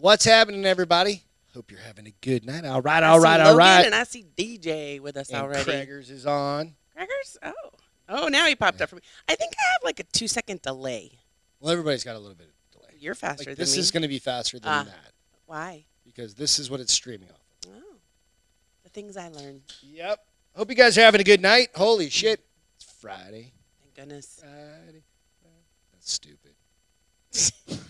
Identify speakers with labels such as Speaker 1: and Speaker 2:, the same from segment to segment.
Speaker 1: What's happening, everybody? Hope you're having a good night. All right,
Speaker 2: I
Speaker 1: all
Speaker 2: see
Speaker 1: right, all
Speaker 2: Logan
Speaker 1: right.
Speaker 2: And I see DJ with us
Speaker 1: And
Speaker 2: already.
Speaker 1: Craggers is on.
Speaker 2: Crackers? Oh. Oh, now he popped up for me. I think I have like a two second delay.
Speaker 1: Well, everybody's got a little bit of delay.
Speaker 2: You're faster than
Speaker 1: Like, this
Speaker 2: me.
Speaker 1: is going to be faster than
Speaker 2: Ah.
Speaker 1: that
Speaker 2: Why?
Speaker 1: because this is what it's streaming off.
Speaker 2: Oh. The things I learned.
Speaker 1: Yep. Hope you guys are having a good night. Holy shit. It's Friday.
Speaker 2: Thank goodness.
Speaker 1: Friday. Friday. That's stupid.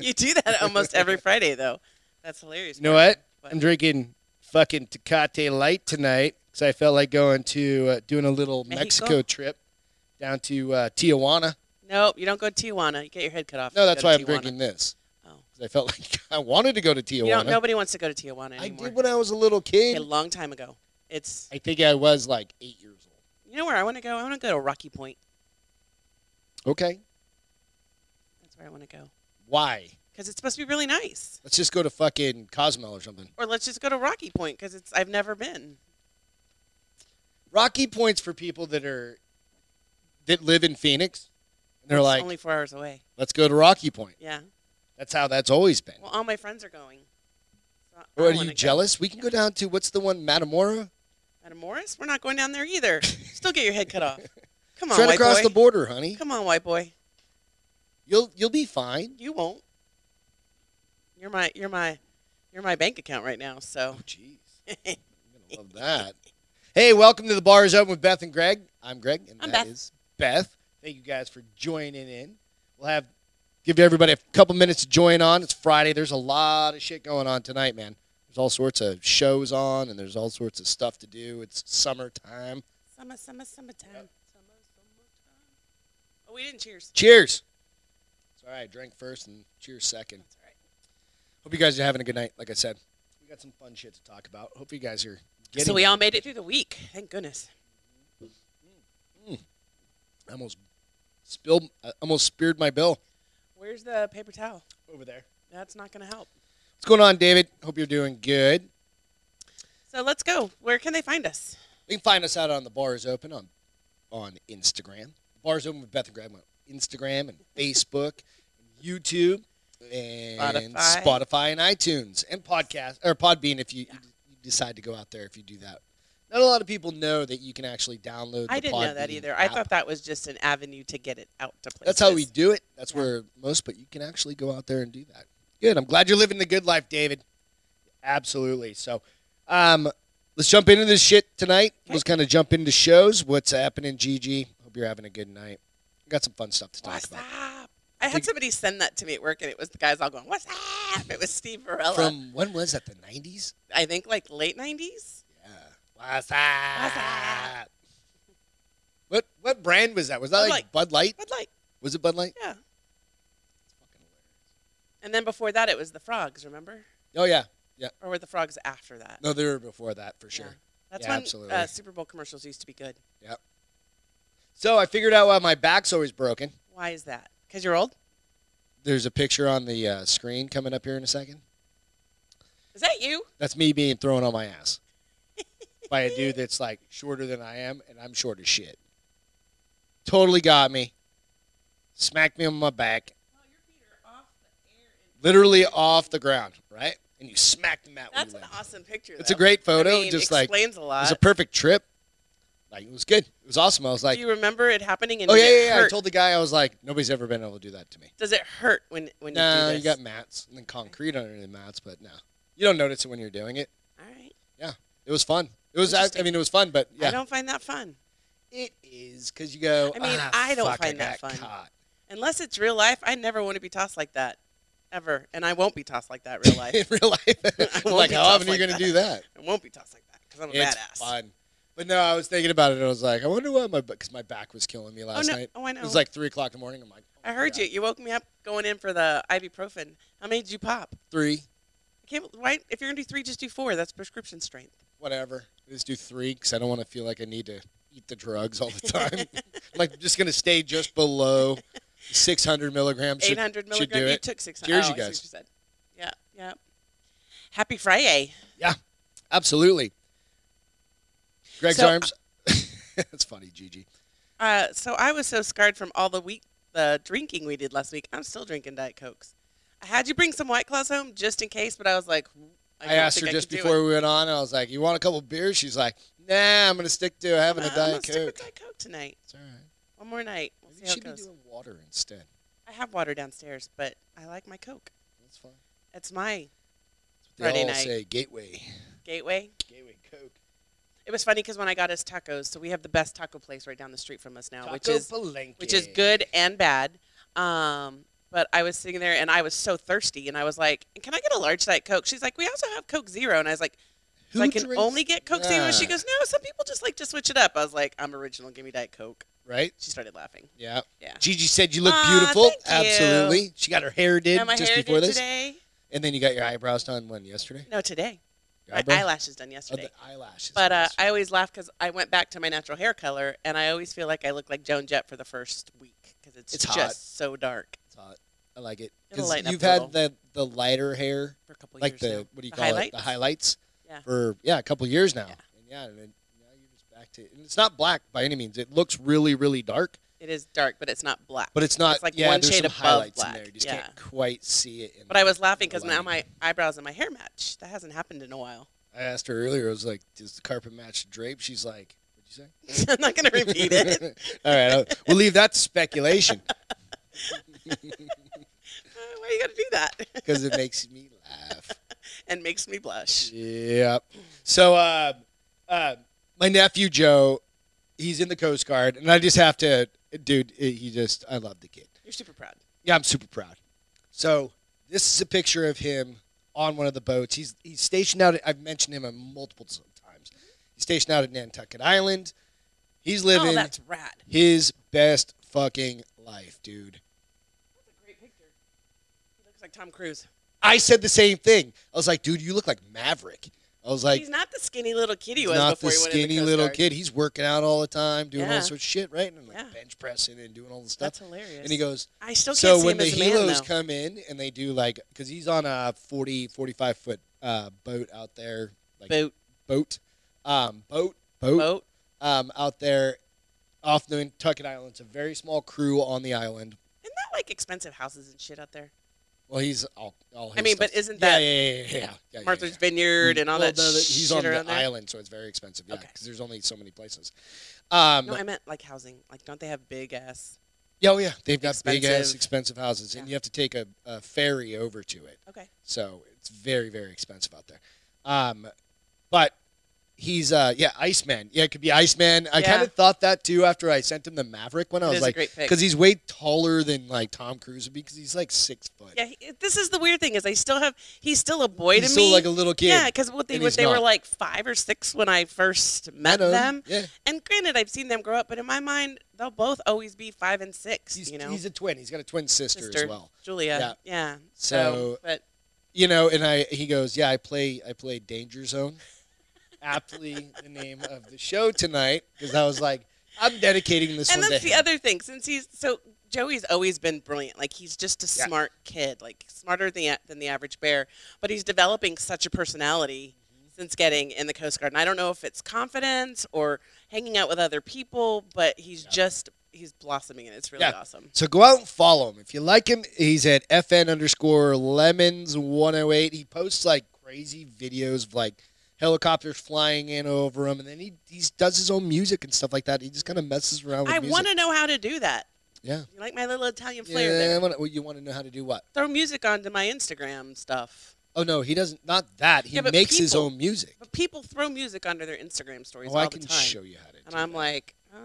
Speaker 2: You do that almost every Friday, though. That's hilarious.
Speaker 1: You know what?
Speaker 2: What?
Speaker 1: I'm drinking fucking Tecate Light tonight because I felt like going to uh, doing a little
Speaker 2: Mexico?
Speaker 1: Mexico, trip down to uh, Tijuana.
Speaker 2: Nope, you don't go to Tijuana. You get your head cut off. if
Speaker 1: No,
Speaker 2: you
Speaker 1: that's
Speaker 2: go
Speaker 1: why
Speaker 2: to
Speaker 1: I'm
Speaker 2: Tijuana.
Speaker 1: drinking this
Speaker 2: Oh.
Speaker 1: 'cause I felt like I wanted to go to
Speaker 2: You don't,
Speaker 1: Tijuana.
Speaker 2: nobody wants to go to Tijuana
Speaker 1: I
Speaker 2: anymore.
Speaker 1: did when I was a little
Speaker 2: a
Speaker 1: kid.
Speaker 2: long time ago. It's
Speaker 1: I think I was like eight years old.
Speaker 2: you know where I want to go. I want to go to Rocky Point.
Speaker 1: Okay.
Speaker 2: That's where I want to go
Speaker 1: Why?
Speaker 2: because it's supposed to be really nice.
Speaker 1: Let's just go to fucking Cozumel or something.
Speaker 2: Or let's just go to Rocky Point because it's I've never been.
Speaker 1: Rocky Point's for people that are that live in Phoenix. And they're
Speaker 2: It's
Speaker 1: like,
Speaker 2: only four hours away.
Speaker 1: let's go to Rocky Point.
Speaker 2: Yeah.
Speaker 1: That's how that's always been.
Speaker 2: Well, all my friends are going. So I
Speaker 1: Or are
Speaker 2: wanna
Speaker 1: you
Speaker 2: go.
Speaker 1: jealous? We can go down to what's the one, Matamora?
Speaker 2: Matamoros? We're not going down there either. Still get your head cut off. Come
Speaker 1: It's
Speaker 2: on,
Speaker 1: right
Speaker 2: white
Speaker 1: across
Speaker 2: boy.
Speaker 1: the border, honey.
Speaker 2: Come on, white boy.
Speaker 1: You'll you'll be fine.
Speaker 2: You won't. You're my you're my you're my bank account right now. So
Speaker 1: Oh, jeez, I'm gonna love that. Hey, welcome to the bar is open with Beth and Greg. I'm Greg, and
Speaker 2: I'm
Speaker 1: that
Speaker 2: Beth.
Speaker 1: is Beth. Thank you guys for joining in. We'll have give everybody a couple minutes to join on. It's Friday. There's a lot of shit going on tonight, man. There's all sorts of shows on, and there's all sorts of stuff to do. It's summertime.
Speaker 2: summer summer summertime. Summer summertime. Oh, we didn't cheers.
Speaker 1: Cheers. Sorry, I drank first and cheers second.
Speaker 2: That's all right.
Speaker 1: Hope you guys are having a good night. Like I said, we got some fun shit to talk about. Hope you guys are getting.
Speaker 2: so we um, all made it through the week. Thank goodness.
Speaker 1: I almost spilled. I almost speared my bill
Speaker 2: Where's the paper towel?
Speaker 1: over there.
Speaker 2: That's not going to help.
Speaker 1: What's going on, David? Hope you're doing good.
Speaker 2: So let's go. Where can they find us?
Speaker 1: You can find us out on the bar is open on on Instagram. The bar is open with Beth and Graham on Instagram and Facebook, and YouTube, and
Speaker 2: Spotify.
Speaker 1: Spotify and iTunes and podcast or Podbean if you, you you decide to go out there if you do that. Not a lot of people know that you can actually download.
Speaker 2: I
Speaker 1: the
Speaker 2: didn't know that
Speaker 1: Podbean
Speaker 2: either. I
Speaker 1: app.
Speaker 2: thought that was just an avenue to get it out to places.
Speaker 1: That's how we do it. That's
Speaker 2: Yeah.
Speaker 1: where most, but you can actually go out there and do that. Good. I'm glad you're living the good life, David. Absolutely. So, um, let's jump into this shit tonight. Let's kind of jump into shows. What's happening, Gigi? Hope you're having a good night. We got some fun stuff to talk
Speaker 2: What's
Speaker 1: about.
Speaker 2: up? I had somebody send that to me at work, and it was the guys all going, "What's up?" It was Steve Varela.
Speaker 1: From when was that? The 90s?
Speaker 2: I think like late '90s.
Speaker 1: Yeah. What's up? What what brand was that? Was
Speaker 2: Bud
Speaker 1: that like
Speaker 2: Light.
Speaker 1: Bud Light?
Speaker 2: Bud Light,
Speaker 1: Was it Bud Light?
Speaker 2: yeah. And then before that, it was the frogs. Remember?
Speaker 1: Oh yeah.
Speaker 2: Or were the frogs after that?
Speaker 1: No, they were before that for
Speaker 2: Yeah.
Speaker 1: sure.
Speaker 2: That's
Speaker 1: Yeah,
Speaker 2: when
Speaker 1: absolutely.
Speaker 2: Uh, Super Bowl commercials used to be good.
Speaker 1: So I figured out why my back's always broken.
Speaker 2: Why is that? Because you're old.
Speaker 1: There's a picture on the uh, screen coming up here in a second.
Speaker 2: Is that you?
Speaker 1: That's me being thrown on my ass by a dude that's like shorter than I am, and I'm short as shit. Totally got me. Smacked me on my back,
Speaker 2: Well, your feet are off the air.
Speaker 1: literally off the ground, right? And you smacked him out.
Speaker 2: That's
Speaker 1: when
Speaker 2: an
Speaker 1: you landed.
Speaker 2: awesome picture.
Speaker 1: It's a
Speaker 2: though.
Speaker 1: great photo.
Speaker 2: I mean,
Speaker 1: just like it
Speaker 2: explains a lot.
Speaker 1: was a perfect trip. Like it was good. It was awesome. I was like,
Speaker 2: Do you remember it happening? And
Speaker 1: oh
Speaker 2: did
Speaker 1: yeah,
Speaker 2: it
Speaker 1: yeah, yeah. I
Speaker 2: hurt?
Speaker 1: told the guy I was like, nobody's ever been able to do that to me.
Speaker 2: Does it hurt when when
Speaker 1: No, nah,
Speaker 2: you do
Speaker 1: you
Speaker 2: this?
Speaker 1: got mats and then concrete under the mats, but no, you don't notice it when you're doing it.
Speaker 2: All right.
Speaker 1: It was fun. It was. I, I
Speaker 2: Interesting.
Speaker 1: mean, it was fun, but
Speaker 2: I
Speaker 1: yeah,
Speaker 2: don't find that fun
Speaker 1: it is because you go.
Speaker 2: I mean,
Speaker 1: "Ah,
Speaker 2: I don't
Speaker 1: fuck,
Speaker 2: find that
Speaker 1: got
Speaker 2: fun."
Speaker 1: caught."
Speaker 2: unless it's real life. I never want to be tossed like that, ever, and I won't be tossed like that real life.
Speaker 1: in real life.
Speaker 2: won't
Speaker 1: like,
Speaker 2: be
Speaker 1: how
Speaker 2: tough
Speaker 1: often are you
Speaker 2: like
Speaker 1: going
Speaker 2: that.
Speaker 1: to do that?
Speaker 2: I won't be tossed like that because I'm a
Speaker 1: It's
Speaker 2: badass.
Speaker 1: fun. But no, I was thinking about it, and I was like, I wonder why my because my back was killing me
Speaker 2: Oh
Speaker 1: last
Speaker 2: no!
Speaker 1: night.
Speaker 2: Oh, I know.
Speaker 1: It was like three o'clock in the morning. I'm like, oh
Speaker 2: I
Speaker 1: my
Speaker 2: heard
Speaker 1: God.
Speaker 2: you. You woke me up going in for the ibuprofen. How many did you pop?
Speaker 1: Three,
Speaker 2: I can't. Why? If you're gonna do three, just do four. That's prescription strength.
Speaker 1: whatever. Let's do three because I don't want to feel like I need to eat the drugs all the time. I'm like, just going to stay just below 600 milligrams.
Speaker 2: Eight
Speaker 1: Should-
Speaker 2: hundred
Speaker 1: should
Speaker 2: milligram.
Speaker 1: do
Speaker 2: You
Speaker 1: it.
Speaker 2: took six hundred.
Speaker 1: Cheers, you
Speaker 2: I see what
Speaker 1: guys.
Speaker 2: said. Yeah. Yeah. Happy Friday.
Speaker 1: Absolutely. Greg's
Speaker 2: So,
Speaker 1: arms. That's funny, Gigi.
Speaker 2: Uh, so I was so scarred from all the week, the drinking we did last week. I'm still drinking Diet Cokes. I had you bring some White Claws home just in case, but I was like, I,
Speaker 1: I,
Speaker 2: don't
Speaker 1: asked her
Speaker 2: think I
Speaker 1: just
Speaker 2: could do
Speaker 1: before
Speaker 2: it.
Speaker 1: we went on, and I was like, "You want a couple beers?" She's like, "Nah, I'm gonna stick to having
Speaker 2: I'm
Speaker 1: a diet
Speaker 2: gonna stick with
Speaker 1: coke."
Speaker 2: Diet Coke tonight.
Speaker 1: It's all right.
Speaker 2: One more night. We'll see
Speaker 1: Maybe
Speaker 2: how
Speaker 1: she'd
Speaker 2: it
Speaker 1: be
Speaker 2: goes.
Speaker 1: doing water instead.
Speaker 2: I have water downstairs, but I like my Coke.
Speaker 1: That's fine.
Speaker 2: It's my
Speaker 1: They
Speaker 2: Friday
Speaker 1: all
Speaker 2: night.
Speaker 1: say gateway.
Speaker 2: gateway.
Speaker 1: Gateway coke.
Speaker 2: It was funny because when I got us tacos, so we have the best taco place right down the street from us now, which
Speaker 1: Taco
Speaker 2: is
Speaker 1: Palenque.
Speaker 2: which is good and bad. Um, but I was sitting there and I was so thirsty, and I was like, "Can I get a large diet coke?" She's like, "We also have Coke Zero," and I was like,
Speaker 1: Who
Speaker 2: "So I can
Speaker 1: drinks
Speaker 2: only get Coke Zero." And She
Speaker 1: that?
Speaker 2: goes, "No, some people just like to switch it up." I was like, "I'm original. Give me Diet Coke."
Speaker 1: right.
Speaker 2: She started laughing.
Speaker 1: Yeah.
Speaker 2: Yeah.
Speaker 1: Gigi said you look
Speaker 2: Aw,
Speaker 1: beautiful.
Speaker 2: thank you.
Speaker 1: Absolutely. She got her hair did
Speaker 2: Now my
Speaker 1: just
Speaker 2: hair
Speaker 1: before
Speaker 2: did
Speaker 1: this,
Speaker 2: today.
Speaker 1: and then you got your eyebrows done when yesterday.
Speaker 2: No, today.
Speaker 1: Your
Speaker 2: my
Speaker 1: eyebrow?
Speaker 2: eyelashes done
Speaker 1: Oh,
Speaker 2: yesterday.
Speaker 1: the eyelashes.
Speaker 2: But uh,
Speaker 1: Yesterday.
Speaker 2: I always laugh because I went back to my natural hair color, and I always feel like I look like Joan Jett for the first week because it's,
Speaker 1: It's
Speaker 2: just
Speaker 1: hot.
Speaker 2: so dark
Speaker 1: It's hot. I like it
Speaker 2: It'll
Speaker 1: because
Speaker 2: lighten up
Speaker 1: you've
Speaker 2: a
Speaker 1: had the the lighter hair,
Speaker 2: for a couple
Speaker 1: like
Speaker 2: years.
Speaker 1: the
Speaker 2: now.
Speaker 1: what do you
Speaker 2: The
Speaker 1: call it, the
Speaker 2: highlights?
Speaker 1: highlights.
Speaker 2: Yeah.
Speaker 1: For yeah, a couple years now.
Speaker 2: Yeah.
Speaker 1: And yeah, and then now you're just back to. And it's not black by any means. It looks really really dark,
Speaker 2: It is dark, but it's not black.
Speaker 1: but it's not.
Speaker 2: It's like
Speaker 1: yeah,
Speaker 2: one
Speaker 1: there's
Speaker 2: shade
Speaker 1: some
Speaker 2: above
Speaker 1: highlights
Speaker 2: black.
Speaker 1: in there. You just
Speaker 2: Yeah.
Speaker 1: can't quite see it. In
Speaker 2: But I was laughing because
Speaker 1: The
Speaker 2: now my
Speaker 1: lighting.
Speaker 2: eyebrows and my hair match. That hasn't happened in a while.
Speaker 1: I asked her earlier. I was like, "Does the carpet match the drape?" She's like, "What'd you say?"
Speaker 2: I'm not going to repeat it.
Speaker 1: All right, I'll- we'll leave that to speculation
Speaker 2: Why you got to do that?
Speaker 1: because it makes me laugh.
Speaker 2: and makes me blush.
Speaker 1: Yep. So, uh, uh, my nephew Joe, he's in the Coast Guard, and I just have to, dude. it- He just, I love the kid.
Speaker 2: You're super proud.
Speaker 1: Yeah, I'm super proud. So, this is a picture of him on one of the boats. He's he's stationed out. At, I've mentioned him a multiple times. He's stationed out at Nantucket Island. He's
Speaker 2: Oh,
Speaker 1: living
Speaker 2: that's rad.
Speaker 1: his best fucking life, dude.
Speaker 2: That's a great picture. He looks like Tom Cruise.
Speaker 1: I said the same thing. I was like, dude, you look like Maverick. I was like,
Speaker 2: He's not the skinny little kid he
Speaker 1: he's
Speaker 2: was
Speaker 1: not
Speaker 2: before
Speaker 1: the
Speaker 2: he went in the
Speaker 1: skinny
Speaker 2: Coast
Speaker 1: little
Speaker 2: Guard.
Speaker 1: kid. He's working out all the time, doing all
Speaker 2: Yeah.
Speaker 1: sorts of shit, right? And like
Speaker 2: Yeah.
Speaker 1: bench pressing and doing all the stuff.
Speaker 2: That's hilarious.
Speaker 1: and he goes,
Speaker 2: I still can't
Speaker 1: so
Speaker 2: see
Speaker 1: when
Speaker 2: him
Speaker 1: the
Speaker 2: as a man,
Speaker 1: helos
Speaker 2: though.
Speaker 1: come in and they do like, because he's on a 40, 45 foot uh, boat out there, like
Speaker 2: Boat,
Speaker 1: boat, um, boat, boat,
Speaker 2: boat.
Speaker 1: Um, out there off the Nantucket Island. It's a very small crew on the island.
Speaker 2: Isn't that like expensive houses and shit out there?
Speaker 1: Oh, Well, he's all, all his
Speaker 2: I mean, but
Speaker 1: stuff's-
Speaker 2: isn't
Speaker 1: Yeah,
Speaker 2: that
Speaker 1: yeah, yeah, yeah, yeah, yeah, yeah,
Speaker 2: Martha's
Speaker 1: yeah.
Speaker 2: Vineyard and all
Speaker 1: Well,
Speaker 2: that
Speaker 1: no, that- he's
Speaker 2: shit
Speaker 1: on the
Speaker 2: around there?
Speaker 1: island, so it's very expensive. Yeah,
Speaker 2: Okay.
Speaker 1: because there's only so many places. Um,
Speaker 2: No, I meant like housing. Like, don't they have big ass?
Speaker 1: yeah, oh yeah, they've got big ass
Speaker 2: Expensive.
Speaker 1: expensive houses, and
Speaker 2: Yeah.
Speaker 1: you have to take a, a ferry over to it.
Speaker 2: Okay.
Speaker 1: So it's very very expensive out there. Um, but he's uh yeah Iceman. Yeah, it could be Iceman. I
Speaker 2: Yeah.
Speaker 1: kind of thought that too after I sent him the Maverick one. I
Speaker 2: It
Speaker 1: was
Speaker 2: is a
Speaker 1: like,
Speaker 2: great pick.
Speaker 1: because he's way taller than like Tom Cruise would be, because he's like six foot.
Speaker 2: Yeah, he, this is the weird thing is I still have he's still a boy
Speaker 1: he's
Speaker 2: to
Speaker 1: still
Speaker 2: me.
Speaker 1: like a little kid.
Speaker 2: Yeah, because what they
Speaker 1: and
Speaker 2: what
Speaker 1: he's
Speaker 2: they were
Speaker 1: not.
Speaker 2: like five or six when I first
Speaker 1: I
Speaker 2: met
Speaker 1: know.
Speaker 2: them.
Speaker 1: Yeah,
Speaker 2: And granted, I've seen them grow up, but in my mind, they'll both always be five and six.
Speaker 1: he's,
Speaker 2: you know,
Speaker 1: he's a twin. He's got a twin sister,
Speaker 2: Sister.
Speaker 1: as well.
Speaker 2: Julia. Yeah.
Speaker 1: So-
Speaker 2: but
Speaker 1: you know, and I he goes, yeah, I play I play Danger Zone, aptly the name of the show tonight because I was like, I'm dedicating this
Speaker 2: and
Speaker 1: one
Speaker 2: that's
Speaker 1: to
Speaker 2: the
Speaker 1: him.
Speaker 2: other thing. Since he's so Joey's always been brilliant. Like he's just a
Speaker 1: Yeah.
Speaker 2: smart kid, like smarter than than the average bear. But he's developing such a personality
Speaker 1: Mm-hmm.
Speaker 2: since getting in the Coast Guard. And I don't know if it's confidence or hanging out with other people, but he's
Speaker 1: Yeah.
Speaker 2: just he's blossoming, and it's really
Speaker 1: Yeah.
Speaker 2: awesome.
Speaker 1: So go out and follow him if you like him. He's at fn underscore lemons 108. He posts like crazy videos of like helicopters flying in over him, and then he he does his own music and stuff like that. He just kind of messes around with
Speaker 2: I
Speaker 1: music.
Speaker 2: want to know how to do that.
Speaker 1: Yeah.
Speaker 2: You like my little Italian flair
Speaker 1: yeah, I
Speaker 2: there?
Speaker 1: wanna, well, you want to know how to do what?
Speaker 2: Throw music onto my Instagram stuff.
Speaker 1: Oh no, he doesn't. Not that he
Speaker 2: Yeah, but
Speaker 1: makes his
Speaker 2: people-
Speaker 1: own music.
Speaker 2: But people throw music onto their Instagram stories
Speaker 1: Oh,
Speaker 2: all
Speaker 1: I
Speaker 2: the
Speaker 1: can
Speaker 2: time.
Speaker 1: show you how to. do
Speaker 2: and I'm
Speaker 1: that.
Speaker 2: like, uh,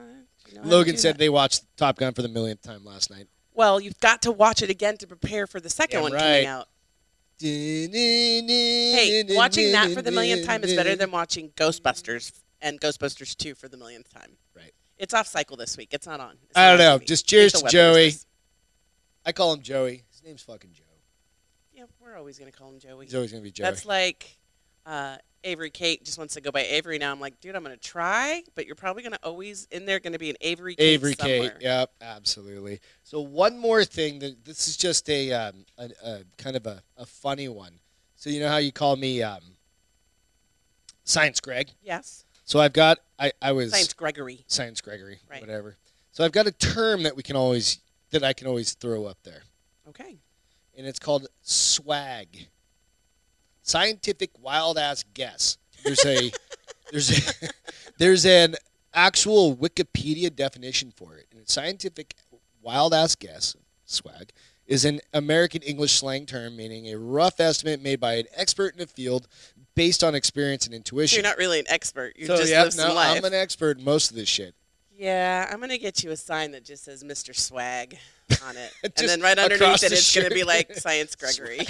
Speaker 2: you know how to
Speaker 1: Logan
Speaker 2: do
Speaker 1: said
Speaker 2: that.
Speaker 1: they watched Top Gun for the millionth time last night.
Speaker 2: well, you've got to watch it again to prepare for the second
Speaker 1: Yeah,
Speaker 2: one
Speaker 1: right.
Speaker 2: coming out. Hey,
Speaker 1: Hey,
Speaker 2: watching that for the millionth time is better than watching Ghostbusters and Ghostbusters 2 for the millionth time.
Speaker 1: Right.
Speaker 2: It's off cycle this week. It's not on. It's
Speaker 1: I
Speaker 2: not
Speaker 1: don't
Speaker 2: on
Speaker 1: know.
Speaker 2: TV.
Speaker 1: Just cheers
Speaker 2: It's a
Speaker 1: to Joey.
Speaker 2: webinars.
Speaker 1: I call him Joey. His name's fucking Joe.
Speaker 2: Yeah, we're always going to call him Joey.
Speaker 1: He's always gonna be Joey.
Speaker 2: That's like uh, Avery Kate just wants to go by Avery now. I'm like, dude, I'm going to try, but you're probably going to always in there going to be an Avery Kate
Speaker 1: Avery Kate.
Speaker 2: somewhere.
Speaker 1: Yep, absolutely. So one more thing that this is just a, um, a, a kind of a, a funny one. So you know how you call me um, Science Greg.
Speaker 2: Yes.
Speaker 1: So I've got I I was
Speaker 2: Science Gregory.
Speaker 1: Science Gregory,
Speaker 2: Right.
Speaker 1: whatever. So I've got a term that we can always that I can always throw up there.
Speaker 2: Okay.
Speaker 1: and it's called swag. Scientific wild ass guess. There's a there's a, there's an actual Wikipedia definition for it, and it's scientific wild ass guess swag is an American English slang term meaning a rough estimate made by an expert in a field based on experience and
Speaker 2: So
Speaker 1: intuition.
Speaker 2: you're not really an expert. You
Speaker 1: So,
Speaker 2: just
Speaker 1: yeah,
Speaker 2: live some
Speaker 1: no,
Speaker 2: life.
Speaker 1: I'm an expert in most of this shit.
Speaker 2: Yeah, I'm gonna get you a sign that just says Mr. Swag on it, and
Speaker 1: Just
Speaker 2: then right underneath
Speaker 1: across
Speaker 2: it,
Speaker 1: the
Speaker 2: it's gonna be
Speaker 1: shirt.
Speaker 2: like Science Gregory.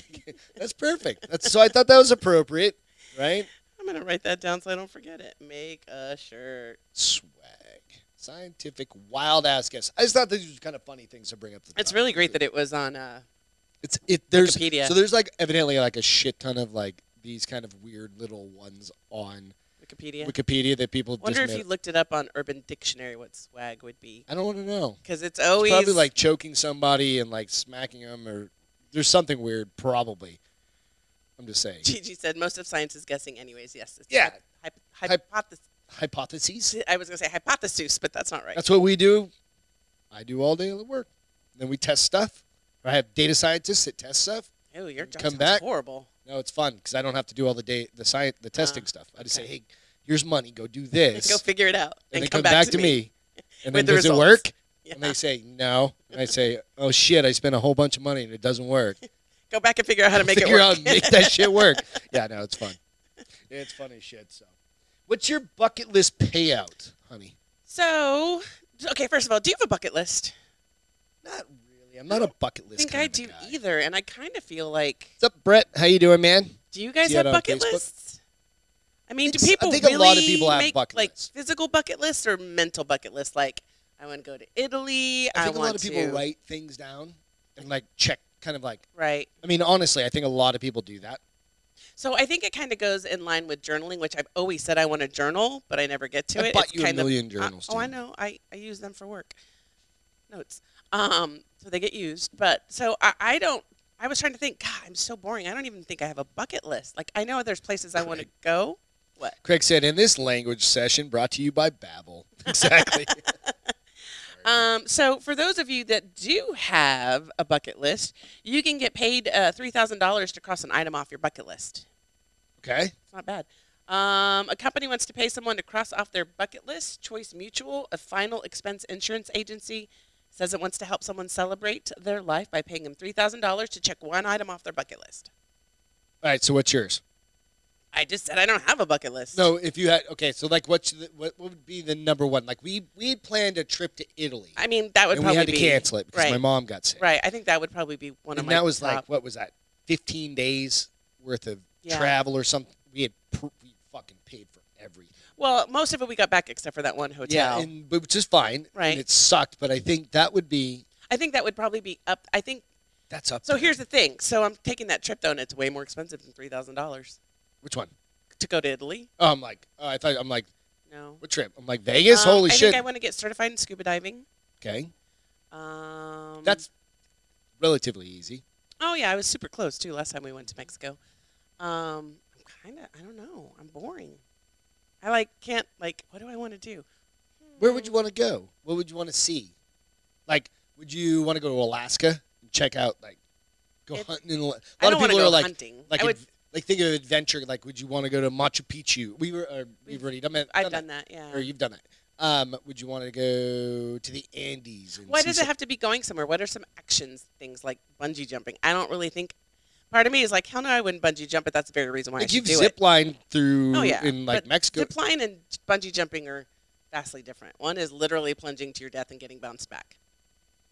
Speaker 1: That's perfect. That's, so I thought that was appropriate, right?
Speaker 2: I'm gonna write that down so I don't forget it. Make a shirt.
Speaker 1: Swag. Scientific wild ass guess. I just thought these were kind of funny things to bring up. To the
Speaker 2: It's
Speaker 1: top.
Speaker 2: really great that it was on. Uh,
Speaker 1: It's it. There's
Speaker 2: Wikipedia.
Speaker 1: so there's like evidently like a shit ton of like these kind of weird little ones on
Speaker 2: Wikipedia.
Speaker 1: Wikipedia that people
Speaker 2: Wonder if
Speaker 1: just
Speaker 2: you
Speaker 1: made-
Speaker 2: looked it up on Urban Dictionary what swag would be,
Speaker 1: I don't want to know.
Speaker 2: because it's
Speaker 1: It's
Speaker 2: always
Speaker 1: probably like choking somebody and like smacking them or there's something weird probably. I'm just saying.
Speaker 2: Gigi said. Most of science is guessing, anyways. Yes. It's
Speaker 1: Yeah.
Speaker 2: Hypo-
Speaker 1: Hyp-
Speaker 2: hypothesis.
Speaker 1: Hypotheses.
Speaker 2: I was gonna say hypothesis, but that's not right.
Speaker 1: That's what we do. I do all day at work. Then we test stuff. I have data scientists that test stuff.
Speaker 2: Oh, your job
Speaker 1: Come
Speaker 2: sounds
Speaker 1: back.
Speaker 2: horrible.
Speaker 1: No, it's fun because I don't have to do all the day the science the testing
Speaker 2: Ah,
Speaker 1: stuff. I just say,
Speaker 2: okay.
Speaker 1: hey, here's money. Go do this.
Speaker 2: Go figure it out and,
Speaker 1: and they come, back, to me. And then
Speaker 2: with the
Speaker 1: does it
Speaker 2: results.
Speaker 1: work?
Speaker 2: Yeah.
Speaker 1: And they say no. And I say, oh shit, I spent a whole bunch of money and it doesn't work.
Speaker 2: Go back and figure out how to make
Speaker 1: Figure
Speaker 2: it work.
Speaker 1: out and make that shit work. Yeah, no, it's fun. It's funny shit. So, what's your bucket list payout, honey?
Speaker 2: So, okay, first of all, do you have a bucket list?
Speaker 1: Not really. I'm not a bucket
Speaker 2: I
Speaker 1: list.
Speaker 2: think
Speaker 1: kind
Speaker 2: I
Speaker 1: of a
Speaker 2: do
Speaker 1: guy.
Speaker 2: either, and I kind of feel like
Speaker 1: What's up, Brett? How you doing, man?
Speaker 2: do you guys
Speaker 1: See
Speaker 2: have
Speaker 1: it on
Speaker 2: bucket
Speaker 1: Facebook?
Speaker 2: lists? I mean, do
Speaker 1: It's- I
Speaker 2: people
Speaker 1: think a
Speaker 2: really
Speaker 1: lot of people have
Speaker 2: make
Speaker 1: bucket
Speaker 2: like
Speaker 1: lists.
Speaker 2: physical bucket lists or mental bucket lists? Like, I want to go to Italy.
Speaker 1: I
Speaker 2: I,
Speaker 1: think a
Speaker 2: want
Speaker 1: lot of people
Speaker 2: to
Speaker 1: write things down and like check, kind of like.
Speaker 2: right.
Speaker 1: I mean, honestly, I think a lot of people do that.
Speaker 2: So I think it kind of goes in line with journaling, which I've always said I want to journal, but I never get to
Speaker 1: I
Speaker 2: it.
Speaker 1: bought
Speaker 2: It's
Speaker 1: you a
Speaker 2: kind of
Speaker 1: million
Speaker 2: I-
Speaker 1: journals.
Speaker 2: oh, I
Speaker 1: dude.
Speaker 2: know. I, I use them for work notes. Um, so they get used. But so I, I don't. I was trying to think. God, I'm so boring. I don't even think I have a bucket list. Like I know there's places I want to go. What?
Speaker 1: Craig said, in this language session brought to you by Babbel. Exactly.
Speaker 2: Um, so for those of you that do have a bucket list, you can get paid uh, three thousand dollars to cross an item off your bucket list.
Speaker 1: okay.
Speaker 2: It's not bad. Um, a company wants to pay someone to cross off their bucket list. Choice Mutual, a final expense insurance agency, says it wants to help someone celebrate their life by paying them $3,000 to check one item off their bucket list.
Speaker 1: All right. So what's yours?
Speaker 2: I just said I don't have a bucket list.
Speaker 1: No, if you had okay, so like what's the, what, what would be the number one? Like we we planned a trip to Italy
Speaker 2: I mean, that would
Speaker 1: and we
Speaker 2: probably
Speaker 1: had to
Speaker 2: be.
Speaker 1: cancel it because
Speaker 2: right.
Speaker 1: my mom got sick.
Speaker 2: Right. I think that would probably be one of
Speaker 1: And
Speaker 2: my.
Speaker 1: that was like
Speaker 2: top-
Speaker 1: what was that? 15 days worth of
Speaker 2: Yeah.
Speaker 1: travel or something. We had pr- we fucking paid for everything.
Speaker 2: Well, most of it we got back except for that one hotel.
Speaker 1: Yeah, and but which is fine.
Speaker 2: Right.
Speaker 1: And it sucked, but I think that would be
Speaker 2: I think that would probably be up. I think.
Speaker 1: that's up.
Speaker 2: So
Speaker 1: there.
Speaker 2: here's the thing. So I'm taking that trip though, and it's way more expensive than $3,000
Speaker 1: which one?
Speaker 2: to go to Italy.
Speaker 1: Oh, I'm like oh, I thought I'm like
Speaker 2: No.
Speaker 1: what trip? I'm like Vegas.
Speaker 2: Um,
Speaker 1: Holy
Speaker 2: I
Speaker 1: shit.
Speaker 2: think I want to get certified in scuba diving.
Speaker 1: okay.
Speaker 2: Um,
Speaker 1: That's relatively easy.
Speaker 2: oh yeah, I was super close too last time we went to Mexico. Um, I'm kind of I don't know. I'm boring. I like can't like what do I want to do?
Speaker 1: Where would you
Speaker 2: Hmm.
Speaker 1: want to go? What would you want to see? Like, would you want to go to Alaska and check out like go
Speaker 2: It's-
Speaker 1: hunting? In Ala- a
Speaker 2: I
Speaker 1: lot
Speaker 2: don't
Speaker 1: of
Speaker 2: want to
Speaker 1: people
Speaker 2: go
Speaker 1: are like
Speaker 2: hunting.
Speaker 1: like
Speaker 2: I would.
Speaker 1: adv- like think of adventure. Like, would you want to go to Machu Picchu? We were uh, we've
Speaker 2: We've-
Speaker 1: already done it.
Speaker 2: I've done that.
Speaker 1: or
Speaker 2: Yeah.
Speaker 1: you've done it. Um, would you want to go to the Andes? And
Speaker 2: Why
Speaker 1: see
Speaker 2: does
Speaker 1: some-
Speaker 2: it have to be going somewhere? What are some actions things like bungee jumping? I don't really think. Part of me is like, hell no, I wouldn't bungee jump, but that's the very reason why I
Speaker 1: Like
Speaker 2: should
Speaker 1: you've
Speaker 2: do it.
Speaker 1: ziplined through
Speaker 2: Oh, yeah,
Speaker 1: in like
Speaker 2: but
Speaker 1: Mexico.
Speaker 2: Zip line and bungee jumping are vastly different. One is literally plunging to your death and getting bounced back.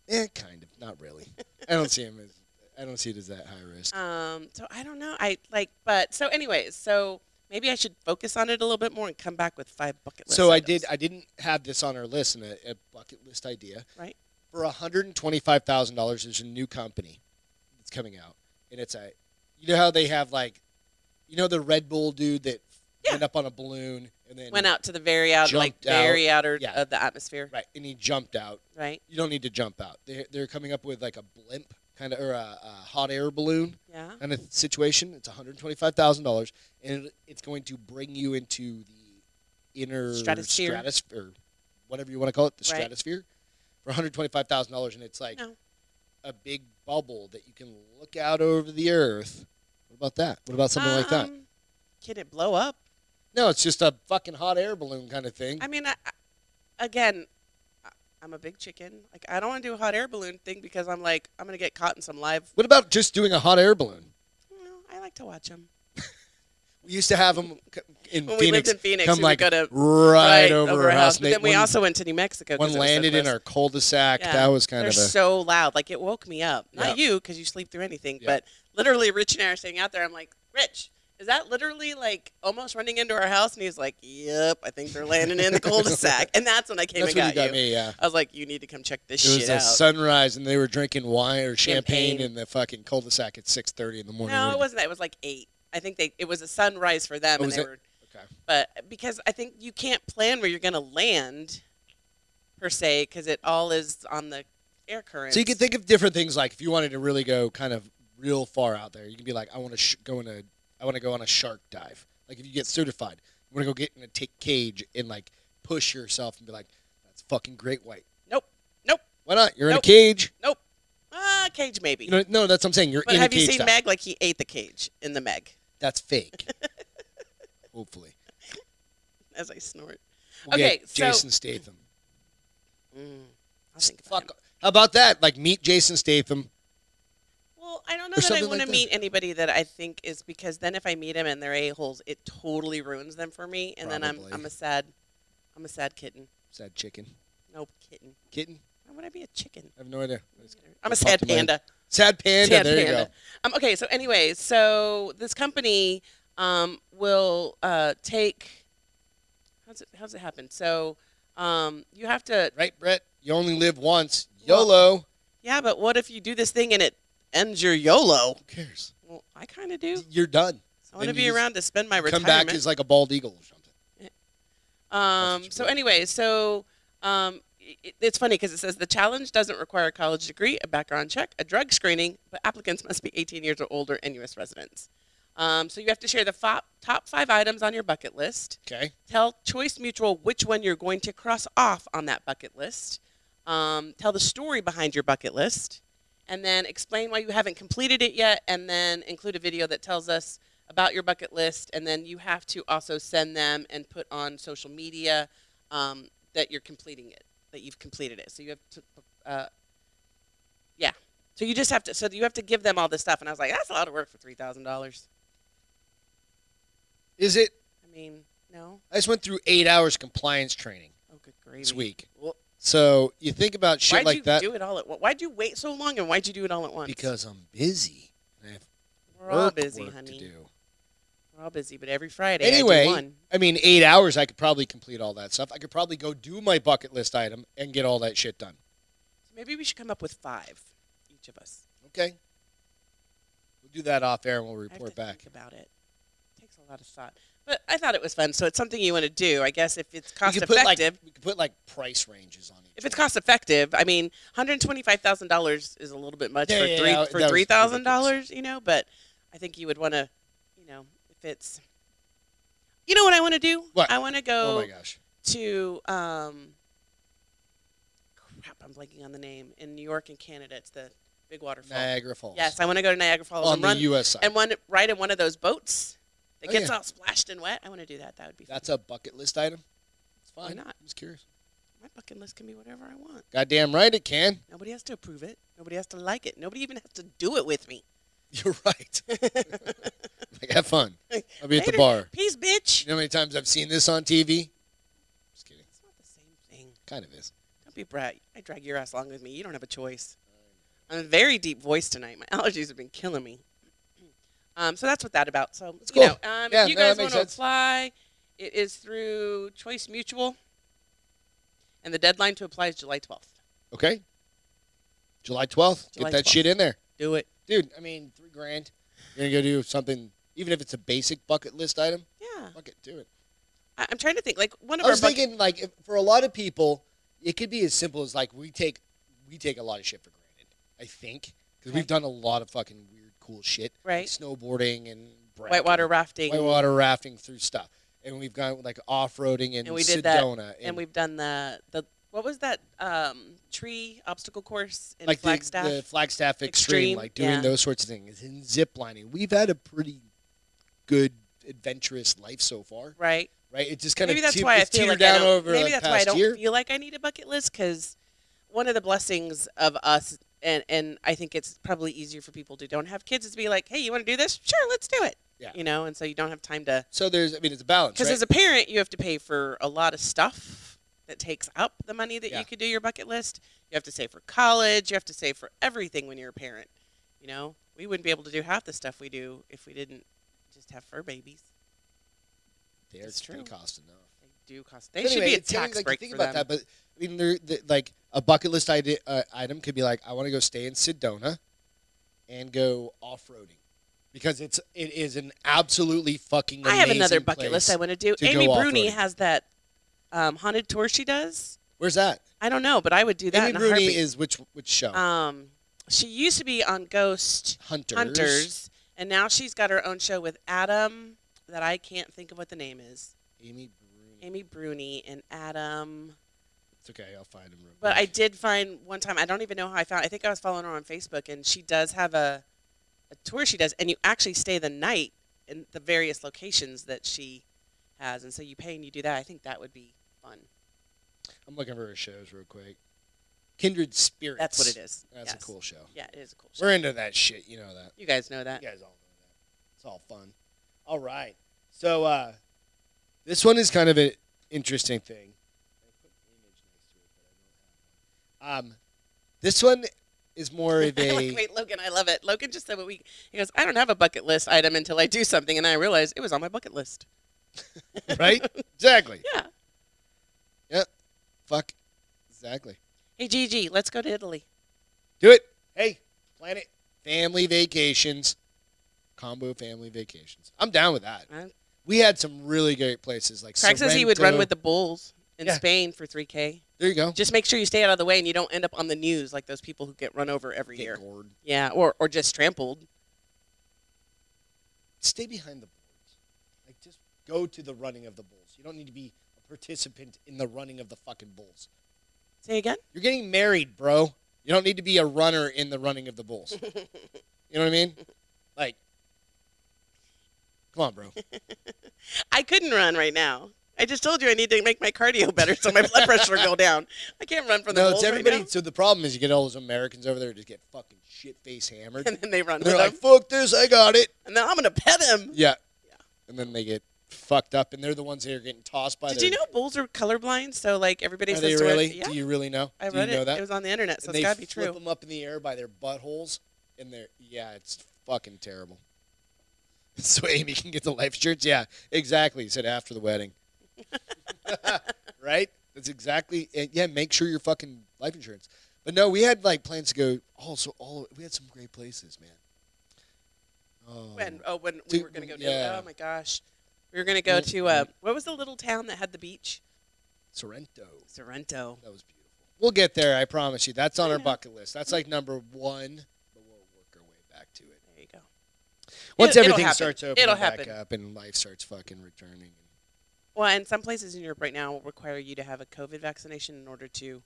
Speaker 1: eh, kind of. Not really. I don't see him as. I don't see it as that high risk.
Speaker 2: Um, so I don't know. I like, but so, anyways, so maybe I should focus on it a little bit more and come back with five bucket lists.
Speaker 1: So I did. I didn't have this on our list and a, a bucket list idea.
Speaker 2: Right.
Speaker 1: For hundred and twenty-five thousand dollars, there's a new company that's coming out, and it's a, you know how they have like, you know the Red Bull dude that
Speaker 2: Yeah.
Speaker 1: went up on a balloon and then
Speaker 2: went out to the very out, like
Speaker 1: Jumped out.
Speaker 2: very outer
Speaker 1: Yeah.
Speaker 2: of the atmosphere,
Speaker 1: right, and he jumped out.
Speaker 2: right?
Speaker 1: You don't need to jump out. They're they're coming up with like a blimp kind of or a, a hot air balloon
Speaker 2: Yeah.
Speaker 1: kind of situation. It's one hundred twenty-five thousand dollars, and it, it's going to bring you into the inner
Speaker 2: Stratosphere.
Speaker 1: stratus- or whatever you want to call it, the
Speaker 2: Right.
Speaker 1: stratosphere, for one hundred twenty-five thousand dollars, and it's like
Speaker 2: No.
Speaker 1: a big bubble that you can look out over the earth. What about that? What about something like that?
Speaker 2: Um, Can it blow up?
Speaker 1: No, it's just a fucking hot air balloon kind of thing.
Speaker 2: I mean, I, I- again, I- I'm a big chicken. Like, I don't want to do a hot air balloon thing because I'm like, I'm going to get caught in some live.
Speaker 1: What about just doing a hot air balloon?
Speaker 2: You know, I like to watch them.
Speaker 1: We used to have them in
Speaker 2: When we lived
Speaker 1: Phoenix.
Speaker 2: in Phoenix,
Speaker 1: come
Speaker 2: we
Speaker 1: like
Speaker 2: would go to
Speaker 1: right, over, our house.
Speaker 2: But
Speaker 1: Nate,
Speaker 2: then we
Speaker 1: one,
Speaker 2: also went to New Mexico. 'cause
Speaker 1: one
Speaker 2: it was so
Speaker 1: landed in
Speaker 2: close.
Speaker 1: our cul-de-sac.
Speaker 2: Yeah.
Speaker 1: That was kind
Speaker 2: They're
Speaker 1: of a
Speaker 2: so loud. Like, it woke me up. Not
Speaker 1: Yeah.
Speaker 2: you, because you sleep through anything,
Speaker 1: Yeah.
Speaker 2: but literally, Rich and I are sitting out there. I'm like, Rich. Is that literally like almost running into our house? And he's like, "Yep, I think they're landing in the cul-de-sac." And that's when I came
Speaker 1: that's
Speaker 2: and
Speaker 1: what you
Speaker 2: got
Speaker 1: got
Speaker 2: you.
Speaker 1: me. Yeah.
Speaker 2: I was like, "You need to come check this
Speaker 1: It was
Speaker 2: shit
Speaker 1: a
Speaker 2: out."
Speaker 1: sunrise, and they were drinking wine or champagne,
Speaker 2: Champagne.
Speaker 1: in the fucking cul-de-sac at six thirty in the morning.
Speaker 2: No, it wasn't that. It was like eight. I think they it was a sunrise for them,
Speaker 1: Oh,
Speaker 2: and
Speaker 1: was
Speaker 2: they
Speaker 1: it?
Speaker 2: were.
Speaker 1: Okay.
Speaker 2: But because I think you can't plan where you're going to land, per se, because it all is on the air current.
Speaker 1: So you can think of different things. Like if you wanted to really go kind of real far out there, you can be like, I want to sh- go in a, I want to go on a shark dive. Like if you get certified, you want to go get in a t- cage and like push yourself and be like, that's fucking great white.
Speaker 2: Nope. Nope.
Speaker 1: Why not? You're in a
Speaker 2: Nope.
Speaker 1: cage.
Speaker 2: Nope. Ah, cage maybe.
Speaker 1: You know, no, that's what I'm saying. You're
Speaker 2: but
Speaker 1: in
Speaker 2: have
Speaker 1: a
Speaker 2: you
Speaker 1: cage.
Speaker 2: seen
Speaker 1: dive.
Speaker 2: Meg? Like he ate the cage in the Meg
Speaker 1: That's fake. Hopefully.
Speaker 2: as I snort.
Speaker 1: We'll
Speaker 2: Okay,
Speaker 1: get
Speaker 2: so-
Speaker 1: Jason Statham.
Speaker 2: Mm, I'll think about
Speaker 1: Fuck.
Speaker 2: him.
Speaker 1: How about that? Like meet Jason Statham.
Speaker 2: Well, I don't know
Speaker 1: Or
Speaker 2: that I
Speaker 1: something
Speaker 2: want to
Speaker 1: like that.
Speaker 2: meet anybody that I think is because then if I meet him and they're a holes, it totally ruins them for me, and then
Speaker 1: Probably.
Speaker 2: I'm I'm a sad, I'm a sad kitten.
Speaker 1: Sad chicken.
Speaker 2: Nope, kitten.
Speaker 1: Kitten.
Speaker 2: Why would I be a chicken?
Speaker 1: I have no idea.
Speaker 2: I'm
Speaker 1: It
Speaker 2: a sad
Speaker 1: popped in my head.
Speaker 2: panda.
Speaker 1: Sad panda.
Speaker 2: Sad
Speaker 1: there
Speaker 2: panda.
Speaker 1: you go.
Speaker 2: Um, okay, so anyway, so this company um, will uh, take. How's it? How's it happen? So um, you have to.
Speaker 1: Right, Brett? You only live once.
Speaker 2: Well-
Speaker 1: YOLO.
Speaker 2: Yeah, but what if you do this thing and it ends your YOLO?
Speaker 1: Who cares?
Speaker 2: Well, I kind of do.
Speaker 1: You're done.
Speaker 2: I want to
Speaker 1: Then you
Speaker 2: be
Speaker 1: just
Speaker 2: around to spend my
Speaker 1: Come
Speaker 2: retirement.
Speaker 1: back as like a bald eagle or something.
Speaker 2: Um,
Speaker 1: That's
Speaker 2: so
Speaker 1: true.
Speaker 2: anyway, so um, it, it's funny because it says the challenge doesn't require a college degree, a background check, a drug screening, but applicants must be 18 years or older and U.S. residents. Um, so you have to share the fo- top five items on your bucket list.
Speaker 1: Okay.
Speaker 2: Tell Choice Mutual which one you're going to cross off on that bucket list. Um, tell the story behind your bucket list, and then explain why you haven't completed it yet. And then include a video that tells us about your bucket list. And then you have to also send them and put on social media um, that you're completing it, that you've completed it. So you have to, uh, yeah. So you just have to. So you have to give them all this stuff. And I was like, that's a lot of work for three thousand dollars.
Speaker 1: Is it?
Speaker 2: I mean, no.
Speaker 1: I just went through eight hours compliance training
Speaker 2: Oh, good gravy.
Speaker 1: this week.
Speaker 2: Well,
Speaker 1: So you think about shit
Speaker 2: why'd
Speaker 1: like
Speaker 2: you
Speaker 1: that
Speaker 2: do it all at once? Why'd you wait so long and why'd you do it all at once?
Speaker 1: because I'm busy. and I have
Speaker 2: we're all
Speaker 1: work,
Speaker 2: busy,
Speaker 1: work
Speaker 2: honey.
Speaker 1: to do.
Speaker 2: We're all busy, but every Friday I
Speaker 1: Anyway,
Speaker 2: do one.
Speaker 1: I mean, eight hours. I could probably complete all that stuff. I could probably go do my bucket list item and get all that shit done.
Speaker 2: So maybe we should come up with five, each of us.
Speaker 1: Okay. We'll do that off air and we'll
Speaker 2: I have
Speaker 1: report
Speaker 2: to
Speaker 1: back.
Speaker 2: Think about it. Takes a lot of thought, but I thought it was fun. So it's something you want to do, I guess. If it's cost
Speaker 1: we could
Speaker 2: effective,
Speaker 1: put like we could put like price ranges on it.
Speaker 2: if it's cost effective, I mean, one hundred twenty-five thousand dollars is a little bit much
Speaker 1: Yeah,
Speaker 2: for
Speaker 1: yeah,
Speaker 2: three
Speaker 1: yeah,
Speaker 2: for
Speaker 1: that was
Speaker 2: three thousand dollars, you know. But I think you would want to, you know, if it's, you know, what I want to do.
Speaker 1: What?
Speaker 2: I want to go.
Speaker 1: oh my gosh.
Speaker 2: to um, crap, I'm blanking on the name in New York and Canada. It's the big waterfall.
Speaker 1: Niagara Falls.
Speaker 2: Yes, I want to go to Niagara Falls
Speaker 1: on
Speaker 2: and
Speaker 1: the
Speaker 2: run
Speaker 1: U.S. side.
Speaker 2: and one ride in one of those boats that
Speaker 1: Oh,
Speaker 2: gets
Speaker 1: yeah.
Speaker 2: all splashed and wet. I want to do that. That would be fun.
Speaker 1: That's a bucket list item. It's
Speaker 2: Why
Speaker 1: fine.
Speaker 2: not?
Speaker 1: I'm just curious.
Speaker 2: My bucket list can be whatever I want.
Speaker 1: Goddamn right it can.
Speaker 2: Nobody has to approve it. Nobody has to like it. Nobody even has to do it with me.
Speaker 1: You're right. like, have fun. I'll be at the
Speaker 2: Later.
Speaker 1: bar.
Speaker 2: Peace, bitch.
Speaker 1: You know how many times I've seen this on TV? Just kidding.
Speaker 2: It's not the same thing.
Speaker 1: Kind of is.
Speaker 2: Don't be brat. I drag your ass along with me. You don't have a choice. I'm a very deep voice tonight. My allergies have been killing me. Um, so that's what that about. So
Speaker 1: That's
Speaker 2: you know,
Speaker 1: cool.
Speaker 2: um,
Speaker 1: Yeah,
Speaker 2: if you
Speaker 1: no, that
Speaker 2: guys
Speaker 1: makes
Speaker 2: want to
Speaker 1: sense.
Speaker 2: apply, it is through Choice Mutual, and the deadline to apply is July 12th.
Speaker 1: Okay. July 12th.
Speaker 2: July
Speaker 1: Get that
Speaker 2: 12th.
Speaker 1: shit in there.
Speaker 2: Do it.
Speaker 1: Dude, I mean, three grand. You're going to go do something, even if it's a basic bucket list item,
Speaker 2: Yeah,
Speaker 1: fuck it, do it.
Speaker 2: I- I'm trying to think. Like one of
Speaker 1: I
Speaker 2: our
Speaker 1: was
Speaker 2: bucket-
Speaker 1: thinking, like, if, for a lot of people, it could be as simple as, like, we take we take a lot of shit for granted, I think, because
Speaker 2: Okay.
Speaker 1: we've done a lot of fucking weird, cool shit.
Speaker 2: Right.
Speaker 1: Snowboarding and bracket.
Speaker 2: whitewater rafting,
Speaker 1: whitewater rafting through stuff. And we've gone like off roading in
Speaker 2: And we
Speaker 1: Sedona.
Speaker 2: did that, and we've done the the What was that um, tree obstacle course in
Speaker 1: like the-
Speaker 2: Flagstaff?
Speaker 1: The, Flagstaff Extreme,
Speaker 2: Extreme,
Speaker 1: like doing
Speaker 2: yeah.
Speaker 1: those sorts of things and zip lining. We've had a pretty good adventurous life so far,
Speaker 2: right.
Speaker 1: right? It just kind
Speaker 2: maybe
Speaker 1: of
Speaker 2: that's
Speaker 1: te-
Speaker 2: why I
Speaker 1: it's
Speaker 2: feel
Speaker 1: teetered
Speaker 2: like I
Speaker 1: down
Speaker 2: don't,
Speaker 1: over
Speaker 2: maybe
Speaker 1: the
Speaker 2: that's
Speaker 1: past
Speaker 2: why I don't
Speaker 1: year.
Speaker 2: feel like I need a bucket list because one of the blessings of us and and I think it's probably easier for people who don't have kids is to be like, hey, you want to do this? Sure, let's do it.
Speaker 1: Yeah.
Speaker 2: You know, and so you don't have time to
Speaker 1: so there's, I mean, it's a balance,
Speaker 2: because
Speaker 1: right?
Speaker 2: as a parent you have to pay for a lot of stuff that takes up the money that
Speaker 1: Yeah.
Speaker 2: you could do your bucket list. You have to save for college. You have to save for everything when you're a parent. You know, we wouldn't be able to do half the stuff we do if we didn't just have fur babies.
Speaker 1: They're-
Speaker 2: it's
Speaker 1: they
Speaker 2: true.
Speaker 1: cost enough.
Speaker 2: They do cost. They
Speaker 1: But
Speaker 2: should
Speaker 1: anyway,
Speaker 2: be a
Speaker 1: it's funny,
Speaker 2: tax
Speaker 1: like, you
Speaker 2: break
Speaker 1: think
Speaker 2: for
Speaker 1: about
Speaker 2: them.
Speaker 1: that, but I mean, there, the, like a bucket list idea, uh, item could be like, I want to go stay in Sedona and go off roading because it's it is an absolutely fucking.
Speaker 2: I have another
Speaker 1: amazing
Speaker 2: bucket list I
Speaker 1: place.
Speaker 2: want to do.
Speaker 1: to
Speaker 2: Amy
Speaker 1: go
Speaker 2: Bruni
Speaker 1: off-roading.
Speaker 2: has that um, haunted tour she does.
Speaker 1: Where's that?
Speaker 2: I don't know, but I would do that
Speaker 1: Amy
Speaker 2: in a
Speaker 1: Bruni
Speaker 2: heartbeat.
Speaker 1: is which which show?
Speaker 2: um, she used to be on Ghost
Speaker 1: Hunters.
Speaker 2: Hunters, and now she's got her own show with Adam that I can't think of what the name is.
Speaker 1: Amy Bruni.
Speaker 2: Amy Bruni and Adam.
Speaker 1: It's okay, I'll find him. real
Speaker 2: But I
Speaker 1: quick.
Speaker 2: did find one time. I don't even know how I found. I think I was following her on Facebook, and she does have a, a tour she does, and you actually stay the night in the various locations that she has, and so you pay and you do that. I think that would be fun.
Speaker 1: I'm looking for her shows real quick. Kindred Spirits.
Speaker 2: That's what it is.
Speaker 1: That's
Speaker 2: Yes.
Speaker 1: a cool show.
Speaker 2: Yeah, it is a cool show.
Speaker 1: We're into that shit. You know that.
Speaker 2: you guys know that.
Speaker 1: You guys all know that. It's all fun. All right. So uh, this one is kind of an interesting thing. Um, this one is more of
Speaker 2: I
Speaker 1: a.
Speaker 2: like, wait, Logan, I love it. Logan just said what we. He goes, I don't have a bucket list item until I do something, and I realize it was on my bucket list.
Speaker 1: right? Exactly.
Speaker 2: Yeah.
Speaker 1: Fuck. Exactly.
Speaker 2: Hey, Gigi, let's go to Italy.
Speaker 1: Do it. Hey, Planet Family Vacations. Combo family vacations. I'm down with that.
Speaker 2: I'm-
Speaker 1: We had some really great places like
Speaker 2: Craig says he would run
Speaker 1: Sorrento.
Speaker 2: with the bulls in
Speaker 1: Yeah.
Speaker 2: Spain for 3K.
Speaker 1: There you go.
Speaker 2: Just make sure you stay out of the way and you don't end up on the news like those people who get run over every
Speaker 1: Get
Speaker 2: year.
Speaker 1: gored.
Speaker 2: Yeah, or, or just trampled.
Speaker 1: Stay behind the boards. Like just go to the running of the bulls. You don't need to be a participant in the running of the fucking bulls.
Speaker 2: Say again?
Speaker 1: You're getting married, bro. You don't need to be a runner in the running of the bulls. you know what I mean? Like Come on, bro.
Speaker 2: I couldn't run right now. I just told you I need to make my cardio better so my blood pressure will go down. I can't run from the
Speaker 1: no,
Speaker 2: bulls
Speaker 1: it's
Speaker 2: right
Speaker 1: everybody.
Speaker 2: now.
Speaker 1: so the problem is you get all those Americans over there who just get fucking shit face hammered.
Speaker 2: And then they run
Speaker 1: And
Speaker 2: with
Speaker 1: they're like,
Speaker 2: them.
Speaker 1: "Fuck this, I got it."
Speaker 2: And then I'm going to pet him.
Speaker 1: Yeah.
Speaker 2: Yeah.
Speaker 1: And then they get fucked up, and they're the ones that are getting tossed by.
Speaker 2: Did
Speaker 1: their,
Speaker 2: you know bulls are colorblind? So, like, everybody
Speaker 1: Are
Speaker 2: says
Speaker 1: they
Speaker 2: to wear-
Speaker 1: really?
Speaker 2: Yeah,
Speaker 1: Do you really know?
Speaker 2: I
Speaker 1: Do you
Speaker 2: read
Speaker 1: know
Speaker 2: it.
Speaker 1: that?
Speaker 2: It was on the internet, so
Speaker 1: and
Speaker 2: it's
Speaker 1: they
Speaker 2: got to be
Speaker 1: flip
Speaker 2: true.
Speaker 1: them up in the air by their buttholes, and they're yeah, it's fucking terrible. So Amy can get the life insurance. Yeah, exactly. He said after the wedding. right? That's exactly. It. Yeah, make sure your fucking life insurance. But no, we had like plans to go. Also, all we had some great places, man. Oh,
Speaker 2: When? Oh, when we
Speaker 1: To-
Speaker 2: were going to go
Speaker 1: yeah.
Speaker 2: to. Oh, my gosh. We were going to go
Speaker 1: Mm,
Speaker 2: to. Uh, what was the little town that had the beach?
Speaker 1: Sorrento.
Speaker 2: Sorrento.
Speaker 1: That was beautiful. We'll get there. I promise you. That's on
Speaker 2: I
Speaker 1: our
Speaker 2: know.
Speaker 1: bucket list. That's like number one, but we'll work our way back to it.
Speaker 2: There you go.
Speaker 1: Once
Speaker 2: It'll- it'll
Speaker 1: everything
Speaker 2: happen.
Speaker 1: starts opening
Speaker 2: It'll
Speaker 1: back
Speaker 2: happen.
Speaker 1: up and life starts fucking returning.
Speaker 2: Well, and some places in Europe right now will require you to have a COVID vaccination in order to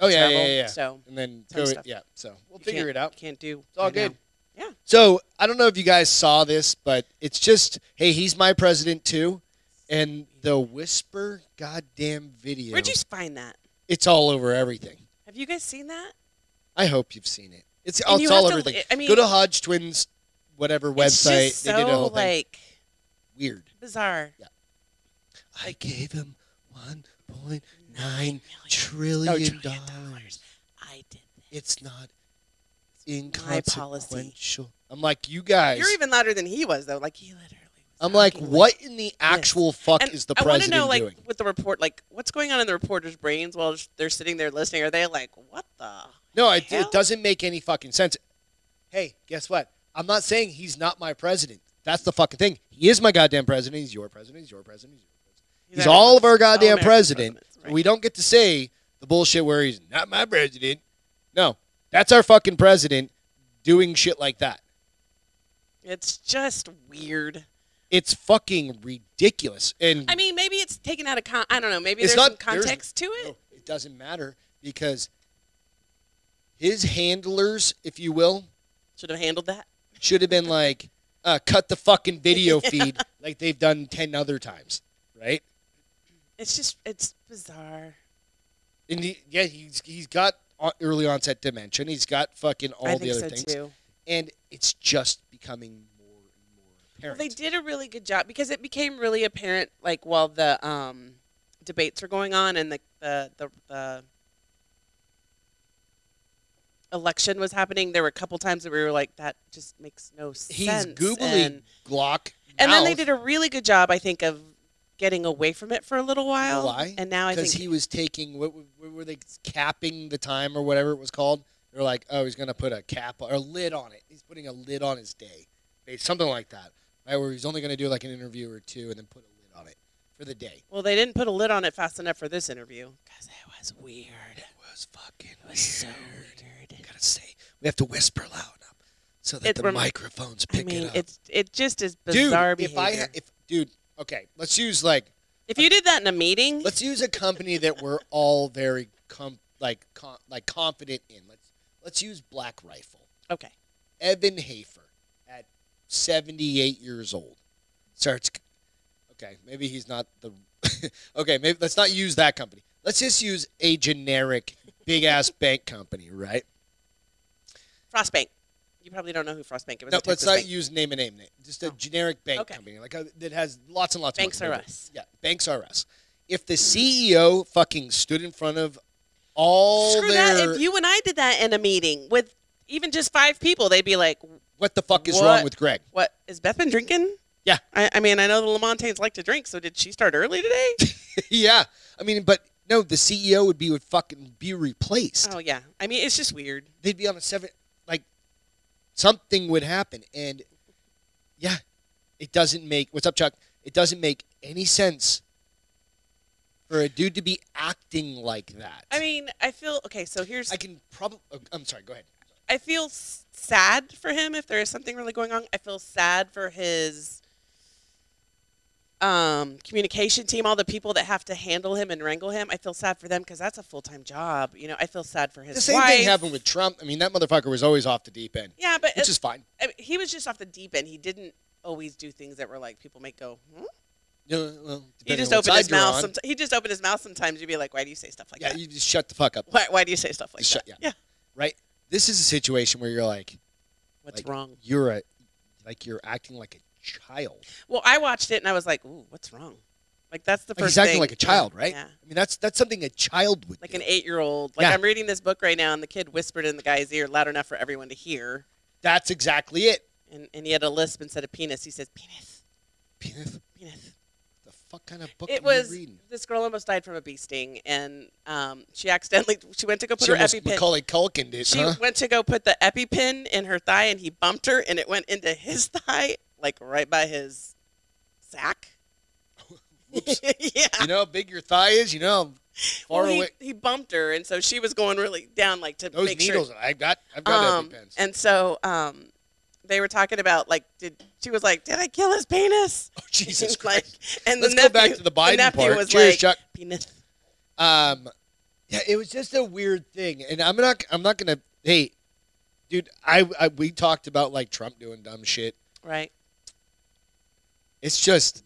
Speaker 1: Oh yeah,
Speaker 2: travel.
Speaker 1: yeah, yeah, yeah.
Speaker 2: So
Speaker 1: And then
Speaker 2: Some
Speaker 1: go,
Speaker 2: stuff.
Speaker 1: yeah. So we'll
Speaker 2: you
Speaker 1: figure
Speaker 2: can't-
Speaker 1: it out.
Speaker 2: Can't do.
Speaker 1: It's all
Speaker 2: right now.
Speaker 1: good.
Speaker 2: Yeah.
Speaker 1: So I don't know if you guys saw this, but it's just hey, he's my president too, and the whisper goddamn video.
Speaker 2: Where'd you find that?
Speaker 1: it's all over everything.
Speaker 2: Have you guys seen that?
Speaker 1: I hope you've seen it. It's,
Speaker 2: And
Speaker 1: Oh, it's
Speaker 2: you
Speaker 1: all
Speaker 2: have to-
Speaker 1: over everything.
Speaker 2: I mean,
Speaker 1: go to Hodge Twins, whatever
Speaker 2: it's
Speaker 1: website.
Speaker 2: just
Speaker 1: they
Speaker 2: so
Speaker 1: did a whole thing.
Speaker 2: like
Speaker 1: Weird.
Speaker 2: bizarre.
Speaker 1: I gave him one point nine
Speaker 2: No,
Speaker 1: trillion
Speaker 2: Oh, trillion
Speaker 1: dollars.
Speaker 2: I did.
Speaker 1: It's not
Speaker 2: my policy.
Speaker 1: inconsequential. I'm like, you guys.
Speaker 2: You're even louder than he was though. Like he literally. Was
Speaker 1: I'm like,
Speaker 2: talking
Speaker 1: what in the actual fuck
Speaker 2: And
Speaker 1: is the
Speaker 2: I want to
Speaker 1: president
Speaker 2: know, like,
Speaker 1: doing?
Speaker 2: with the report, like, what's going on in the reporters' brains while they're sitting there listening? Are they like, what the?
Speaker 1: No, it,
Speaker 2: hell?
Speaker 1: it doesn't make any fucking sense. Hey, guess what? I'm not saying he's not my president. That's the fucking thing. He is my goddamn president. He's your president. He's your president. He's your president. He's, all of our goddamn
Speaker 2: America's
Speaker 1: president.
Speaker 2: presidents, right.
Speaker 1: We don't get to say the bullshit where he's not my president. No, that's our fucking president doing shit like that.
Speaker 2: It's just weird.
Speaker 1: It's fucking ridiculous. And
Speaker 2: I mean, maybe it's taken out of con. I don't know. Maybe
Speaker 1: It's
Speaker 2: there's
Speaker 1: not-
Speaker 2: some
Speaker 1: there's-
Speaker 2: context to it.
Speaker 1: No, it it doesn't matter because his handlers, if you will,
Speaker 2: Should have handled that.
Speaker 1: should have been like, uh, cut the fucking video feed like they've done 10 other times, right?
Speaker 2: It's just, it's bizarre.
Speaker 1: And he, yeah, he's, he's got o- early onset dementia. and He's got fucking all
Speaker 2: I
Speaker 1: the
Speaker 2: think
Speaker 1: other
Speaker 2: so
Speaker 1: things.
Speaker 2: too.
Speaker 1: And it's just becoming more and more
Speaker 2: Well,
Speaker 1: apparent.
Speaker 2: they did a really good job because it became really apparent, like while the um, debates were going on and the the, the the election was happening. There were a couple times that we were like, "That just makes no sense."
Speaker 1: He's googly
Speaker 2: and,
Speaker 1: Glock.
Speaker 2: and then they
Speaker 1: mouth.
Speaker 2: did a really good job, I think, of getting away from it for a little while.
Speaker 1: Why?
Speaker 2: And now I think
Speaker 1: because he was taking what, w- what were they capping the time or whatever it was called? They're like, oh, he's gonna put a cap or a lid on it. He's putting a lid on his day, They- something like that, right? Where he's only gonna do like an interview or two and then put a lid on it for the day.
Speaker 2: well, they didn't put a lid on it fast enough for this interview because it was weird.
Speaker 1: It was fucking
Speaker 2: It was so weird.
Speaker 1: gotta say, we have to whisper loud enough so that
Speaker 2: It
Speaker 1: the
Speaker 2: rem-
Speaker 1: microphones
Speaker 2: I
Speaker 1: pick
Speaker 2: mean,
Speaker 1: it up.
Speaker 2: it's it just is
Speaker 1: dude,
Speaker 2: bizarre
Speaker 1: if
Speaker 2: behavior.
Speaker 1: I ha- if dude, okay, let's use like
Speaker 2: If you did that in a meeting,
Speaker 1: let's use a company that we're all very com- like com- like confident in. Let's let's use Black Rifle.
Speaker 2: okay.
Speaker 1: Evan Hafer at 78 years old starts. Okay, maybe he's not the. okay, maybe let's not use that company. Let's just use a generic big ass bank company, right?
Speaker 2: Frost Bank. You probably don't know who Frost Bank is.
Speaker 1: No,
Speaker 2: a
Speaker 1: let's
Speaker 2: Texas
Speaker 1: not
Speaker 2: bank. Oh.
Speaker 1: use name and name. name. Just a generic bank
Speaker 2: Okay.
Speaker 1: company, like a, that has lots and lots
Speaker 2: Banks
Speaker 1: of
Speaker 2: are
Speaker 1: money.
Speaker 2: us.
Speaker 1: Yeah, banks are us. If the CEO fucking stood in front of all
Speaker 2: Screw
Speaker 1: their,
Speaker 2: that. If you and I did that in a meeting with even just five people, they'd be like,
Speaker 1: what the fuck is
Speaker 2: What?
Speaker 1: wrong with Greg?
Speaker 2: what? Is Beth been drinking?
Speaker 1: Yeah.
Speaker 2: I, I mean, I know the Lamontanes like to drink, so did she start early today?
Speaker 1: yeah, I mean, but no, the CEO would be would fucking be replaced.
Speaker 2: oh, yeah. I mean, it's just weird.
Speaker 1: they'd be on a seven like something would happen and yeah it doesn't make what's up chuck it doesn't make any sense for a dude to be acting like that
Speaker 2: I mean, I feel okay. So here's
Speaker 1: i can probably i'm sorry go ahead
Speaker 2: I feel s- sad for him if there is something really going on. I feel sad for his um, communication team, all the people that have to handle him and wrangle him. I feel sad for them because that's a full time job. You know, I feel sad for his
Speaker 1: the same
Speaker 2: wife.
Speaker 1: thing happened with trump i mean that motherfucker was always off the deep end
Speaker 2: yeah, but
Speaker 1: which
Speaker 2: it's,
Speaker 1: is fine
Speaker 2: I mean, he was just off the deep end. He didn't always do things that were like people might go. Hmm?
Speaker 1: you know, well,
Speaker 2: He
Speaker 1: depending
Speaker 2: just
Speaker 1: on what
Speaker 2: opened his
Speaker 1: side you're
Speaker 2: mouth.
Speaker 1: on.
Speaker 2: Sometimes he just opened his mouth. Sometimes you'd be like, "Why do you say stuff like
Speaker 1: yeah
Speaker 2: that?
Speaker 1: you just shut the fuck up
Speaker 2: why, why do you say stuff like
Speaker 1: Just shut-
Speaker 2: that?
Speaker 1: yeah.
Speaker 2: Yeah,
Speaker 1: right this is a situation where you're like
Speaker 2: what's
Speaker 1: Like-
Speaker 2: wrong?
Speaker 1: you're a like you're acting like a child
Speaker 2: Well, I watched it and I was like, "Ooh, what's wrong?" Like that's the
Speaker 1: Like, he's
Speaker 2: first
Speaker 1: acting
Speaker 2: thing.
Speaker 1: like a child, right?
Speaker 2: Yeah.
Speaker 1: i mean that's that's something a child would
Speaker 2: like
Speaker 1: do.
Speaker 2: an eight year old. Like
Speaker 1: Yeah.
Speaker 2: I'm reading this book right now, and the kid whispered in the guy's ear loud enough for everyone to hear,
Speaker 1: That's exactly it.
Speaker 2: and, and he had a lisp instead of penis. He says penis,
Speaker 1: Penis.
Speaker 2: penis.
Speaker 1: The fuck kind of book
Speaker 2: It
Speaker 1: are you
Speaker 2: was
Speaker 1: reading?
Speaker 2: this girl almost died from a bee sting, and um, she accidentally she went to go put
Speaker 1: She
Speaker 2: her
Speaker 1: almost
Speaker 2: epipen.
Speaker 1: Macaulay Culkin did,
Speaker 2: she
Speaker 1: huh?
Speaker 2: went to go put the epipen in her thigh, and he bumped her, and it went into his thigh, like right by his sack.
Speaker 1: Whoops.
Speaker 2: yeah.
Speaker 1: you know how big your thigh is. You know how far
Speaker 2: Well, he,
Speaker 1: away
Speaker 2: he bumped her, and so she was going really down, like to
Speaker 1: those
Speaker 2: make sure
Speaker 1: needles. I've got. I've got
Speaker 2: Um,
Speaker 1: EpiPens.
Speaker 2: and so um, they were talking about like, did she was like, did I kill his penis?
Speaker 1: oh Jesus
Speaker 2: like,
Speaker 1: Christ!
Speaker 2: and
Speaker 1: Let's
Speaker 2: the
Speaker 1: go
Speaker 2: nephew,
Speaker 1: back to the Biden
Speaker 2: nephew
Speaker 1: part.
Speaker 2: was
Speaker 1: Cheers,
Speaker 2: like,
Speaker 1: Chuck.
Speaker 2: penis.
Speaker 1: Um, yeah, it was just a weird thing, and I'm not. I'm not gonna. Hey, dude, I, I we talked about like Trump doing dumb shit.
Speaker 2: Right.
Speaker 1: It's just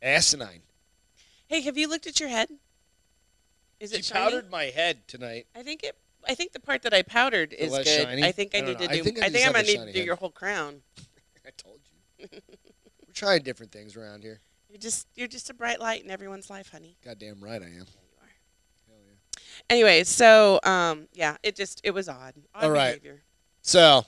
Speaker 1: asinine.
Speaker 2: Hey, have you looked at your head? Is
Speaker 1: He
Speaker 2: it shiny?
Speaker 1: powdered my head tonight.
Speaker 2: I think it. I think the part that I powdered is
Speaker 1: less
Speaker 2: good.
Speaker 1: shiny?
Speaker 2: I think I,
Speaker 1: I don't
Speaker 2: need
Speaker 1: know.
Speaker 2: to
Speaker 1: I
Speaker 2: do.
Speaker 1: think I
Speaker 2: I
Speaker 1: just
Speaker 2: think I'm
Speaker 1: have
Speaker 2: gonna
Speaker 1: a
Speaker 2: need
Speaker 1: shiny
Speaker 2: to do
Speaker 1: head.
Speaker 2: your whole crown.
Speaker 1: I told you. We're trying different things around here.
Speaker 2: You're just you're just a bright light in everyone's life, honey.
Speaker 1: Goddamn right I am.
Speaker 2: Yeah, you are.
Speaker 1: Hell yeah.
Speaker 2: Anyway, so um, yeah, it just it was odd. Odd
Speaker 1: All right.
Speaker 2: behavior.
Speaker 1: So,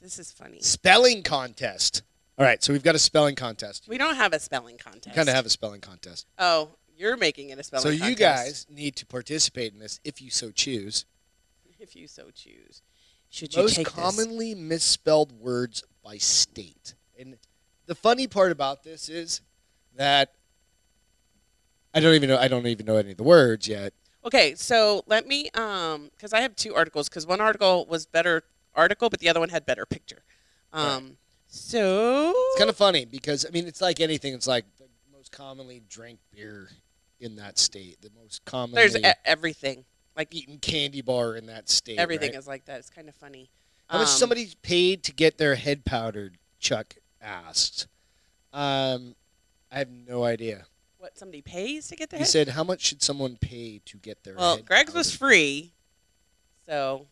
Speaker 2: This is funny.
Speaker 1: spelling contest. All right, so we've got a spelling contest.
Speaker 2: We don't have a spelling contest.
Speaker 1: We kind of have a spelling contest.
Speaker 2: Oh, you're making it a spelling
Speaker 1: so
Speaker 2: contest.
Speaker 1: you guys need to participate in this if you so choose.
Speaker 2: if you so choose. Should you
Speaker 1: Most
Speaker 2: take this?
Speaker 1: commonly misspelled words by state. And the funny part about this is that I don't even know I don't even know any of the words yet.
Speaker 2: Okay, so let me um cuz I have two articles cuz one article was better article but the other one had better picture. Um so
Speaker 1: It's kind of funny because I mean it's like anything. It's like the most commonly drank beer in that state. The most commonly
Speaker 2: There's e- everything. Like
Speaker 1: eaten candy bar in that state.
Speaker 2: everything
Speaker 1: right?
Speaker 2: is like that. It's kind of funny.
Speaker 1: How much
Speaker 2: Um,
Speaker 1: somebody paid to get their head powdered? Chuck asked. Um, I have no idea.
Speaker 2: what somebody pays to get the
Speaker 1: He
Speaker 2: head?
Speaker 1: said, "How much should someone pay to get their?"
Speaker 2: well,
Speaker 1: head
Speaker 2: Greg's was
Speaker 1: powdered?
Speaker 2: free, so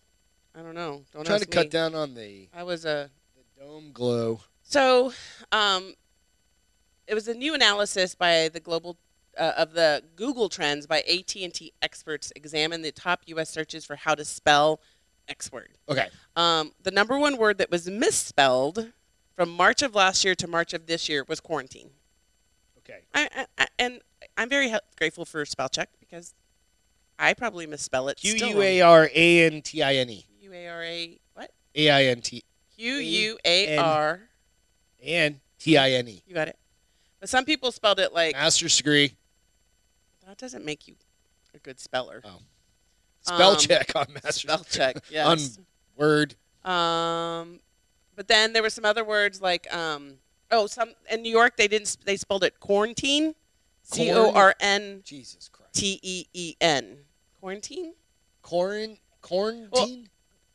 Speaker 2: I don't know. Don't
Speaker 1: I'm trying to
Speaker 2: ask
Speaker 1: cut
Speaker 2: me.
Speaker 1: down on the,
Speaker 2: I was a
Speaker 1: the dome glow.
Speaker 2: So, um, it was a new analysis by the global uh, of the Google Trends by AT and T experts examined the top U.S. searches for how to spell X word.
Speaker 1: Okay,
Speaker 2: Um, the number one word that was misspelled from March of last year to March of this year was quarantine.
Speaker 1: okay.
Speaker 2: I, I, I, and I'm very he- grateful for spell check because I probably misspell it.
Speaker 1: Q
Speaker 2: still.
Speaker 1: U A R A N T I N E.
Speaker 2: Q A R A what?
Speaker 1: A I N T
Speaker 2: Q U A R.
Speaker 1: and T I N E.
Speaker 2: You got it. But some people spelled it like
Speaker 1: Master's degree.
Speaker 2: That doesn't make you a good speller.
Speaker 1: Spell
Speaker 2: Um,
Speaker 1: check on master's
Speaker 2: Spell check,
Speaker 1: on
Speaker 2: yes.
Speaker 1: word.
Speaker 2: um, but then there were some other words like um, oh, some in New York they didn't s- they spelled it quarantine,
Speaker 1: Corn-
Speaker 2: C O R N
Speaker 1: Jesus Christ.
Speaker 2: T E E N, quarantine.
Speaker 1: Corn. Quarantine.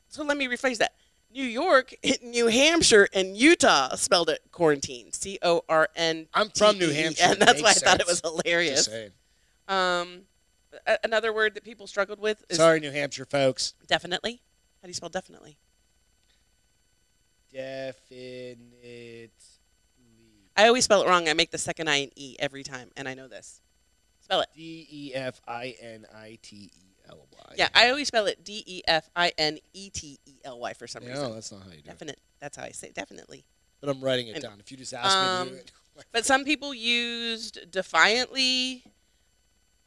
Speaker 2: So let me rephrase that. New York, New Hampshire, and Utah spelled it quarantine, C O R N.
Speaker 1: I'm from New Hampshire.
Speaker 2: and that's
Speaker 1: Makes
Speaker 2: why I thought it was
Speaker 1: sense. Just
Speaker 2: hilarious.
Speaker 1: saying.
Speaker 2: Um, a- another word that people struggled with is
Speaker 1: Sorry, New Hampshire folks.
Speaker 2: definitely. How do you spell definitely?
Speaker 1: Definitely.
Speaker 2: I always spell it wrong. I make the second I an E every time, and I know this. Spell it.
Speaker 1: D E F I N I T E L Y.
Speaker 2: Yeah, I always spell it D E F I N E T E L Y for some
Speaker 1: No,
Speaker 2: reason.
Speaker 1: that's not how you do it.
Speaker 2: Definite. That's how I say it, definitely.
Speaker 1: But I'm writing
Speaker 2: I
Speaker 1: it
Speaker 2: know.
Speaker 1: down. If you just ask me to do
Speaker 2: Um,
Speaker 1: it.
Speaker 2: But some people used defiantly,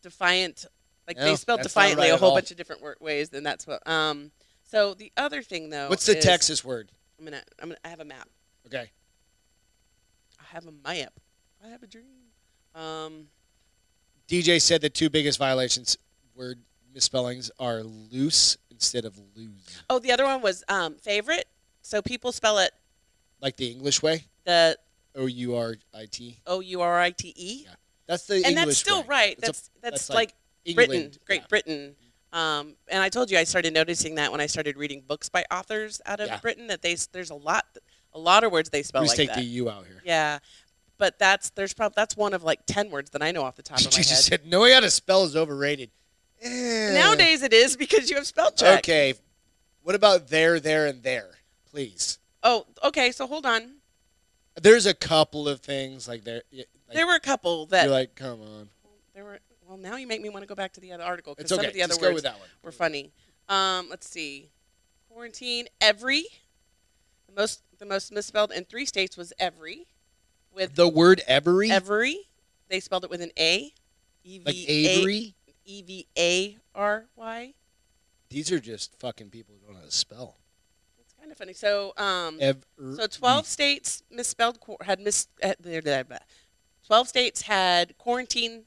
Speaker 2: defiant, like
Speaker 1: No,
Speaker 2: they spelled
Speaker 1: Oh, that's not
Speaker 2: defiantly
Speaker 1: right
Speaker 2: a
Speaker 1: at
Speaker 2: whole
Speaker 1: all.
Speaker 2: bunch of different wor- ways. Then that's what. Um. So the other thing though,
Speaker 1: What's the
Speaker 2: oh, is-
Speaker 1: Texas word?
Speaker 2: I'm gonna. I'm gonna. I have a map.
Speaker 1: Okay.
Speaker 2: I have a map. I have a dream. Um.
Speaker 1: DJ said the two biggest violations word misspellings are loose instead of lose,
Speaker 2: Oh, the other one was um favorite. So people spell it
Speaker 1: like the English way.
Speaker 2: the
Speaker 1: O U R I T.
Speaker 2: O U R I T E.
Speaker 1: Yeah, That's the
Speaker 2: And
Speaker 1: English
Speaker 2: that's still
Speaker 1: way.
Speaker 2: right.
Speaker 1: That's
Speaker 2: That's that's,
Speaker 1: that's
Speaker 2: like,
Speaker 1: like England.
Speaker 2: Britain, Great
Speaker 1: Yeah.
Speaker 2: Britain. Um, and I told you I started noticing that when I started reading books by authors out of
Speaker 1: Yeah.
Speaker 2: Britain that they s- there's a lot a lot of words they spell
Speaker 1: We just
Speaker 2: like
Speaker 1: take
Speaker 2: that.
Speaker 1: the U out here.
Speaker 2: yeah. But that's there's probably that's one of like 10 words that I know off the top
Speaker 1: She
Speaker 2: of my head.
Speaker 1: just said knowing how to spell is overrated. Eh.
Speaker 2: Nowadays it is because you have spell check.
Speaker 1: Okay. What about there, there, and there? Please.
Speaker 2: Oh, okay, so hold on.
Speaker 1: There's a couple of things like there. y- Like,
Speaker 2: there were a couple that
Speaker 1: you're like, come on.
Speaker 2: there were well now you make me want to go back to the other article
Speaker 1: It's
Speaker 2: because
Speaker 1: okay.
Speaker 2: some of the other
Speaker 1: just
Speaker 2: words
Speaker 1: go with that one.
Speaker 2: were funny. Um, let's see, quarantine every. The most the most misspelled in three states was every, with
Speaker 1: The word every,
Speaker 2: every. They spelled it with an A, E
Speaker 1: like
Speaker 2: V
Speaker 1: Avery.
Speaker 2: A E V A R Y.
Speaker 1: These are just fucking people who don't know how to spell.
Speaker 2: It's kind of funny. So um,
Speaker 1: Ev- er,
Speaker 2: so twelve states misspelled quar- had mis uh, blah, blah, blah. twelve states had quarantine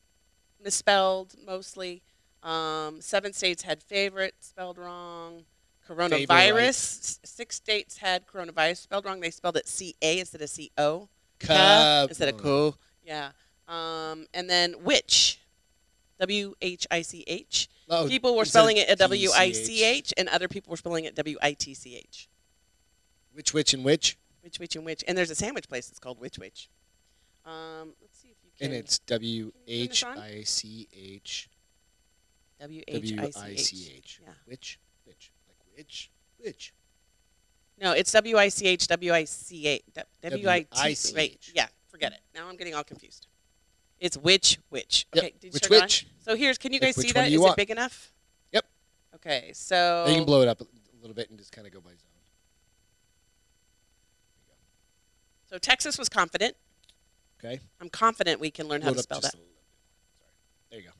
Speaker 2: misspelled mostly. Um, seven states had favorite spelled wrong. Coronavirus.
Speaker 1: Favorite.
Speaker 2: s- Six states had coronavirus spelled wrong. They spelled it C A instead of C O.
Speaker 1: e, Come
Speaker 2: Instead of
Speaker 1: on.
Speaker 2: co. Yeah. Um, and then which. W H I C H.
Speaker 1: Oh,
Speaker 2: People were
Speaker 1: instead of
Speaker 2: spelling it W I C
Speaker 1: TCH.
Speaker 2: H, and other people were spelling it W I T C H.
Speaker 1: Which, which, and which?
Speaker 2: Which, which, and which. And there's a sandwich place that's called Which, which. Um, let's see if you can.
Speaker 1: And it's W
Speaker 2: you turn this
Speaker 1: H
Speaker 2: on?
Speaker 1: I C H
Speaker 2: W H
Speaker 1: W
Speaker 2: I C H.
Speaker 1: H.
Speaker 2: Yeah.
Speaker 1: Which, which, like which, which.
Speaker 2: No, it's W I C H W I C H W I T
Speaker 1: W-I-C-H.
Speaker 2: Wait, yeah, forget it. Now I'm getting all confused. It's which which.
Speaker 1: Yep,
Speaker 2: Okay, did you
Speaker 1: which,
Speaker 2: turn it on?
Speaker 1: which?
Speaker 2: So here's, can you
Speaker 1: Pick
Speaker 2: guys
Speaker 1: which
Speaker 2: see
Speaker 1: one
Speaker 2: that?
Speaker 1: you
Speaker 2: Is
Speaker 1: want.
Speaker 2: it big enough?
Speaker 1: Yep.
Speaker 2: Okay, so
Speaker 1: You can blow it up a little bit and just kind of go by zone.
Speaker 2: so Texas was confident.
Speaker 1: Okay.
Speaker 2: I'm confident we can learn how
Speaker 1: Load
Speaker 2: to
Speaker 1: up
Speaker 2: spell
Speaker 1: just
Speaker 2: that.
Speaker 1: a little bit more. Sorry. There you go.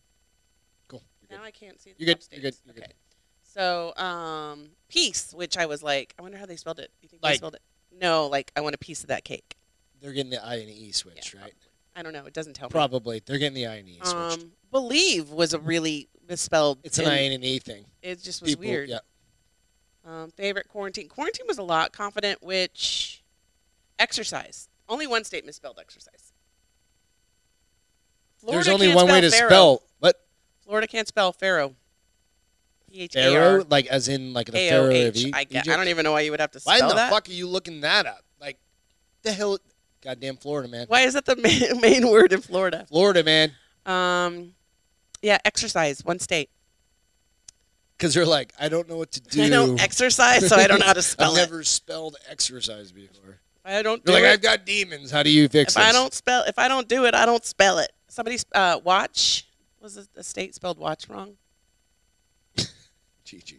Speaker 1: Cool. You're good.
Speaker 2: Now I can't see. The
Speaker 1: You're
Speaker 2: top
Speaker 1: good, you're
Speaker 2: states.
Speaker 1: good, you're
Speaker 2: okay.
Speaker 1: good.
Speaker 2: So um, peace, which I was like, I wonder how they spelled it. You think they
Speaker 1: Like-
Speaker 2: spelled it? No, like I want a piece of that cake.
Speaker 1: They're getting the I and E switched,
Speaker 2: Yeah,
Speaker 1: right?
Speaker 2: I don't know. It doesn't tell
Speaker 1: Probably. They're getting the I and E
Speaker 2: me.
Speaker 1: switched.
Speaker 2: Um, believe was a really misspelled.
Speaker 1: it's an
Speaker 2: in-
Speaker 1: I and an E thing.
Speaker 2: It just was
Speaker 1: People,
Speaker 2: weird.
Speaker 1: yeah.
Speaker 2: Um, favorite quarantine. Quarantine was a lot. Confident, which exercise. Only one state misspelled exercise. Florida
Speaker 1: There's only
Speaker 2: can't
Speaker 1: one way to
Speaker 2: Pharaoh.
Speaker 1: spell. What?
Speaker 2: Florida can't spell Pharaoh. P H A
Speaker 1: Pharaoh?
Speaker 2: R
Speaker 1: Like, as in, like, the
Speaker 2: A
Speaker 1: Pharaoh
Speaker 2: O
Speaker 1: of
Speaker 2: H.
Speaker 1: E-
Speaker 2: I
Speaker 1: Egypt?
Speaker 2: guess. I don't even know why you would have to spell
Speaker 1: Why in the
Speaker 2: that.
Speaker 1: fuck are you looking that up? Like, the hell? Goddamn Florida, man.
Speaker 2: Why is that the main, main word in Florida?
Speaker 1: Florida, man.
Speaker 2: Um, yeah, exercise. One state.
Speaker 1: Because they're like, I don't know what to do.
Speaker 2: I know exercise, so I don't know how to
Speaker 1: I've
Speaker 2: spell it.
Speaker 1: never spelled exercise before.
Speaker 2: I don't do
Speaker 1: They're like,
Speaker 2: it.
Speaker 1: I've got demons. How do you fix
Speaker 2: If I
Speaker 1: this?
Speaker 2: don't spell, if I don't do it, I don't spell it. Somebody uh, watch was it the state spelled watch wrong?
Speaker 1: Chi-chi.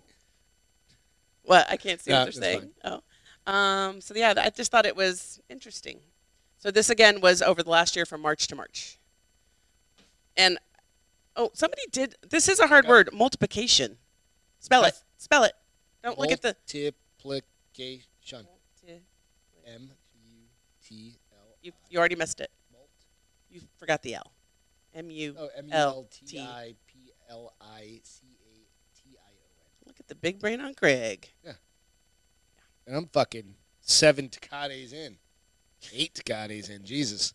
Speaker 2: What I can't see
Speaker 1: Nah,
Speaker 2: what they're
Speaker 1: that's
Speaker 2: saying. Oh, um, so yeah, I just thought it was interesting. So this again was over the last year from March to March, and oh, somebody did. This is a hard word. Multiplication. Spell it. Spell it. Don't look at the.
Speaker 1: Multiplication. M U T L.
Speaker 2: You, you already missed it. You forgot the L. M U.
Speaker 1: Oh, M U L T I P L I C A T I O
Speaker 2: Look at the big brain on Craig.
Speaker 1: N. And I'm fucking seven Takates in, eight Takates in. Jesus,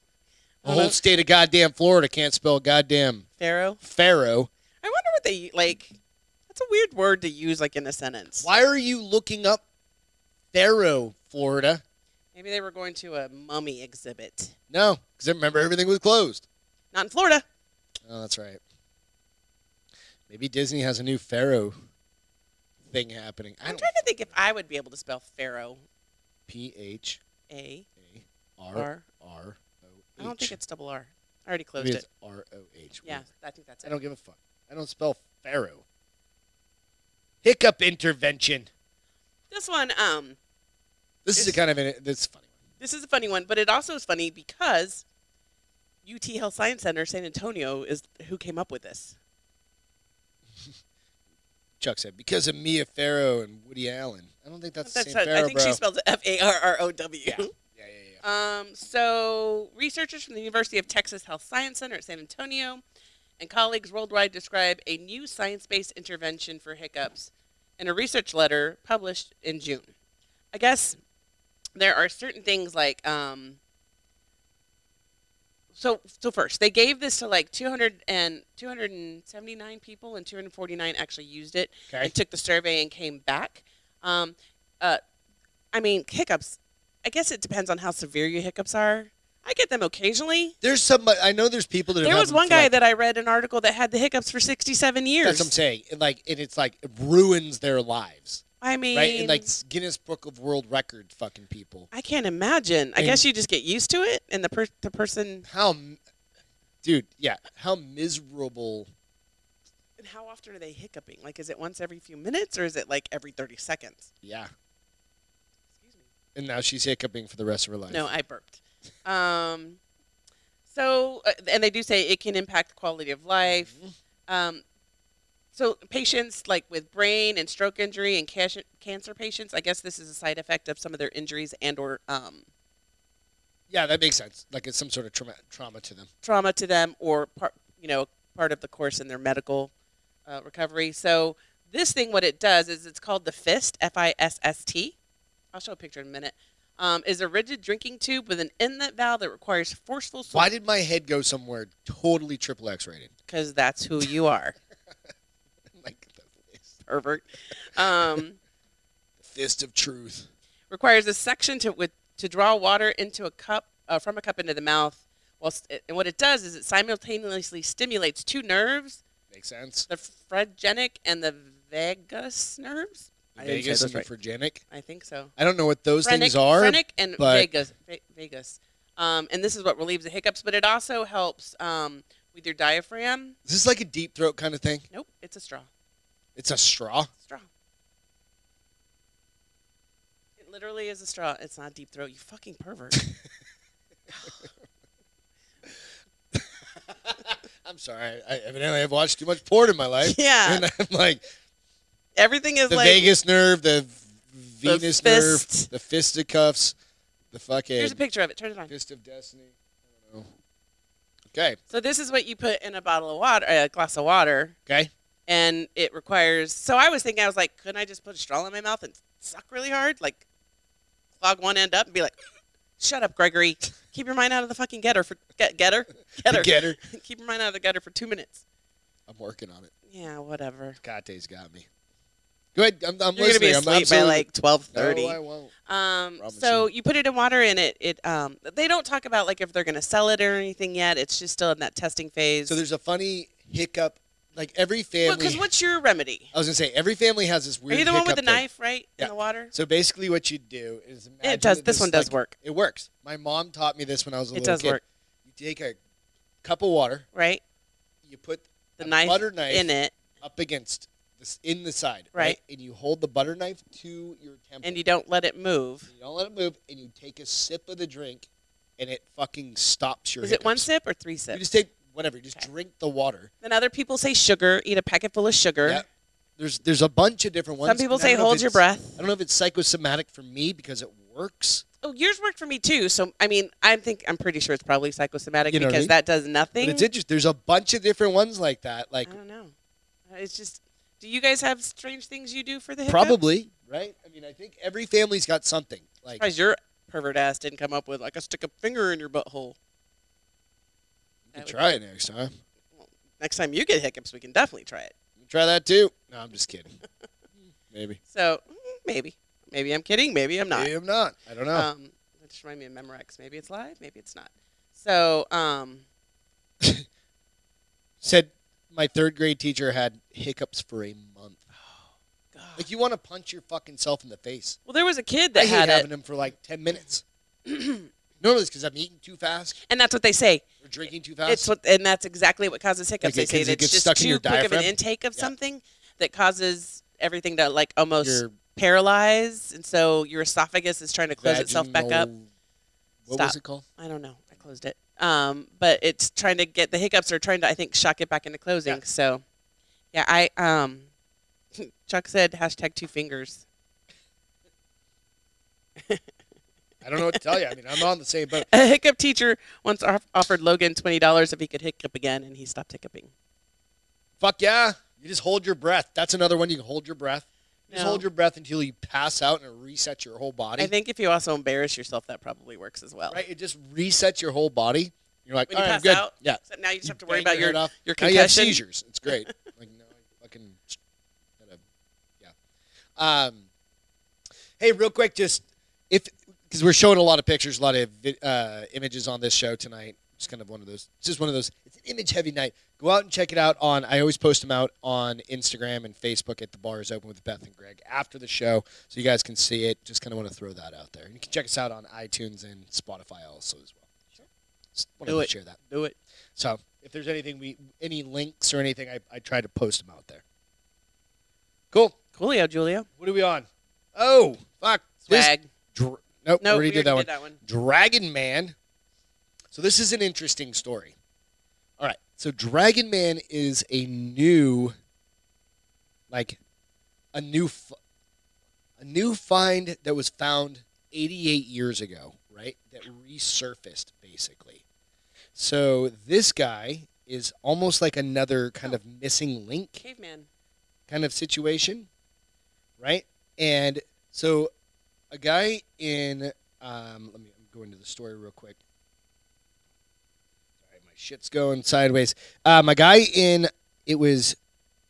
Speaker 1: the
Speaker 2: Oh,
Speaker 1: whole
Speaker 2: no.
Speaker 1: state of goddamn Florida can't spell goddamn
Speaker 2: Pharaoh.
Speaker 1: Pharaoh.
Speaker 2: I wonder what they like. That's a weird word to use, like in a sentence.
Speaker 1: Why are you looking up Pharaoh, Florida?
Speaker 2: Maybe they were going to a mummy exhibit.
Speaker 1: No, because remember everything was closed.
Speaker 2: Not in Florida.
Speaker 1: Oh, that's right. Maybe Disney has a new Pharaoh thing happening. I
Speaker 2: I'm
Speaker 1: don't
Speaker 2: trying to think if I would be able to spell Pharaoh.
Speaker 1: P H
Speaker 2: A
Speaker 1: A R
Speaker 2: R.
Speaker 1: R O H.
Speaker 2: I don't think it's double R. I already closed
Speaker 1: Maybe
Speaker 2: it.
Speaker 1: it's R O H.
Speaker 2: Yeah, I think that's
Speaker 1: I
Speaker 2: it.
Speaker 1: don't give a fuck. I don't spell Pharaoh. Hiccup intervention.
Speaker 2: This one, um,
Speaker 1: This is a
Speaker 2: It's-
Speaker 1: kind of an that's a funny. one.
Speaker 2: this is a funny one, but it also is funny because UT Health Science Center, San Antonio, is who came up with this.
Speaker 1: Chuck said because of Mia Farrow and Woody Allen. I don't think that's, the
Speaker 2: That's
Speaker 1: same
Speaker 2: how-
Speaker 1: Pharaoh,
Speaker 2: I think
Speaker 1: bro.
Speaker 2: she spells it F A R R O W.
Speaker 1: Yeah. yeah, yeah, yeah.
Speaker 2: Um, so, researchers from the University of Texas Health Science Center at San Antonio and colleagues worldwide describe a new science based intervention for hiccups in a research letter published in June. I guess there are certain things like. Um, so, so first, they gave this to like 200 and 279 people, and 249 actually used it
Speaker 1: Okay.
Speaker 2: and took the survey and came back. Um, uh, I mean, hiccups. I guess it depends on how severe your hiccups are. I get them occasionally.
Speaker 1: There's somebody I know. There's people that have
Speaker 2: There
Speaker 1: had
Speaker 2: was
Speaker 1: them
Speaker 2: one
Speaker 1: for,
Speaker 2: guy
Speaker 1: like,
Speaker 2: that I read an article that had the hiccups for 67 years.
Speaker 1: That's what I'm saying. It, like, and it's like it ruins their lives,
Speaker 2: I mean,
Speaker 1: right? And like Guinness Book of World Record, fucking people.
Speaker 2: I can't imagine. I
Speaker 1: And-
Speaker 2: guess you just get used to it, and the per- the person.
Speaker 1: How, m- dude? Yeah, how miserable?
Speaker 2: And how often are they hiccuping? Like, is it once every few minutes, or is it like every 30 seconds?
Speaker 1: Yeah.
Speaker 2: Excuse me.
Speaker 1: And now she's hiccuping for the rest of her life.
Speaker 2: No, I burped. Um, so, uh, and they do say it can impact quality of life. Um, so, patients like with brain and stroke injury and cas- cancer patients, I guess this is a side effect of some of their injuries and or um,
Speaker 1: yeah, that makes sense. Like it's some sort of trauma, trauma to them.
Speaker 2: trauma to them or part, you know, part of the course in their medical uh, recovery. So, this thing, what it does is it's called the fist, F-I-S-S-T. I'll show a picture in a minute. Um, is a rigid drinking tube with an inlet valve that requires forceful.
Speaker 1: Why did my head go somewhere totally triple X rated?
Speaker 2: because that's who you are,
Speaker 1: Like the
Speaker 2: pervert. Um,
Speaker 1: fist of truth.
Speaker 2: requires a section to with, to draw water into a cup uh, from a cup into the mouth. While st- and what it does is it simultaneously stimulates two nerves,
Speaker 1: Makes sense.
Speaker 2: the phrenic and the vagus nerves. I didn't say
Speaker 1: Vegas and
Speaker 2: those
Speaker 1: the
Speaker 2: right.
Speaker 1: phregic.
Speaker 2: I think so.
Speaker 1: I don't know what those
Speaker 2: Phrenic,
Speaker 1: things are.
Speaker 2: phrenic and
Speaker 1: but-
Speaker 2: vagus, va- vagus. Um, and this is what relieves the hiccups, but it also helps um, with your diaphragm.
Speaker 1: Is this like a deep throat kind of thing?
Speaker 2: Nope, it's a straw.
Speaker 1: It's a straw.
Speaker 2: straw. It literally is a straw. It's not deep throat. You fucking pervert.
Speaker 1: I'm sorry. I evidently have watched too much porn in my life.
Speaker 2: Yeah.
Speaker 1: And I'm like
Speaker 2: Everything is
Speaker 1: the
Speaker 2: like
Speaker 1: vagus nerve, the v-
Speaker 2: The
Speaker 1: Venus nerve,
Speaker 2: fist.
Speaker 1: the fisticuffs, the
Speaker 2: Here's a
Speaker 1: fucking
Speaker 2: picture of it. Turn it on.
Speaker 1: fist of destiny. I don't know. Okay.
Speaker 2: So this is what you put in a bottle of water, a glass of water,
Speaker 1: Okay.
Speaker 2: and it requires. So I was thinking, I was like, couldn't I just put a straw in my mouth and suck really hard, like clog one end up and be like, "Shut up, Gregory, Keep your mind out of the fucking getter for get, getter getter.
Speaker 1: Getter.
Speaker 2: Keep your mind out of the gutter for two minutes.
Speaker 1: I'm working on it.
Speaker 2: Yeah, whatever.
Speaker 1: Kate's got me. Go ahead. I'm, I'm
Speaker 2: You're gonna be
Speaker 1: listening. I'm
Speaker 2: asleep by
Speaker 1: absolutely-
Speaker 2: like twelve thirty.
Speaker 1: No, I won't.
Speaker 2: Um,
Speaker 1: Robinson.
Speaker 2: so you put it in water and it, it um, they don't talk about like if they're going to sell it or anything yet. It's just still in that testing phase.
Speaker 1: So there's a funny hiccup. Like every family.
Speaker 2: because what's your remedy?
Speaker 1: I was gonna say every family has this
Speaker 2: Are
Speaker 1: weird.
Speaker 2: you the one with
Speaker 1: hiccup
Speaker 2: the
Speaker 1: thing.
Speaker 2: knife, right,
Speaker 1: Yeah.
Speaker 2: in the water?
Speaker 1: So basically, what you do is imagine
Speaker 2: It does.
Speaker 1: that
Speaker 2: This one does
Speaker 1: like-
Speaker 2: work.
Speaker 1: It works. My mom taught me this when I was a
Speaker 2: It
Speaker 1: little
Speaker 2: does
Speaker 1: kid.
Speaker 2: work,
Speaker 1: You take a cup of water.
Speaker 2: right?
Speaker 1: You put
Speaker 2: The
Speaker 1: a
Speaker 2: knife,
Speaker 1: butter knife
Speaker 2: in it,
Speaker 1: up against this in the side,
Speaker 2: Right.
Speaker 1: And you hold the butter knife to your temple.
Speaker 2: and you don't let it move.
Speaker 1: You don't let it move, and you take a sip of the drink, and it fucking stops your.
Speaker 2: Is it one
Speaker 1: hiccups.
Speaker 2: sip or three
Speaker 1: You
Speaker 2: sips?
Speaker 1: just take whatever. You just
Speaker 2: Okay.
Speaker 1: drink the water.
Speaker 2: Then other people say sugar. Eat a packet full of sugar.
Speaker 1: Yeah. There's there's a bunch of different ones.
Speaker 2: Some people
Speaker 1: and I
Speaker 2: say
Speaker 1: don't know if
Speaker 2: hold your
Speaker 1: it's- I
Speaker 2: breath.
Speaker 1: don't know if it's psychosomatic for me because it works.
Speaker 2: Oh, yours worked for me too. So I mean, I think I'm pretty sure it's probably psychosomatic
Speaker 1: You know what I
Speaker 2: because
Speaker 1: mean?
Speaker 2: that does nothing.
Speaker 1: But it's interesting. There's a bunch of different ones like that. Like
Speaker 2: I don't know. Uh, It's just. Do you guys have strange things you do for the hiccup?
Speaker 1: probably right. I mean, I think every family's got something. Like
Speaker 2: Surprised your pervert ass didn't come up with like I stick a finger in your butthole. That
Speaker 1: we can
Speaker 2: would-
Speaker 1: try it next time.
Speaker 2: Next time you get hiccups, we can definitely try it.
Speaker 1: We can Try that too. No, I'm just kidding. Maybe.
Speaker 2: So mm, maybe, maybe I'm kidding. Maybe I'm not.
Speaker 1: Maybe I'm not. I don't know.
Speaker 2: Um, that just reminded me of Memorex. Maybe it's live. Maybe it's not. So um,
Speaker 1: Said my third grade teacher had hiccups for a month.
Speaker 2: God.
Speaker 1: Like you want to punch your fucking self in the face.
Speaker 2: well, there was a kid
Speaker 1: I
Speaker 2: that
Speaker 1: hate
Speaker 2: had
Speaker 1: having
Speaker 2: it,
Speaker 1: them for like ten minutes. Normally it's because I'm eating too fast
Speaker 2: and that's what they say.
Speaker 1: or drinking too fast.
Speaker 2: It's what, and that's exactly what causes hiccups.
Speaker 1: Like
Speaker 2: they
Speaker 1: it-
Speaker 2: say
Speaker 1: 'cause it
Speaker 2: that it's
Speaker 1: gets
Speaker 2: just
Speaker 1: stuck in your
Speaker 2: too quick of an
Speaker 1: diaphragm?
Speaker 2: intake of
Speaker 1: Yeah.
Speaker 2: something that causes everything to like almost
Speaker 1: your
Speaker 2: paralyze, and so your esophagus is trying to close itself back up.
Speaker 1: vaginal- What was
Speaker 2: Stop.
Speaker 1: it called?
Speaker 2: I don't know. I closed it. Um, but it's trying to get the hiccups are trying to I think shock it back into closing.
Speaker 1: Yeah.
Speaker 2: So, yeah, I um, Chuck said hashtag two fingers.
Speaker 1: I don't know what to tell you. I mean, I'm on the same boat.
Speaker 2: A hiccup teacher once off- offered Logan twenty dollars if he could hiccup again, and he stopped hiccuping.
Speaker 1: Fuck yeah. You just hold your breath. That's another one. You can hold your breath. Just
Speaker 2: No.
Speaker 1: hold your breath until you pass out and it resets your whole body.
Speaker 2: I think if you also embarrass yourself, that probably works as well.
Speaker 1: right? It just resets your whole body. You're like,
Speaker 2: When you
Speaker 1: "All right, I'm
Speaker 2: pass
Speaker 1: good.
Speaker 2: out,
Speaker 1: yeah.
Speaker 2: Except now you just have to
Speaker 1: You
Speaker 2: worry
Speaker 1: bang
Speaker 2: about your
Speaker 1: head off.
Speaker 2: your
Speaker 1: Now you have
Speaker 2: concussion.
Speaker 1: seizures. It's great. like no, I fucking gotta- yeah. Um, hey, real quick, just if because we're showing a lot of pictures, a lot of vi- uh, images on this show tonight. It's kind of one of those. It's just one of those. It's an image heavy night. Go out and check it out on. I always post them out on Instagram and Facebook at the bar is open with Beth and Greg after the show, so you guys can see it. Just kind of want to throw that out there. And you can check us out on iTunes and Spotify also as well. Sure. Just wanted
Speaker 2: Do
Speaker 1: to
Speaker 2: it.
Speaker 1: share that.
Speaker 2: Do it.
Speaker 1: So if there's anything we any links or anything, I, I try to post them out there. Cool.
Speaker 2: Coolio, Julio.
Speaker 1: What are we on? Oh fuck. This
Speaker 2: Swag.
Speaker 1: dra- nope.
Speaker 2: no,
Speaker 1: already
Speaker 2: we
Speaker 1: did that one.
Speaker 2: did that one.
Speaker 1: Dragon Man. So this is an interesting story. All right. So Dragon Man is a new, like, a new, f- a new find that was found 88 years ago, right? That resurfaced basically. So this guy is almost like another kind of missing link
Speaker 2: Caveman.
Speaker 1: kind of situation, right? And so, a guy in um, let me I'm going to the story real quick. Sorry, my shit's going sideways. Um, a guy in it was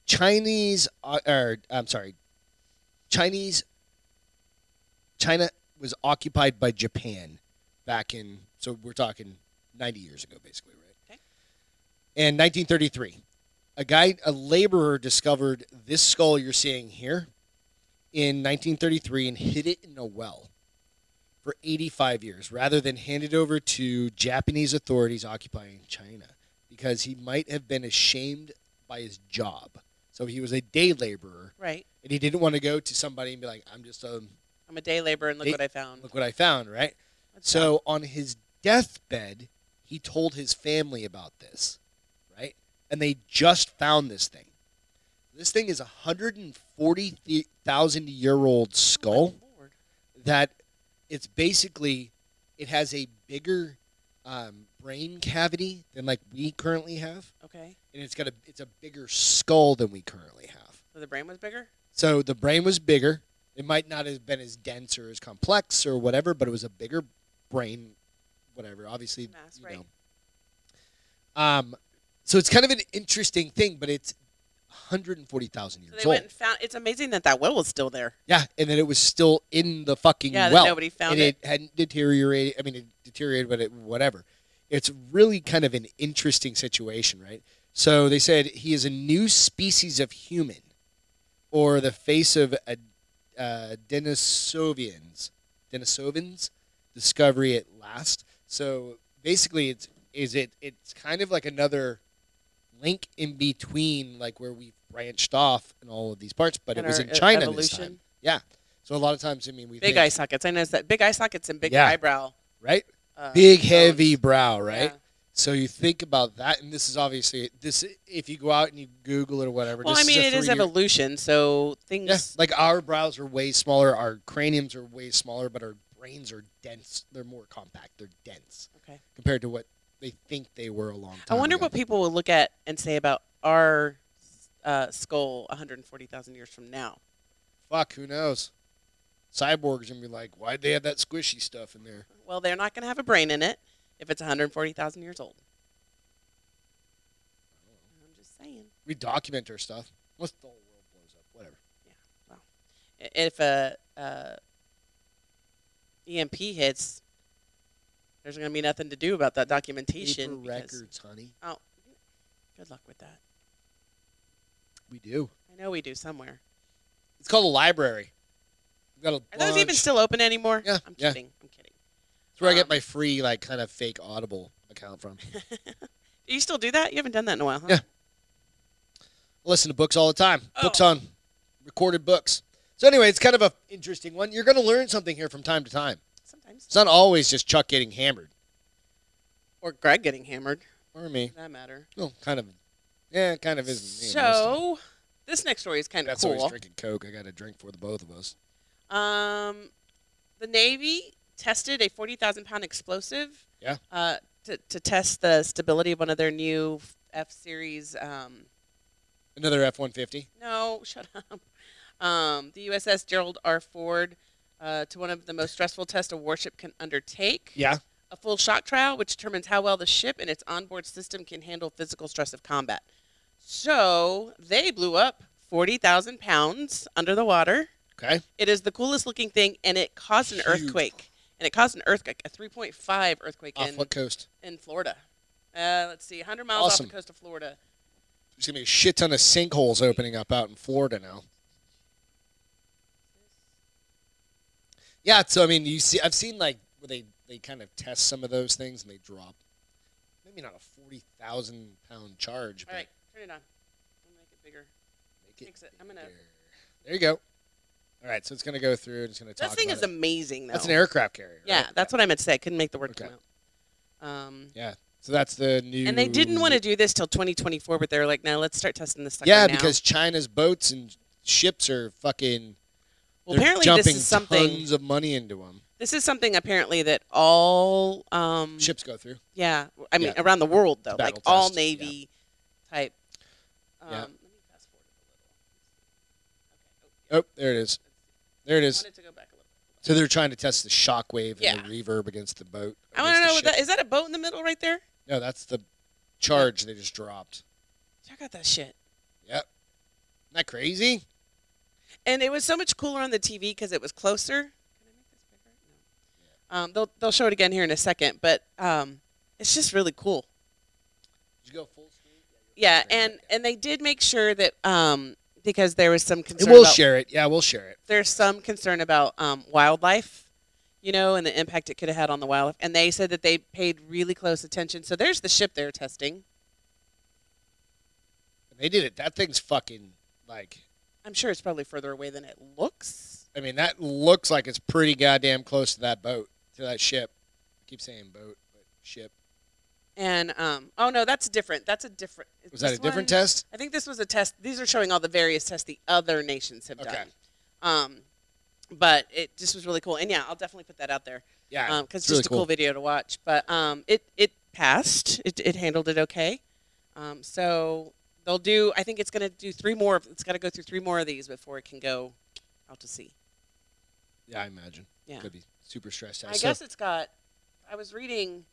Speaker 1: Chinese uh, or I'm sorry, Chinese. China was occupied by Japan back in so we're talking 90 years ago, basically, right?
Speaker 2: Okay.
Speaker 1: And 1933 a guy, a laborer, discovered this skull you're seeing here in 1933 and hid it in a well for 85 years rather than hand it over to Japanese authorities occupying China because he might have been ashamed by his job. So he was a day laborer
Speaker 2: Right.
Speaker 1: and he didn't want to go to somebody and be like, I'm just a,
Speaker 2: I'm a day laborer, and look
Speaker 1: Day-
Speaker 2: what I found.
Speaker 1: look what I found, right? So on his deathbed, he told his family about this, right? And they just found this thing. This thing is a 140,000 year old skull
Speaker 2: Oh, Lord.
Speaker 1: that it's basically, it has a bigger um, brain cavity than like we currently have.
Speaker 2: Okay.
Speaker 1: And it's got a, it's a bigger skull than we currently have.
Speaker 2: So the brain was bigger.
Speaker 1: So the brain was bigger. It might not have been as dense or as complex or whatever, but it was a bigger brain whatever. Obviously,
Speaker 2: Mass,
Speaker 1: you
Speaker 2: right.
Speaker 1: know. Um, so it's kind of an interesting thing, but it's 140,000
Speaker 2: So
Speaker 1: years
Speaker 2: they
Speaker 1: old.
Speaker 2: went and found. It's amazing that that well was still there.
Speaker 1: yeah, and then it was still in the fucking
Speaker 2: Yeah, that
Speaker 1: well.
Speaker 2: nobody found
Speaker 1: and
Speaker 2: it.
Speaker 1: it. hadn't deteriorated. I mean, it deteriorated, but it, whatever. It's really kind of an interesting situation, right? So they said he is a new species of human, or the face of a, uh, Denisovians. Denisovans discovery at last. So basically, it's is it it's kind of like another link in between, like where we branched off in all of these parts, but
Speaker 2: And
Speaker 1: it was
Speaker 2: our
Speaker 1: in
Speaker 2: e-
Speaker 1: China this
Speaker 2: evolution.
Speaker 1: time. Yeah. So a lot of times, I mean, we
Speaker 2: Big
Speaker 1: think,
Speaker 2: eye sockets. I noticed that big eye sockets and big
Speaker 1: Yeah.
Speaker 2: eyebrow.
Speaker 1: right?
Speaker 2: Uh,
Speaker 1: Big
Speaker 2: bones.
Speaker 1: heavy brow, right?
Speaker 2: Yeah.
Speaker 1: So you think about that, and this is obviously this. If you go out and you Google it or whatever,
Speaker 2: Well,
Speaker 1: this
Speaker 2: I mean,
Speaker 1: a
Speaker 2: it is
Speaker 1: three-year-
Speaker 2: evolution, so things.
Speaker 1: Yeah, like our brows are way smaller, our craniums are way smaller, but our brains are dense. They're more compact. They're dense
Speaker 2: Okay.
Speaker 1: compared to what they think they were a long
Speaker 2: I
Speaker 1: time.
Speaker 2: wonder
Speaker 1: ago.
Speaker 2: what people will look at and say about our uh, skull 140,000 years from now.
Speaker 1: Fuck, who knows? Cyborgs gonna be like, why'd they have that squishy stuff in there?
Speaker 2: Well, they're not going to have a brain in it if it's 140,000 years old. I'm just saying.
Speaker 1: We document our stuff. Unless the whole world blows up, whatever.
Speaker 2: I- If a, uh EMP hits, there's going to be nothing to do about that
Speaker 1: Paper
Speaker 2: documentation. because-
Speaker 1: records, honey.
Speaker 2: Oh, good luck with that.
Speaker 1: We do.
Speaker 2: I know we do somewhere.
Speaker 1: It's called a library. We've got a
Speaker 2: Are those even
Speaker 1: bunch-
Speaker 2: still open anymore?
Speaker 1: Yeah,
Speaker 2: I'm
Speaker 1: yeah.
Speaker 2: kidding. I'm kidding.
Speaker 1: That's where I get
Speaker 2: um,
Speaker 1: my free, like, kind of fake Audible account from.
Speaker 2: Do you still do that? You haven't done that in a while, huh?
Speaker 1: Yeah. I listen to books all the time. Books
Speaker 2: Oh.
Speaker 1: on recorded books. So anyway, it's kind of a interesting one. You're going to learn something here from time to time.
Speaker 2: Sometimes.
Speaker 1: It's not always just Chuck getting hammered
Speaker 2: Or Greg getting hammered,
Speaker 1: or me.
Speaker 2: for that matter.
Speaker 1: Well, kind of. Yeah, it kind of isn't me. most of the time.
Speaker 2: So, this next story is kind of
Speaker 1: that's always
Speaker 2: cool.
Speaker 1: drinking Coke. I got a drink for the both of us.
Speaker 2: Um, the Navy tested a 40,000 pound explosive
Speaker 1: Yeah.
Speaker 2: uh, to, to test the stability of one of their new F Series. Um,
Speaker 1: Another F one fifty.
Speaker 2: no, shut up. Um, the USS Gerald R. Ford uh, to one of the most stressful tests a warship can undertake.
Speaker 1: Yeah.
Speaker 2: a full shock trial, which determines how well the ship and its onboard system can handle physical stress of combat. So they blew up 40,000 pounds under the water.
Speaker 1: Okay.
Speaker 2: It is the coolest looking thing, and it caused an
Speaker 1: Huge.
Speaker 2: earthquake. And it caused an earthquake, a 3.5 earthquake
Speaker 1: Off
Speaker 2: in,
Speaker 1: what coast?
Speaker 2: in Florida. Uh, let's see, 100 miles
Speaker 1: Awesome.
Speaker 2: off the coast of Florida.
Speaker 1: There's gonna be a shit ton of sinkholes opening up out in Florida now. Yeah. So I mean, you see, I've seen like where they they kind of test some of those things and they drop. Maybe not a forty thousand pound charge, but
Speaker 2: All right, turn it on. I'm going to make it bigger.
Speaker 1: make it
Speaker 2: fix it. I'm gonna-
Speaker 1: bigger. There you go. All right, so it's gonna go through and it's gonna talk.
Speaker 2: This thing
Speaker 1: about
Speaker 2: is
Speaker 1: it.
Speaker 2: amazing, though.
Speaker 1: That's an aircraft carrier.
Speaker 2: yeah,
Speaker 1: right?
Speaker 2: that's what I meant to say. I couldn't make the word
Speaker 1: Okay.
Speaker 2: come out. Um,
Speaker 1: Yeah. So that's the new.
Speaker 2: And they didn't want to do this till 2024, but they were like, "No, let's start testing this sucker
Speaker 1: Yeah,
Speaker 2: now."
Speaker 1: because China's boats and ships are fucking.
Speaker 2: well,
Speaker 1: they're
Speaker 2: apparently
Speaker 1: jumping
Speaker 2: this is something. Mm-hmm.
Speaker 1: tons of money into them.
Speaker 2: This is something apparently that all um,
Speaker 1: Ships go through.
Speaker 2: Yeah, I mean
Speaker 1: Yeah.
Speaker 2: around the world though, like
Speaker 1: Battle
Speaker 2: all
Speaker 1: test, yeah.
Speaker 2: Navy type. Um,
Speaker 1: Yeah.
Speaker 2: Let me fast forward a little. Okay.
Speaker 1: Oh, there it is. There it
Speaker 2: I
Speaker 1: is.
Speaker 2: wanted to go back a little.
Speaker 1: So they're trying to test the shock wave
Speaker 2: Yeah.
Speaker 1: and the reverb against the boat.
Speaker 2: I want to know
Speaker 1: against
Speaker 2: what
Speaker 1: the
Speaker 2: that is. That a boat in the middle right there?
Speaker 1: ship. No, that's the charge they just dropped.
Speaker 2: Check out that shit.
Speaker 1: Yep. Isn't that crazy?
Speaker 2: And it was so much cooler on the TV because it was closer. Can I make this bigger? No. Um, they'll they'll show it again here in a second, but um, it's just really cool.
Speaker 1: Did you go full screen?
Speaker 2: Yeah, and and they did make sure that um because there was some concern
Speaker 1: we'll
Speaker 2: about,
Speaker 1: share it. Yeah, we'll share it.
Speaker 2: there's some concern about um, wildlife, you know, and the impact it could have had on the wildlife. And they said that they paid really close attention. So there's the ship they're testing.
Speaker 1: They did it. That thing's fucking like.
Speaker 2: I'm sure it's probably further away than it looks.
Speaker 1: I mean, that looks like it's pretty goddamn close to that boat, to that ship. I keep saying boat, but ship.
Speaker 2: And um, oh no, that's different. That's a different. is
Speaker 1: Was that
Speaker 2: this
Speaker 1: a different
Speaker 2: one-
Speaker 1: test?
Speaker 2: I think this was a test. These are showing all the various tests the other nations have
Speaker 1: Okay.
Speaker 2: done. Um, but it just was really cool. And yeah, I'll definitely put that out there.
Speaker 1: Yeah.
Speaker 2: because it's
Speaker 1: it's really
Speaker 2: Um, just a cool.
Speaker 1: cool.
Speaker 2: video to watch. But um, it it passed. It, it handled it okay. Um, so they'll do. I think it's going to do three more. of- It's got to go through three more of these before it can go out to sea.
Speaker 1: yeah, I imagine.
Speaker 2: Yeah.
Speaker 1: Could be super stressed out.
Speaker 2: I
Speaker 1: So-
Speaker 2: guess it's got I was reading.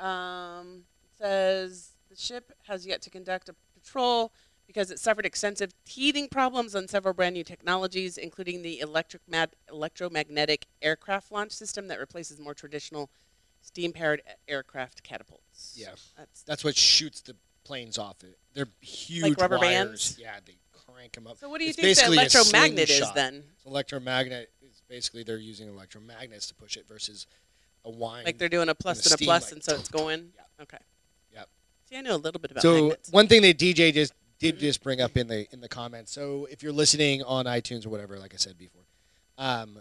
Speaker 2: Um, it says the ship has yet to conduct a patrol because it suffered extensive teething problems on several brand new technologies, including the electric mag- electromagnetic aircraft launch system that replaces more traditional steam-powered aircraft catapults.
Speaker 1: Yeah.
Speaker 2: That's
Speaker 1: That's what shoots the planes off it. They're huge
Speaker 2: rubber
Speaker 1: wires.
Speaker 2: bands?
Speaker 1: Yeah, they crank them up.
Speaker 2: so. What do you
Speaker 1: It's
Speaker 2: think the
Speaker 1: basically a
Speaker 2: electromagnet is
Speaker 1: slingshot.
Speaker 2: then?
Speaker 1: It's electromagnet is basically they're using electromagnets to push it versus a wine.
Speaker 2: Like they're doing a plus
Speaker 1: the
Speaker 2: and a
Speaker 1: steam,
Speaker 2: plus,
Speaker 1: like,
Speaker 2: and so it's going.
Speaker 1: Yeah.
Speaker 2: Okay.
Speaker 1: Yep.
Speaker 2: See, I know a little bit about
Speaker 1: so
Speaker 2: magnets.
Speaker 1: one thing that DJ just did just bring up in the in the comments. So if you're listening on iTunes or whatever, like I said before, um,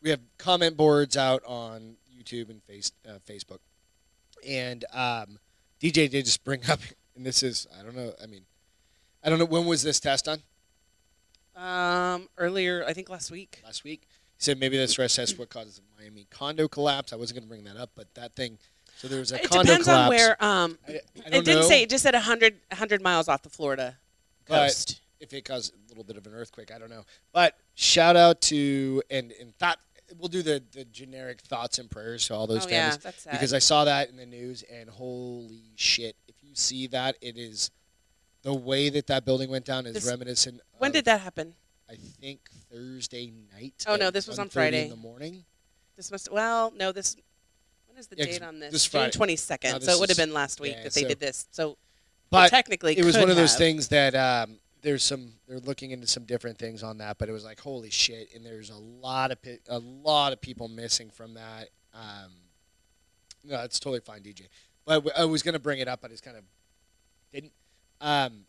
Speaker 1: we have comment boards out on YouTube and face, uh, Facebook, and um, DJ did just bring up, and this is I don't know. I mean, I don't know when was this test done
Speaker 2: Um, earlier, I think last week.
Speaker 1: last week. He said maybe the stress test what causes the Miami condo collapse. I wasn't going to bring that up, but that thing. So there was a
Speaker 2: It
Speaker 1: condo
Speaker 2: depends
Speaker 1: collapse.
Speaker 2: on where. Um,
Speaker 1: I, I don't
Speaker 2: it didn't
Speaker 1: know.
Speaker 2: say. It just said 100, 100 miles off the Florida
Speaker 1: But-
Speaker 2: coast.
Speaker 1: if it caused a little bit of an earthquake. I don't know. But shout out to and and thought we'll do the the generic thoughts and prayers to all those
Speaker 2: oh yeah,
Speaker 1: families
Speaker 2: that's sad.
Speaker 1: because I saw that in the news and holy shit! If you see that, it is the way that that building went down is
Speaker 2: This-
Speaker 1: reminiscent.
Speaker 2: when
Speaker 1: of,
Speaker 2: did that happen?
Speaker 1: I think Thursday night?
Speaker 2: Oh, no,
Speaker 1: at
Speaker 2: this was on
Speaker 1: 1:30
Speaker 2: Friday.
Speaker 1: in the morning.
Speaker 2: This must. Well, no. This. When is the
Speaker 1: Yeah, 'cause
Speaker 2: date on this?
Speaker 1: this
Speaker 2: June
Speaker 1: Friday.
Speaker 2: twenty second.
Speaker 1: No,
Speaker 2: so
Speaker 1: this
Speaker 2: it would have
Speaker 1: is-
Speaker 2: been last week
Speaker 1: yeah,
Speaker 2: that they
Speaker 1: so-
Speaker 2: did this. So
Speaker 1: But
Speaker 2: technically,
Speaker 1: it was
Speaker 2: could
Speaker 1: one of those
Speaker 2: have.
Speaker 1: things that um, there's some they're looking into some different things on that, but it was like holy shit, and there's a lot of pe- a lot of people missing from that. Um, no, it's totally fine, DJ. But w- I was gonna bring it up, but it's kind of didn't. Um,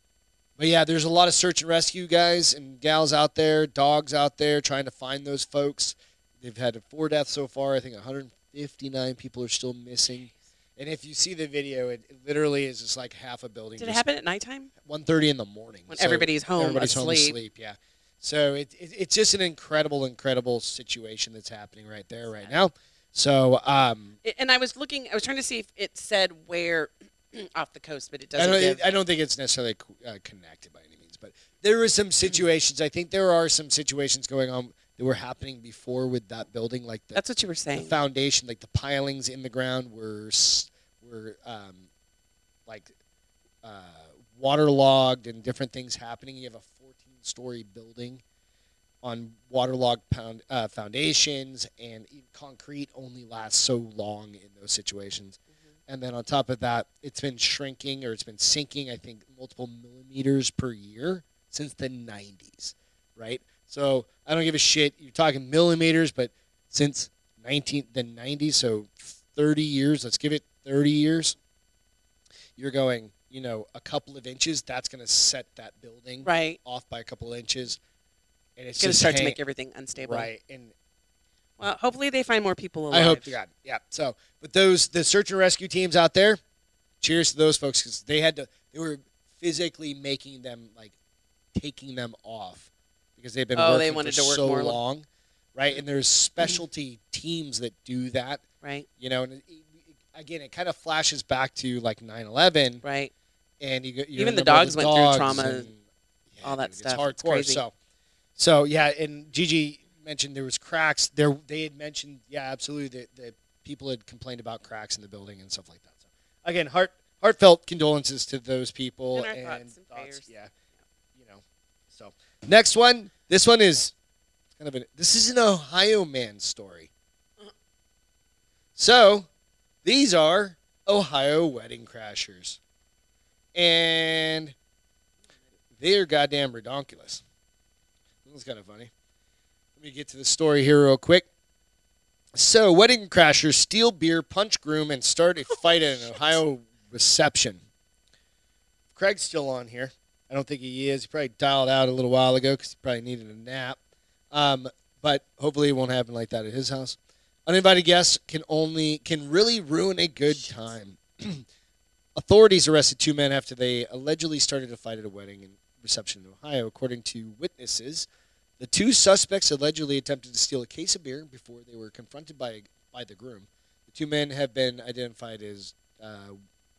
Speaker 1: but yeah, there's a lot of search and rescue guys and gals out there, dogs out there trying to find those folks. They've had four deaths so far. I think 159 people are still missing. And if you see the video, it, it literally is just like half a building.
Speaker 2: Did it
Speaker 1: just
Speaker 2: happen at nighttime
Speaker 1: one thirty in the morning
Speaker 2: when
Speaker 1: So
Speaker 2: everybody's home
Speaker 1: everybody's
Speaker 2: asleep?
Speaker 1: home asleep. Yeah, so it, it, it's just an incredible, incredible situation that's happening right there right now. So um,
Speaker 2: It- and I was looking. I was trying to see if it said where off the coast, but it
Speaker 1: I
Speaker 2: doesn't.
Speaker 1: don't, uh,
Speaker 2: give.
Speaker 1: I don't think it's necessarily co- uh, connected by any means, but there were
Speaker 2: Mm-hmm.
Speaker 1: some situations. I think there are some situations going on that were happening before with that building, like the,
Speaker 2: That's what you were
Speaker 1: the
Speaker 2: saying.
Speaker 1: foundation, like the pilings in the ground were s- were um, like uh, waterlogged and different things happening. You have a 14 story building on waterlogged pound, uh, foundations, and e- concrete only lasts so long in those situations. And then on top of that, it's been shrinking or it's been sinking, I think, multiple millimeters per year since the 90s, right? So I don't give a shit. You're talking millimeters, but since 19 the 90s, so 30 years, let's give it 30 years. You're going, you know, a couple of inches, that's going to set that building
Speaker 2: right.
Speaker 1: off by a couple of inches. And it's
Speaker 2: It's going to
Speaker 1: just
Speaker 2: start to
Speaker 1: hang-
Speaker 2: make everything unstable.
Speaker 1: right. And
Speaker 2: Well, hopefully they find more people alive.
Speaker 1: I hope to God. Yeah. So, but those the search and rescue teams out there, cheers to those folks because they had to. They were physically making them like taking them off because they've been
Speaker 2: Oh,
Speaker 1: working
Speaker 2: they wanted
Speaker 1: for
Speaker 2: to work
Speaker 1: so
Speaker 2: more lo- Mm-hmm.
Speaker 1: long, right? And there's specialty teams that do that,
Speaker 2: Right.
Speaker 1: you know. And it, it- again, it kind of flashes back to like 9/11,
Speaker 2: Right.
Speaker 1: and you, go- you
Speaker 2: Even the
Speaker 1: remember all
Speaker 2: dogs
Speaker 1: the
Speaker 2: went through
Speaker 1: dogs
Speaker 2: trauma,
Speaker 1: and- yeah,
Speaker 2: all that
Speaker 1: dude,
Speaker 2: stuff. It's
Speaker 1: It's hardcore.
Speaker 2: crazy.
Speaker 1: So, so yeah, and Gigi mentioned there was cracks. There, they had mentioned, yeah, absolutely, that, that people had complained about cracks in the building and stuff like that. So, again, heart heartfelt condolences to those people
Speaker 2: And our thoughts and prayers.
Speaker 1: Yeah, you know. So next one, this one is kind of an this is an Ohio man story. So these are Ohio wedding crashers, and they are goddamn redonkulous. That was kind of funny. Let me get to the story here real quick. So, wedding crashers steal beer, punch groom, and start a fight at an Ohio reception. Craig's still on here. I don't think he is. He probably dialed out a little while ago because he probably needed a nap. Um, but hopefully, it won't happen like that at his house. Uninvited guests can only can really ruin a good time. Authorities arrested two men after they allegedly started a fight at a wedding and reception in Ohio, according to witnesses. The two suspects allegedly attempted to steal a case of beer before they were confronted by by the groom. The two men have been identified as uh,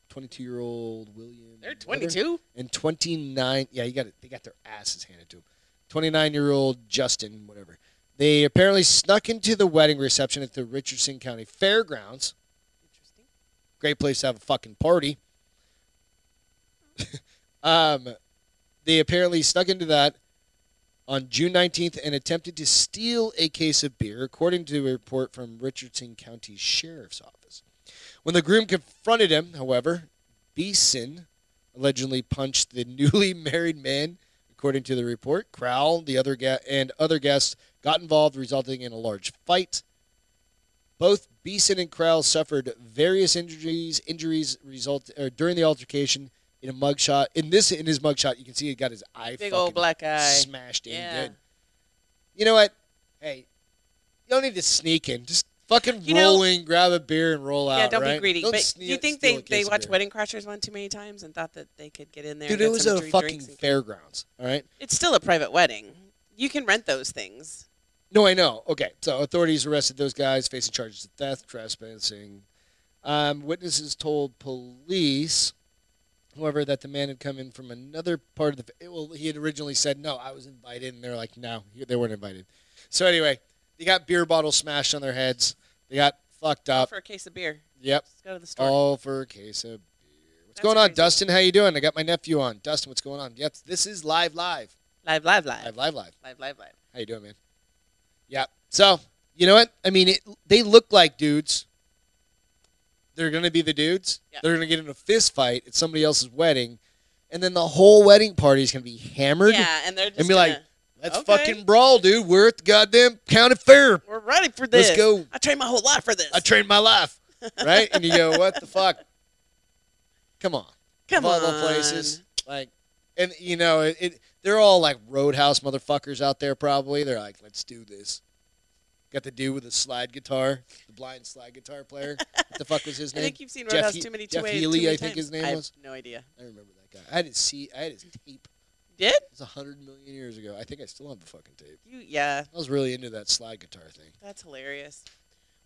Speaker 1: 22-year-old William.
Speaker 2: They're
Speaker 1: Weber
Speaker 2: 22.
Speaker 1: and 29 yeah you got it they got their asses handed to them 29 year old justin whatever They apparently snuck into the wedding reception at the Richardson County Fairgrounds.
Speaker 2: Interesting.
Speaker 1: Great place to have a fucking party. um, they apparently snuck into that on June 19th and attempted to steal a case of beer, according to a report from Richardson County Sheriff's Office. When the groom confronted him, however, Beeson allegedly punched the newly married man, according to the report. Crowell, the other ga- and other guests got involved, resulting in a large fight. Both Beeson and Crowell suffered various injuries. Injuries result or during the altercation in a mugshot. In this, in his mugshot, you can see he got his eye
Speaker 2: Big
Speaker 1: fucking
Speaker 2: old black eye.
Speaker 1: smashed in
Speaker 2: Yeah.
Speaker 1: good. You know what? Hey, you don't need to sneak in. Just fucking
Speaker 2: You know-
Speaker 1: roll in, grab a beer, and roll out.
Speaker 2: yeah, don't
Speaker 1: right?
Speaker 2: be greedy.
Speaker 1: Don't
Speaker 2: but
Speaker 1: sneak-
Speaker 2: you think
Speaker 1: steal
Speaker 2: they,
Speaker 1: a
Speaker 2: they
Speaker 1: case of
Speaker 2: watch
Speaker 1: beer.
Speaker 2: Wedding Crashers one too many times and thought that they could get in there?
Speaker 1: Dude,
Speaker 2: and
Speaker 1: it
Speaker 2: get
Speaker 1: was
Speaker 2: some
Speaker 1: at a
Speaker 2: free
Speaker 1: fucking
Speaker 2: drinks and-
Speaker 1: fairgrounds. All right.
Speaker 2: It's still a private wedding. You can rent those things.
Speaker 1: No, I know. Okay, so authorities arrested those guys facing charges of theft, trespassing. Um, witnesses told police, however, that the man had come in from another part of the. Well, he had originally said no, I was invited, and they're like, no, you- they weren't invited. So anyway, they got beer bottles smashed on their heads. They got fucked up.
Speaker 2: for a case of beer.
Speaker 1: Yep,
Speaker 2: Let's go to the store.
Speaker 1: all for a case of beer. What's
Speaker 2: That's
Speaker 1: going on,
Speaker 2: crazy.
Speaker 1: Dustin? How you doing? I got my nephew on. Dustin, what's going on? Yep, this is live, live,
Speaker 2: Live, live, live,
Speaker 1: live, live, live.
Speaker 2: live, live, live.
Speaker 1: How you doing, man? Yeah. So you know what? I mean, it, they look like dudes. They're gonna be the dudes.
Speaker 2: Yeah.
Speaker 1: They're gonna get in a fist fight at somebody else's wedding, and then the whole wedding party is gonna be hammered.
Speaker 2: Yeah, and they're just
Speaker 1: be like,
Speaker 2: gonna-
Speaker 1: Let's
Speaker 2: Okay.
Speaker 1: fucking brawl, dude. We're at the goddamn county fair.
Speaker 2: we're ready for this.
Speaker 1: Let's go.
Speaker 2: I trained my whole life for this.
Speaker 1: I trained my life, right? and you go, what the fuck? Come on.
Speaker 2: Come
Speaker 1: of
Speaker 2: on.
Speaker 1: all the places. Like, and you know, it, it, they're all like roadhouse motherfuckers out there. Probably they're like, let's do this. Got the dude with the slide guitar, the blind slide guitar player. what the fuck was his
Speaker 2: I
Speaker 1: name?
Speaker 2: think you've seen
Speaker 1: Jeff
Speaker 2: Roadhouse
Speaker 1: He-
Speaker 2: too many
Speaker 1: Jeff
Speaker 2: too many-
Speaker 1: Healy,
Speaker 2: too many
Speaker 1: I think his
Speaker 2: times.
Speaker 1: name
Speaker 2: I
Speaker 1: was.
Speaker 2: have no idea.
Speaker 1: I remember that guy. I had his see. I had his tape.
Speaker 2: Did
Speaker 1: It was a hundred million years ago. I think I still have the fucking tape.
Speaker 2: you? Yeah,
Speaker 1: I was really into that slide guitar thing.
Speaker 2: that's hilarious.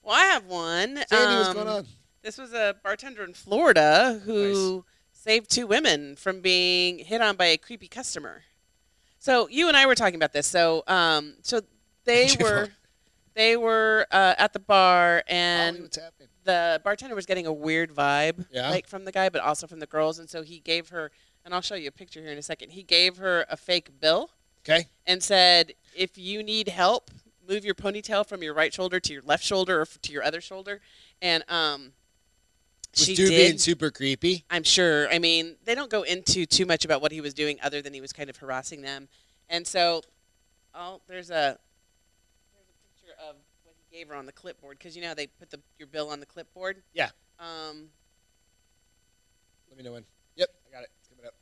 Speaker 2: Well, I have one.
Speaker 1: Sandy, what's
Speaker 2: Um,
Speaker 1: going on?
Speaker 2: This was a bartender in Florida who saved two women from being hit on by a creepy customer. So you and I were talking about this. So, um, so they
Speaker 1: You're
Speaker 2: were,
Speaker 1: fine.
Speaker 2: they were uh, at the bar
Speaker 1: Ollie,
Speaker 2: and
Speaker 1: what's happening?
Speaker 2: the bartender was getting a weird vibe,
Speaker 1: Yeah.
Speaker 2: like from the guy, but also from the girls. And so he gave her, and I'll show you a picture here in a second. He gave her a fake bill
Speaker 1: Okay.
Speaker 2: and said, "If you need help, move your ponytail from your right shoulder to your left shoulder or f- to your other shoulder." And um,
Speaker 1: Was
Speaker 2: she
Speaker 1: dude
Speaker 2: did.
Speaker 1: being super creepy?
Speaker 2: I'm sure. I mean, they don't go into too much about what he was doing, other than he was kind of harassing them. And so, oh, there's a there's a picture of what he gave her on the clipboard because you know how they put the your bill on the clipboard.
Speaker 1: Yeah.
Speaker 2: Um,
Speaker 1: Let me know when. Yep, I got it. It's coming up.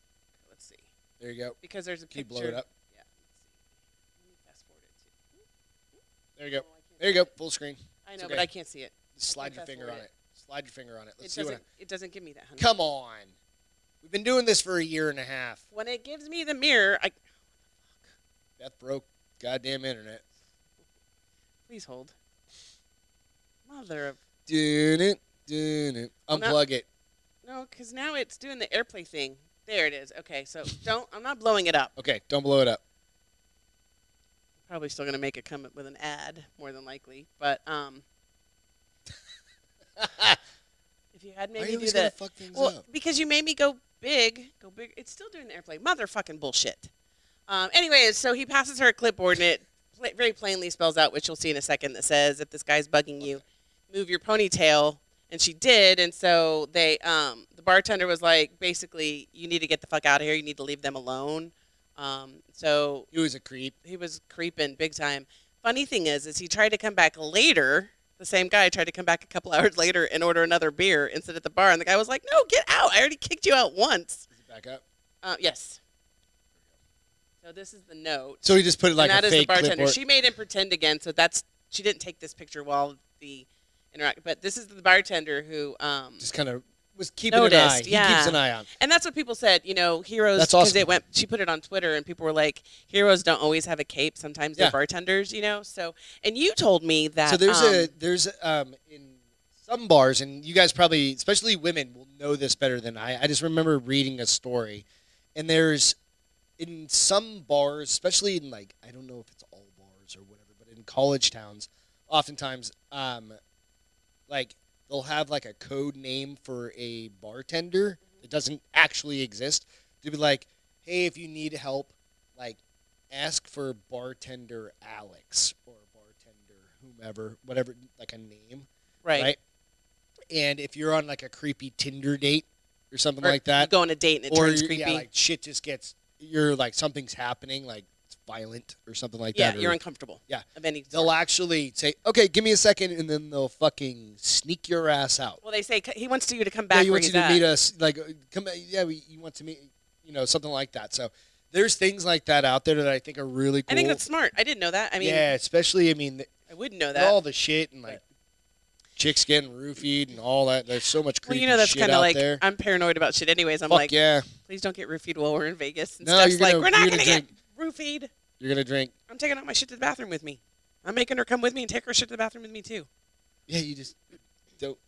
Speaker 2: let's see,
Speaker 1: There you go.
Speaker 2: because there's a
Speaker 1: Can you
Speaker 2: picture.
Speaker 1: blow it up?
Speaker 2: Yeah. Let's see. Let me fast forward it too.
Speaker 1: There you go.
Speaker 2: Oh, I can't
Speaker 1: There
Speaker 2: see
Speaker 1: you go.
Speaker 2: it.
Speaker 1: Full screen.
Speaker 2: I know,
Speaker 1: It's
Speaker 2: but
Speaker 1: okay.
Speaker 2: I can't see it.
Speaker 1: Slide your
Speaker 2: Fast
Speaker 1: finger on
Speaker 2: forward
Speaker 1: it.
Speaker 2: it.
Speaker 1: Slide your finger on it. Let's
Speaker 2: It
Speaker 1: see what.
Speaker 2: doesn't. Mm. It doesn't give me that.
Speaker 1: I-
Speaker 2: Honey.
Speaker 1: Come on. We've been doing this for a year and a half.
Speaker 2: When it gives me the mirror, I
Speaker 1: Beth broke goddamn internet.
Speaker 2: please hold. Mother of
Speaker 1: Doing it, doing it.
Speaker 2: I'm not-
Speaker 1: Unplug it.
Speaker 2: no, because now it's doing the airplay thing. There it is. Okay, so don't. I'm not blowing it up.
Speaker 1: Okay, don't blow it up.
Speaker 2: Probably still gonna make it come up with an ad, more than likely. But um, if you had
Speaker 1: Why are
Speaker 2: maybe
Speaker 1: you
Speaker 2: do
Speaker 1: always gonna
Speaker 2: the
Speaker 1: fuck things
Speaker 2: well,
Speaker 1: up?
Speaker 2: because you made me go big, go big. It's still doing the airplay. Motherfucking bullshit. Um, anyway, so he passes her a clipboard and it pla very plainly spells out, which you'll see in a second, that says, if this guy's bugging you, move your ponytail. And she did. And so they, um, the bartender was like, basically, you need to get the fuck out of here. You need to leave them alone. Um, so
Speaker 1: He was a creep.
Speaker 2: he was creeping big time. Funny thing is, is he tried to come back later. The same guy tried to come back a couple hours later and order another beer and sit at the bar. And the guy was like, "No, get out! I already kicked you out once."
Speaker 1: Is it back up?
Speaker 2: Uh, yes. So this is the note.
Speaker 1: So he just put it like
Speaker 2: and that
Speaker 1: a
Speaker 2: is
Speaker 1: fake
Speaker 2: the bartender.
Speaker 1: clipboard.
Speaker 2: She made him pretend again. So that's she didn't take this picture while the interact. But this is the bartender who. Um,
Speaker 1: Just kind of was keeping an eye.
Speaker 2: Noticed,
Speaker 1: He
Speaker 2: yeah.
Speaker 1: keeps an eye on.
Speaker 2: and that's what people said, you know, heroes.
Speaker 1: That's
Speaker 2: 'cause
Speaker 1: awesome.
Speaker 2: It went. She put it on Twitter, and people were like, "Heroes don't always have a cape. Sometimes
Speaker 1: Yeah.
Speaker 2: they're bartenders," you know. So, and you told me that.
Speaker 1: So there's a
Speaker 2: um,
Speaker 1: there's um in some bars, and you guys probably, especially women, will know this better than I. I just remember reading a story, and there's in some bars, especially in like I don't know if it's all bars or whatever, but in college towns, oftentimes, um, like they'll have like a code name for a bartender that doesn't actually exist. They'll be like, "Hey, if you need help, like ask for bartender Alex or bartender whomever, whatever, like a name,
Speaker 2: Right.
Speaker 1: right?" And if you're on like a creepy Tinder date or something
Speaker 2: Or
Speaker 1: like that,
Speaker 2: You go on a date and it
Speaker 1: or
Speaker 2: turns
Speaker 1: you're-
Speaker 2: creepy.
Speaker 1: Yeah, like shit just gets you're like something's happening, like it's violent or something like
Speaker 2: Yeah,
Speaker 1: that. or
Speaker 2: you're uncomfortable.
Speaker 1: Yeah.
Speaker 2: Of any sort.
Speaker 1: they'll actually say, "Okay, give me a second, and then they'll fucking sneak your ass out.
Speaker 2: Well, they say c- he wants you to come back.
Speaker 1: yeah, you
Speaker 2: where
Speaker 1: want
Speaker 2: he's
Speaker 1: you to
Speaker 2: at.
Speaker 1: meet us? Like, uh, come? Yeah, we, you want to meet? You know, something like that. So there's things like that out there that I think are really
Speaker 2: I
Speaker 1: cool.
Speaker 2: think that's smart. I didn't know that. I mean,
Speaker 1: yeah, especially I mean th-
Speaker 2: I wouldn't know
Speaker 1: with
Speaker 2: that.
Speaker 1: all the shit and like chicks getting roofied and all that. There's so much
Speaker 2: Well,
Speaker 1: creepy
Speaker 2: you know, that's
Speaker 1: shit
Speaker 2: kind of
Speaker 1: out
Speaker 2: like
Speaker 1: there.
Speaker 2: I'm paranoid about shit, anyways. I'm
Speaker 1: Fuck
Speaker 2: like,
Speaker 1: yeah,
Speaker 2: please don't get roofied while we're in Vegas and
Speaker 1: No,
Speaker 2: stuff's
Speaker 1: you're gonna-
Speaker 2: like, we're not
Speaker 1: you're
Speaker 2: gonna,
Speaker 1: gonna
Speaker 2: get roofied.
Speaker 1: you're gonna drink.
Speaker 2: I'm taking out my shit to the bathroom with me. I'm making her come with me and take her shit to the bathroom with me too.
Speaker 1: Yeah, you just don't.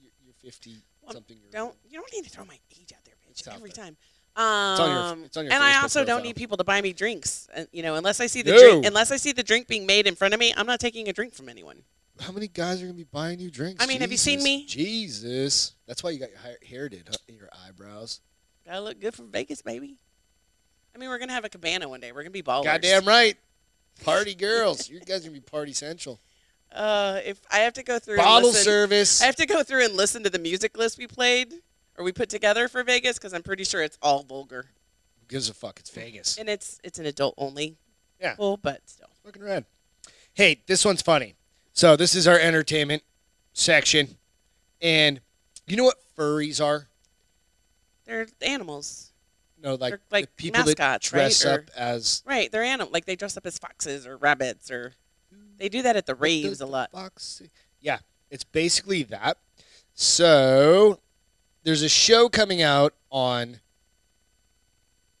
Speaker 1: You're, you're fifty
Speaker 2: Well,
Speaker 1: something. You're
Speaker 2: Don't you don't need to throw my age out there, bitch.
Speaker 1: It's out
Speaker 2: every
Speaker 1: there.
Speaker 2: time. Um,
Speaker 1: on your- it's on your
Speaker 2: and I
Speaker 1: Facebook
Speaker 2: also don't
Speaker 1: profile.
Speaker 2: need people to buy me drinks. uh, You know, unless I see the
Speaker 1: No.
Speaker 2: drink, unless I see the drink being made in front of me, I'm not taking a drink from anyone.
Speaker 1: How many guys are gonna be buying you drinks?
Speaker 2: I mean, have you seen
Speaker 1: Jesus.
Speaker 2: me?
Speaker 1: Jesus, that's why you got your hair- hair did, huh? your eyebrows.
Speaker 2: Gotta look good for Vegas, baby. I mean, we're gonna have a cabana one day. We're gonna be ballers.
Speaker 1: Goddamn right, party girls. you guys are gonna be party central.
Speaker 2: Uh, if I have to go through and
Speaker 1: Bottle
Speaker 2: listen-
Speaker 1: service.
Speaker 2: I have to go through and listen to the music list we played or we put together for Vegas because I'm pretty sure it's all vulgar
Speaker 1: Who gives a fuck? It's Vegas.
Speaker 2: and it's it's an adult only.
Speaker 1: Yeah.
Speaker 2: Well, but still.
Speaker 1: Fucking red. Hey, this one's funny. So this is our entertainment section, and you know what furries are?
Speaker 2: They're animals.
Speaker 1: No, like,
Speaker 2: They're like
Speaker 1: the people that
Speaker 2: mascots, right?
Speaker 1: dress
Speaker 2: Or-
Speaker 1: up as
Speaker 2: Right, they're animal like they dress up as foxes or rabbits or they do that at the raves a lot.
Speaker 1: Foxy. Yeah, it's basically that. So there's a show coming out on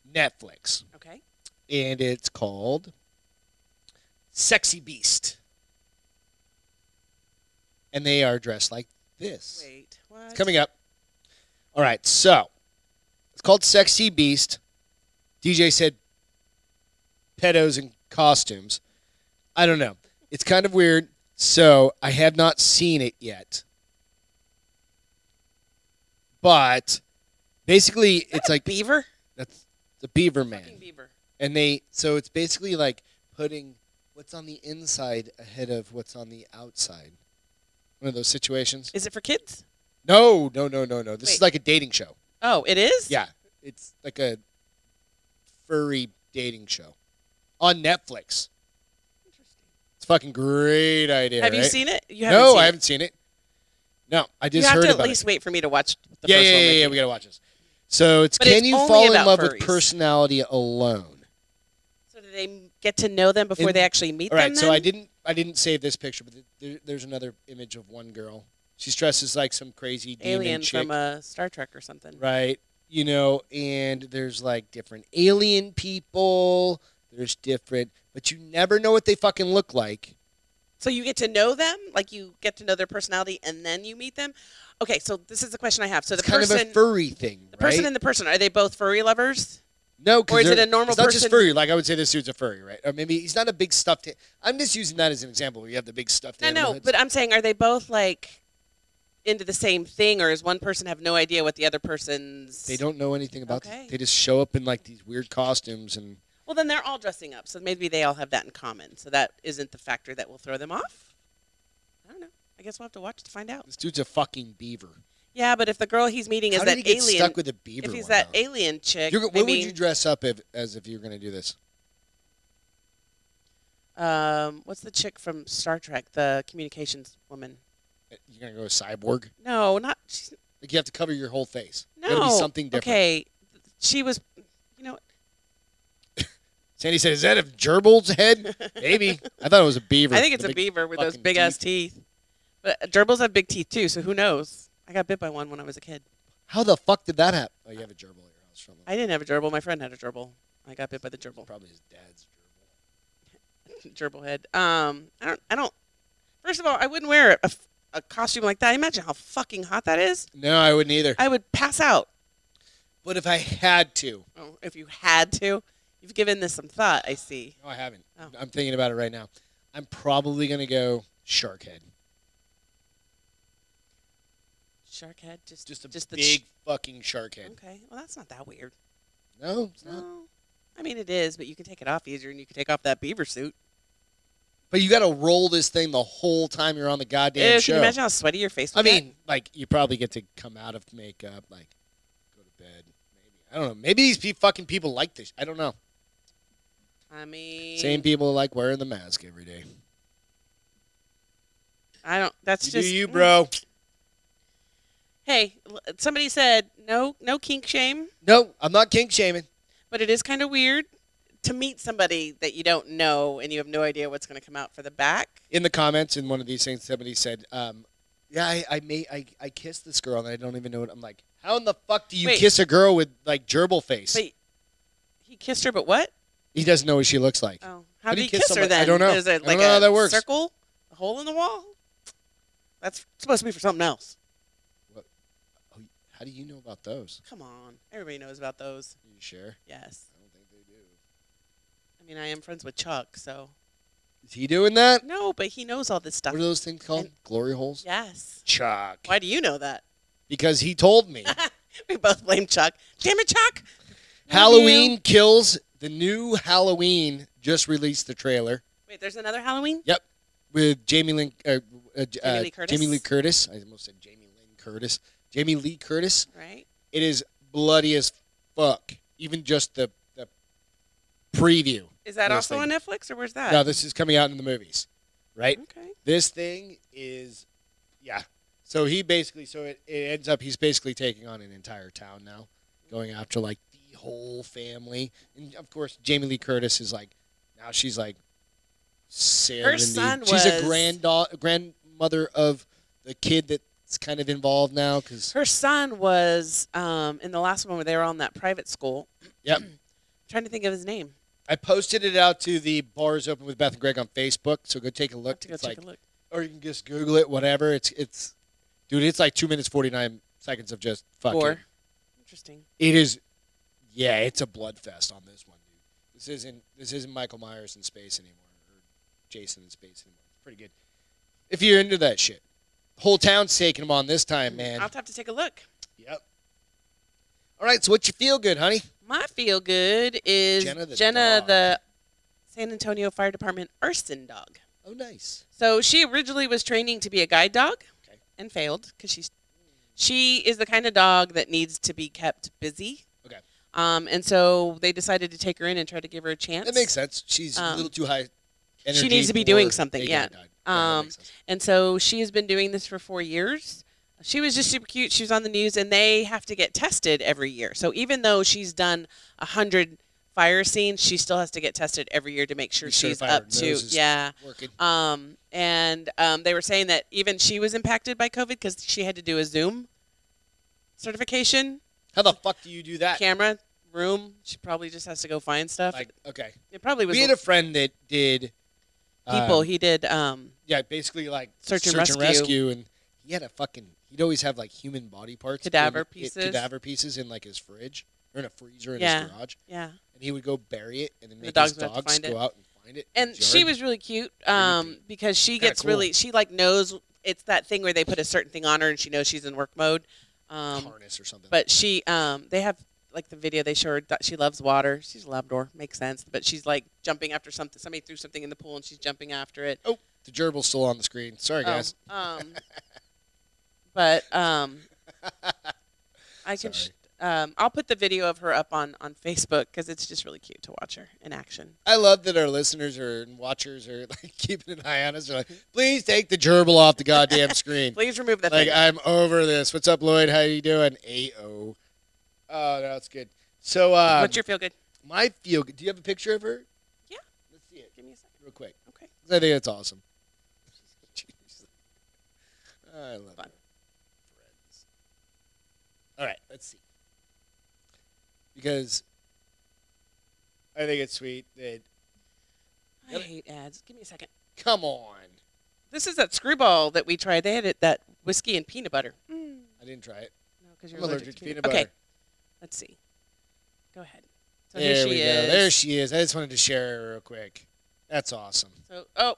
Speaker 1: Netflix,
Speaker 2: Okay.
Speaker 1: and it's called Sexy Beast. And they are dressed like this.
Speaker 2: Wait. What?
Speaker 1: It's coming up. All right, so it's called Sexy Beast. DJ said pedos and costumes. I don't know. It's kind of weird, so I have not seen it yet. But basically, it's like
Speaker 2: Beaver?
Speaker 1: that's the Beaver
Speaker 2: Fucking
Speaker 1: Man,
Speaker 2: beaver.
Speaker 1: and they so it's basically like putting what's on the inside ahead of what's on the outside. One of those situations.
Speaker 2: Is it for kids?
Speaker 1: No, no, no, no, no. This
Speaker 2: Wait.
Speaker 1: is like a dating show.
Speaker 2: Oh, it is?
Speaker 1: Yeah, it's like a furry dating show on Netflix.
Speaker 2: Interesting.
Speaker 1: It's a fucking great idea.
Speaker 2: Have you
Speaker 1: right?
Speaker 2: seen it? You haven't
Speaker 1: No,
Speaker 2: seen
Speaker 1: I
Speaker 2: it.
Speaker 1: haven't seen it. No, I
Speaker 2: You
Speaker 1: just
Speaker 2: have
Speaker 1: heard
Speaker 2: to at
Speaker 1: about
Speaker 2: least
Speaker 1: it.
Speaker 2: wait for me to watch the
Speaker 1: yeah,
Speaker 2: first
Speaker 1: yeah,
Speaker 2: one.
Speaker 1: yeah,
Speaker 2: with
Speaker 1: yeah.
Speaker 2: you.
Speaker 1: We gotta watch this. So it's
Speaker 2: But
Speaker 1: can
Speaker 2: it's
Speaker 1: you
Speaker 2: only
Speaker 1: fall in
Speaker 2: about
Speaker 1: love with
Speaker 2: furries.
Speaker 1: personality alone?
Speaker 2: So do they get to know them before
Speaker 1: In-
Speaker 2: they actually meet
Speaker 1: All right,
Speaker 2: them?
Speaker 1: so
Speaker 2: then?
Speaker 1: I didn't I didn't save this picture, but th- there, there's another image of one girl. She's dressed as like some crazy demon
Speaker 2: alien
Speaker 1: chick.
Speaker 2: from uh, Star Trek or something.
Speaker 1: right? You know, and there's like different alien people. There's different, but you never know what they fucking look like.
Speaker 2: So you get to know them, like you get to know their personality, and then you meet them. Okay, so this is the question I have. So the
Speaker 1: it's kind
Speaker 2: person,
Speaker 1: of a furry thing,
Speaker 2: the
Speaker 1: right?
Speaker 2: person and the person, are they both furry lovers?
Speaker 1: no, 'cause
Speaker 2: or is it
Speaker 1: they're-
Speaker 2: a normal
Speaker 1: it's not
Speaker 2: person?
Speaker 1: just furry. Like I would say, this dude's a furry, right? Or maybe he's not a big stuffed. i I'm just using that as an example. Where you have the big stuffed.
Speaker 2: No,
Speaker 1: animal
Speaker 2: no,
Speaker 1: heads.
Speaker 2: but I'm saying, are they both like into the same thing, or does one person have no idea what the other person's?
Speaker 1: they don't know anything about.
Speaker 2: Okay.
Speaker 1: This. They just show up in like these weird costumes and.
Speaker 2: Well, then they're all dressing up, so maybe they all have that in common. So that isn't the factor that will throw them off. I don't know. I guess we'll have to watch to find out.
Speaker 1: This dude's a fucking beaver.
Speaker 2: Yeah, but if the girl he's meeting is
Speaker 1: How
Speaker 2: that
Speaker 1: did he get
Speaker 2: alien,
Speaker 1: stuck with a beaver?
Speaker 2: if he's
Speaker 1: one,
Speaker 2: that
Speaker 1: though?
Speaker 2: alien chick,
Speaker 1: You're go- what
Speaker 2: maybe-
Speaker 1: would you dress up if, as if you were going to do this?
Speaker 2: um, what's the chick from Star Trek, the communications woman?
Speaker 1: You're going to go cyborg.
Speaker 2: No, not she's,
Speaker 1: Like you have to cover your whole face.
Speaker 2: no.
Speaker 1: Gotta be something different.
Speaker 2: Okay, she was, you know,
Speaker 1: Sandy said, "Is that a gerbil's head? Maybe. I thought it was a beaver.
Speaker 2: I think it's a
Speaker 1: The big-
Speaker 2: beaver with those
Speaker 1: fucking
Speaker 2: big ass teeth. But gerbils have big teeth too, so who knows? I got bit by one when I was a kid.
Speaker 1: How the fuck did that happen? Oh, you have a gerbil at your house from
Speaker 2: I didn't have a gerbil. My friend had a gerbil. I got bit by the gerbil.
Speaker 1: probably his dad's gerbil.
Speaker 2: gerbil head. Um, I don't. I don't. First of all, I wouldn't wear a, f- a costume like that. Imagine how fucking hot that is.
Speaker 1: No, I wouldn't either.
Speaker 2: I would pass out.
Speaker 1: but if I had to,
Speaker 2: Oh, if you had to, you've given this some thought. I see.
Speaker 1: no, I haven't.
Speaker 2: Oh.
Speaker 1: I'm thinking about it right now. I'm probably gonna go Sharkhead.
Speaker 2: Shark head, just
Speaker 1: Just a
Speaker 2: just the
Speaker 1: big
Speaker 2: ch-
Speaker 1: fucking Sharkhead.
Speaker 2: okay, well that's not that weird.
Speaker 1: No, it's not.
Speaker 2: Mm. No, I mean it is, but you can take it off easier, and you can take off that beaver suit.
Speaker 1: But you got to roll this thing the whole time you're on the
Speaker 2: Ew,
Speaker 1: goddamn
Speaker 2: can
Speaker 1: show.
Speaker 2: you imagine how sweaty your face?
Speaker 1: I
Speaker 2: would get?
Speaker 1: mean, like you probably get to come out of makeup, like go to bed. Maybe I don't know. Maybe these pe- fucking people like this. I don't know.
Speaker 2: I mean,
Speaker 1: Same people like wearing the mask every day.
Speaker 2: I don't. That's
Speaker 1: You
Speaker 2: just
Speaker 1: do you,
Speaker 2: mm.
Speaker 1: bro.
Speaker 2: Hey, l- somebody said no, no kink shame,
Speaker 1: No, I'm not kink shaming.
Speaker 2: but it is kind of weird to meet somebody that you don't know and you have no idea what's going to come out for the back.
Speaker 1: In the comments, in one of these things, somebody said, um, "Yeah, I I, may, I I kissed this girl and I don't even know it." I'm like, "How in the fuck do you
Speaker 2: Wait.
Speaker 1: kiss a girl with like gerbil face?"
Speaker 2: Wait. He kissed her, but what?
Speaker 1: He doesn't know what she looks like.
Speaker 2: Oh, how
Speaker 1: How
Speaker 2: did he kiss, her
Speaker 1: somebody? I
Speaker 2: then?
Speaker 1: don't know.
Speaker 2: Is
Speaker 1: I
Speaker 2: it
Speaker 1: don't
Speaker 2: like
Speaker 1: know
Speaker 2: a
Speaker 1: how that works.
Speaker 2: circle, a hole in the wall? That's supposed to be for something else.
Speaker 1: Oh, How do you know about those?
Speaker 2: Come on, everybody knows about those.
Speaker 1: Are you sure?
Speaker 2: Yes,
Speaker 1: I don't think they do.
Speaker 2: I mean I am friends with Chuck, so
Speaker 1: Is he doing that?
Speaker 2: no, but he knows all this stuff.
Speaker 1: What are those things called? Glory holes?
Speaker 2: Yes.
Speaker 1: Chuck.
Speaker 2: Why do you know that?
Speaker 1: Because he told me.
Speaker 2: We both blame Chuck. Damn it, Chuck!
Speaker 1: Halloween Kills, the new Halloween, just released the trailer
Speaker 2: Wait, there's another Halloween.
Speaker 1: with Jamie Lynn, uh, uh, J-
Speaker 2: Jamie
Speaker 1: uh,
Speaker 2: Lee Curtis?
Speaker 1: Jamie Lee Curtis. I almost said Jamie Lynn Curtis. Jamie Lee Curtis.
Speaker 2: Right.
Speaker 1: It is bloody as fuck. Even just the, the preview.
Speaker 2: Is that
Speaker 1: Yes,
Speaker 2: also
Speaker 1: they-
Speaker 2: on Netflix or where's that?
Speaker 1: Now, this is coming out in the movies, right?
Speaker 2: Okay.
Speaker 1: this thing is yeah so he basically so it, it ends up he's basically taking on an entire town now going after like the whole family and of course jamie lee curtis is like now she's like 70.
Speaker 2: son
Speaker 1: she's a
Speaker 2: was-
Speaker 1: grandda- grandmother of the kid that's kind of involved now because
Speaker 2: Her son was um, in the last one where they were on that private school.
Speaker 1: Yep.
Speaker 2: trying to think of his name.
Speaker 1: i posted it out to the bars open with beth and greg on facebook so go take a
Speaker 2: I
Speaker 1: look
Speaker 2: have to go
Speaker 1: It's
Speaker 2: take
Speaker 1: like-
Speaker 2: a look.
Speaker 1: or you can just google it whatever it's it's dude it's like two minutes 49 seconds of just fucking
Speaker 2: Gore. Interesting.
Speaker 1: It is, yeah, it's a bloodfest on this one, dude. This isn't this isn't Michael Myers in space anymore or Jason in space anymore. It's pretty good if you're into that shit. Whole town's taking them on this time, man.
Speaker 2: I'll have to take a look.
Speaker 1: Yep. All right, so what you feel good, honey?
Speaker 2: My feel good is
Speaker 1: Jenna the dog.
Speaker 2: the San Antonio Fire Department arson dog.
Speaker 1: Oh, nice.
Speaker 2: So she originally was training to be a guide dog
Speaker 1: Okay.
Speaker 2: and failed because she's she is the kind of dog that needs to be kept busy.
Speaker 1: Okay.
Speaker 2: Um, and so they decided to take her in and try to give her a chance.
Speaker 1: That makes sense. She's a
Speaker 2: Um,
Speaker 1: little too high. Energy
Speaker 2: needs to be
Speaker 1: for
Speaker 2: doing something,
Speaker 1: a
Speaker 2: yeah.
Speaker 1: guy died. that
Speaker 2: Um,
Speaker 1: makes sense.
Speaker 2: And so she has been doing this for four years. She was just super cute. She was on the news, and they have to get tested every year. So even though she's done a hundred fire scenes, she still has to get tested every year to make sure
Speaker 1: Be
Speaker 2: she's
Speaker 1: certified her
Speaker 2: up to
Speaker 1: nose is-
Speaker 2: yeah.
Speaker 1: working.
Speaker 2: Um, and um, they were saying that even she was impacted by COVID because she had to do a Zoom certification,
Speaker 1: How the fuck do you do that?
Speaker 2: camera, room. She probably just has to go find stuff.
Speaker 1: Like, okay,
Speaker 2: it probably was
Speaker 1: we had a friend that did um,
Speaker 2: people. he did. Um,
Speaker 1: yeah, basically like
Speaker 2: Search and
Speaker 1: rescue. and he had a fucking. He'd always have like human body parts, in-
Speaker 2: Cadaver
Speaker 1: in-
Speaker 2: pieces.
Speaker 1: cadaver pieces in like his fridge or in a freezer in
Speaker 2: Yeah.
Speaker 1: his garage,
Speaker 2: yeah,
Speaker 1: and he would go bury it, and then
Speaker 2: The
Speaker 1: make
Speaker 2: dogs
Speaker 1: his
Speaker 2: would have to
Speaker 1: dogs
Speaker 2: find
Speaker 1: go
Speaker 2: it.
Speaker 1: out and find it. in
Speaker 2: and
Speaker 1: his
Speaker 2: she
Speaker 1: yard.
Speaker 2: was really cute. Um, because she
Speaker 1: Kinda
Speaker 2: gets
Speaker 1: cool.
Speaker 2: really she like knows it's that thing where they put a certain thing on her and she knows she's in work mode. Um,
Speaker 1: harness or something.
Speaker 2: But she, um, they have like the video they show her. that She loves water. She's a Labrador, makes sense. But she's like jumping after something. Somebody threw something in the pool, and she's jumping after it.
Speaker 1: the gerbil's still on the screen. Sorry, guys.
Speaker 2: Oh, um, but um, I can. Sh-
Speaker 1: Sorry.
Speaker 2: um, I'll put the video of her up on on Facebook because it's just really cute to watch her in action.
Speaker 1: I love that our listeners or and watchers are like keeping an eye on us. They're like, please take the gerbil off the goddamn screen.
Speaker 2: Please remove that.
Speaker 1: like
Speaker 2: thing.
Speaker 1: I'm over this. What's up, Lloyd? How you doing? A O. Oh, no, it's good. So, um,
Speaker 2: What's your feel good?
Speaker 1: my feel. Do you have a picture of her?
Speaker 2: Yeah.
Speaker 1: Let's see it
Speaker 2: Give me a second.
Speaker 1: real quick.
Speaker 2: Okay.
Speaker 1: 'Cause I think that's awesome. I love
Speaker 2: Fun.
Speaker 1: her. Friends. All right, let's see. Because I think it's sweet that.
Speaker 2: I
Speaker 1: Yep.
Speaker 2: hate ads. Give me a second.
Speaker 1: Come on.
Speaker 2: This is that screwball that we tried. They had it that whiskey and peanut butter.
Speaker 1: I didn't try it.
Speaker 2: No, because
Speaker 1: I'm
Speaker 2: you're
Speaker 1: allergic, to peanut butter.
Speaker 2: Okay, let's see. Go ahead. So
Speaker 1: there
Speaker 2: here she
Speaker 1: we
Speaker 2: is.
Speaker 1: go. There she is. I just wanted to share her real quick. That's awesome.
Speaker 2: so, oh,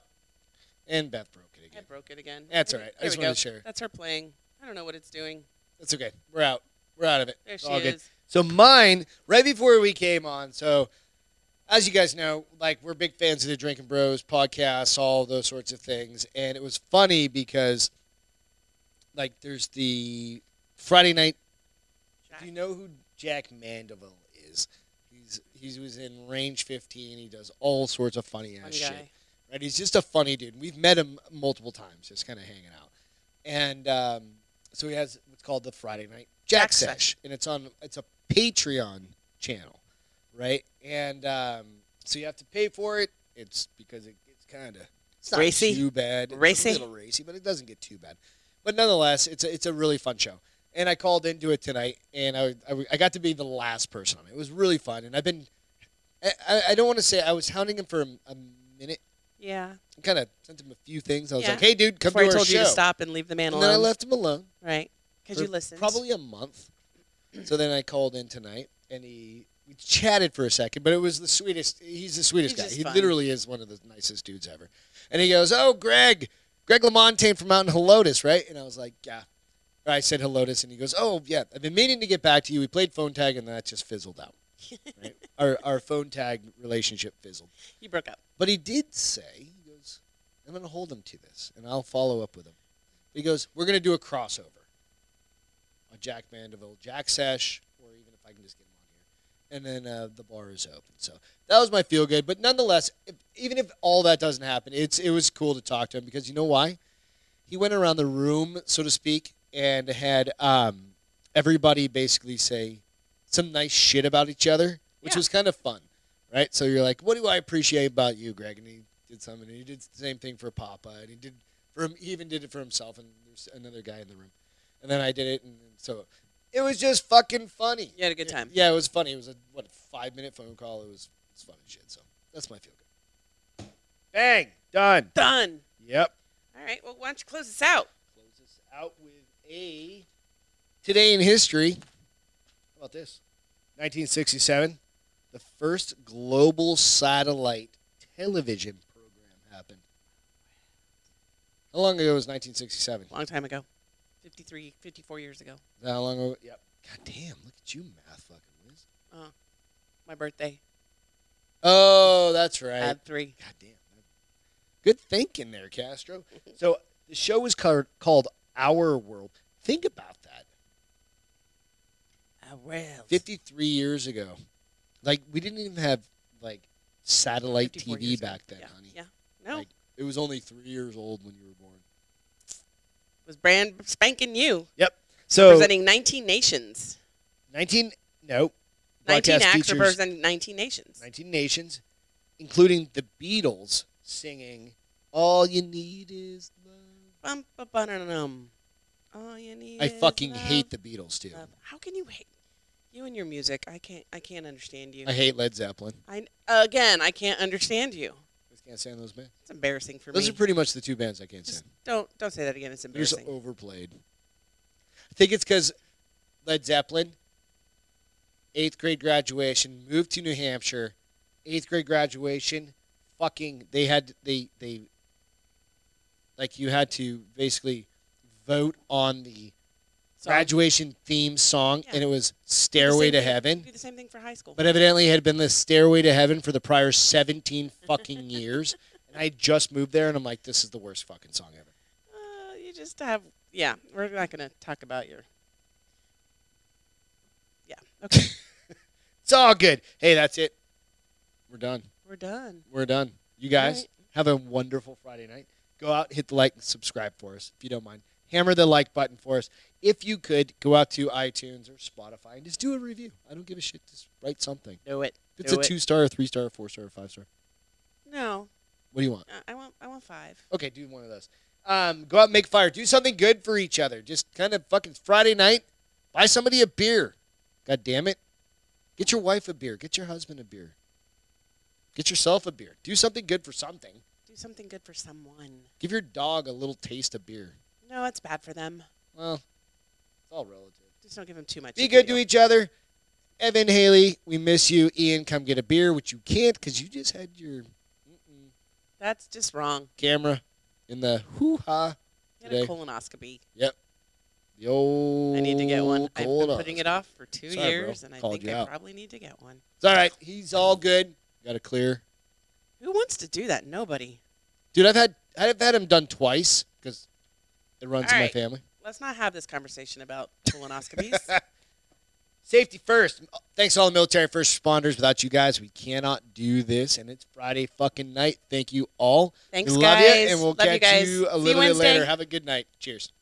Speaker 1: And Beth broke it
Speaker 2: I
Speaker 1: again.
Speaker 2: broke it again.
Speaker 1: That's
Speaker 2: There-
Speaker 1: all right. I
Speaker 2: there
Speaker 1: just
Speaker 2: we
Speaker 1: wanted
Speaker 2: go.
Speaker 1: to share.
Speaker 2: That's her playing. I don't know what it's doing.
Speaker 1: That's okay. We're out. We're out of it.
Speaker 2: There
Speaker 1: It's
Speaker 2: she
Speaker 1: all good.
Speaker 2: is.
Speaker 1: So mine, right before we came on, so as you guys know, like we're big fans of the Drinking Bros podcasts, all those sorts of things. And it was funny because like there's the Friday night
Speaker 2: Jack.
Speaker 1: do you know who Jack Mandeville is? He's he was in Range 15. He does all sorts of funny ass
Speaker 2: Funny
Speaker 1: shit.
Speaker 2: guy.
Speaker 1: Right? He's just a funny dude. We've met him multiple times, just kind of hanging out. And um, so he has what's called the Friday Night Jack,
Speaker 2: Jack
Speaker 1: Sesh,
Speaker 2: Sesh.
Speaker 1: and it's on it's a Patreon channel, right? And um, so you have to pay for it. It's because it gets kind of it's not
Speaker 2: Racy.
Speaker 1: too bad. It's
Speaker 2: Racy.
Speaker 1: a little racy, but it doesn't get too bad. But nonetheless, it's a, it's a really fun show. And I called into it tonight, and I, I, I got to be the last person on it. It was really fun, and I've been I, I, I don't want to say I was hounding him for a, a minute
Speaker 2: Yeah.
Speaker 1: kind of sent him a few things. I was
Speaker 2: Yeah.
Speaker 1: like, "Hey, dude, come
Speaker 2: Before I
Speaker 1: to our
Speaker 2: told
Speaker 1: show."
Speaker 2: you to stop and leave the man
Speaker 1: and
Speaker 2: alone.
Speaker 1: then I left him alone.
Speaker 2: Right. Because
Speaker 1: for
Speaker 2: you listened.
Speaker 1: Probably a month. So then I called in tonight, and he we chatted for a second, but it was the sweetest. He's the sweetest
Speaker 2: He's
Speaker 1: guy.
Speaker 2: just
Speaker 1: He
Speaker 2: fun.
Speaker 1: literally is one of the nicest dudes ever. And he goes, "Oh, Greg, Greg Lamontagne from Mountain Helotus, right?" And I was like, "Yeah." Or I said Helotus, and he goes, "Oh, yeah. I've been meaning to get back to you. We played phone tag, and that just fizzled out. Right? our our phone tag relationship fizzled."
Speaker 2: You broke up.
Speaker 1: But he did say, he goes, I'm going to hold him to this, and I'll follow up with him. He goes, we're going to do a crossover on Jack Mandeville, Jack Sesh, or even if I can just get him on here. And then uh, the bar is open. So that was my feel good. But nonetheless, if, even if all that doesn't happen, it's it was cool to talk to him because you know why? He went around the room, so to speak, and had um, everybody basically say some nice shit about each other, which
Speaker 2: Yeah.
Speaker 1: was kind of fun right? So you're like, what do I appreciate about you, Greg? And he did something. And he did the same thing for Papa, and he did for him. He even did it for himself. And there's another guy in the room, and then I did it, and so it was just fucking funny.
Speaker 2: You had a good time.
Speaker 1: Yeah, it was funny. It was a what five minute phone call. It was it's fun as shit. So that's my feel good. Bang done.
Speaker 2: Done.
Speaker 1: Yep.
Speaker 2: All right. Well, why don't you close this out?
Speaker 1: Close this out with a today in history. How about this? 1967, the first global satellite television program happened. How long ago was 1967?
Speaker 2: Long time ago. 53, 54 years ago.
Speaker 1: Is that How long ago? Yep. God damn! Look at you, math fucking whiz.
Speaker 2: My birthday.
Speaker 1: Oh, that's right.
Speaker 2: I had three.
Speaker 1: God damn. Good thinking there, Castro. So the show was called, called Our World. Think about that.
Speaker 2: I will.
Speaker 1: 53 years ago. Like we didn't even have like satellite
Speaker 2: 54
Speaker 1: TV
Speaker 2: years ago.
Speaker 1: back then,
Speaker 2: yeah.
Speaker 1: honey.
Speaker 2: Yeah. No.
Speaker 1: Like, It was only 3 years old when you were born.
Speaker 2: It was brand spanking you.
Speaker 1: So
Speaker 2: representing 19 nations.
Speaker 1: 19 no.
Speaker 2: 19
Speaker 1: broadcast
Speaker 2: acts
Speaker 1: features
Speaker 2: representing 19 nations.
Speaker 1: 19 nations including the Beatles singing All You Need Is Love.
Speaker 2: Bum, ba, ba, dum, dum. All you need
Speaker 1: I
Speaker 2: is
Speaker 1: fucking
Speaker 2: love,
Speaker 1: hate the Beatles too.
Speaker 2: love. How can you hate you and your music? I can't. I can't understand you.
Speaker 1: I hate Led Zeppelin.
Speaker 2: I again, I can't understand you.
Speaker 1: I just can't stand those bands.
Speaker 2: It's embarrassing for
Speaker 1: Those
Speaker 2: me.
Speaker 1: are pretty much the two bands I can't
Speaker 2: Just
Speaker 1: stand.
Speaker 2: don't don't say that again. It's
Speaker 1: They're just
Speaker 2: embarrassing.
Speaker 1: overplayed. I think it's because Led Zeppelin, eighth grade graduation, moved to New Hampshire, eighth grade graduation, fucking they had they they like you had to basically vote on the
Speaker 2: So
Speaker 1: graduation theme song
Speaker 2: Yeah.
Speaker 1: and it was
Speaker 2: do the
Speaker 1: Stairway
Speaker 2: same
Speaker 1: to
Speaker 2: thing-
Speaker 1: Heaven.
Speaker 2: Do the same thing for high school.
Speaker 1: But evidently it had been the Stairway to Heaven for the prior seventeen fucking years. And I just moved there and I'm like, this is the worst fucking song ever.
Speaker 2: uh, you just have yeah. We're not gonna talk about your. Yeah. Okay.
Speaker 1: It's all good. Hey, that's it. We're done.
Speaker 2: We're done.
Speaker 1: We're done. You guys,
Speaker 2: All
Speaker 1: have a wonderful Friday night. Go out, hit the like, and subscribe for us if you don't mind. Hammer the like button for us. If you could, go out to iTunes or Spotify and just do a review. I don't give a shit. Just write something.
Speaker 2: Do it.
Speaker 1: If it's
Speaker 2: Do
Speaker 1: a
Speaker 2: it.
Speaker 1: two star, a three star, a four star, a five star.
Speaker 2: No,
Speaker 1: What do you want?
Speaker 2: uh, I want. I want five.
Speaker 1: Okay, do one of those. Um, go out and make fire. Do something good for each other. Just kind of fucking Friday night. Buy somebody a beer. God damn it. Get your wife a beer. Get your husband a beer. Get yourself a beer. Do something good for something.
Speaker 2: Do something good for someone.
Speaker 1: Give your dog a little taste of beer.
Speaker 2: No, it's bad for them.
Speaker 1: Well, it's all relative.
Speaker 2: Just don't give them too much.
Speaker 1: Be good to each other. Evan Haley, we miss you. Ian, come get a beer, which you can't because you just had your mm-mm,
Speaker 2: That's just wrong.
Speaker 1: camera in the hoo ha.
Speaker 2: I had a
Speaker 1: Today.
Speaker 2: colonoscopy.
Speaker 1: The old.
Speaker 2: I need to get one. I've been
Speaker 1: colonoscopy.
Speaker 2: putting it off for two
Speaker 1: Sorry, bro.
Speaker 2: years, and I
Speaker 1: Called
Speaker 2: think
Speaker 1: you
Speaker 2: I
Speaker 1: out.
Speaker 2: probably need to get one.
Speaker 1: It's all right. He's all good. Got a clear.
Speaker 2: Who wants to do that? Nobody.
Speaker 1: Dude, I've had I've had him done twice because it runs
Speaker 2: All
Speaker 1: in my
Speaker 2: right.
Speaker 1: family.
Speaker 2: Let's not have this conversation about colonoscopies.
Speaker 1: Safety first. Thanks to all the military first responders. Without you guys, we cannot do this. And it's Friday fucking night. Thank you all.
Speaker 2: Thanks,
Speaker 1: we love
Speaker 2: guys.
Speaker 1: you, and we'll
Speaker 2: love
Speaker 1: catch
Speaker 2: you guys.
Speaker 1: you a
Speaker 2: See
Speaker 1: little bit
Speaker 2: Wednesday.
Speaker 1: later. Have a good night. Cheers.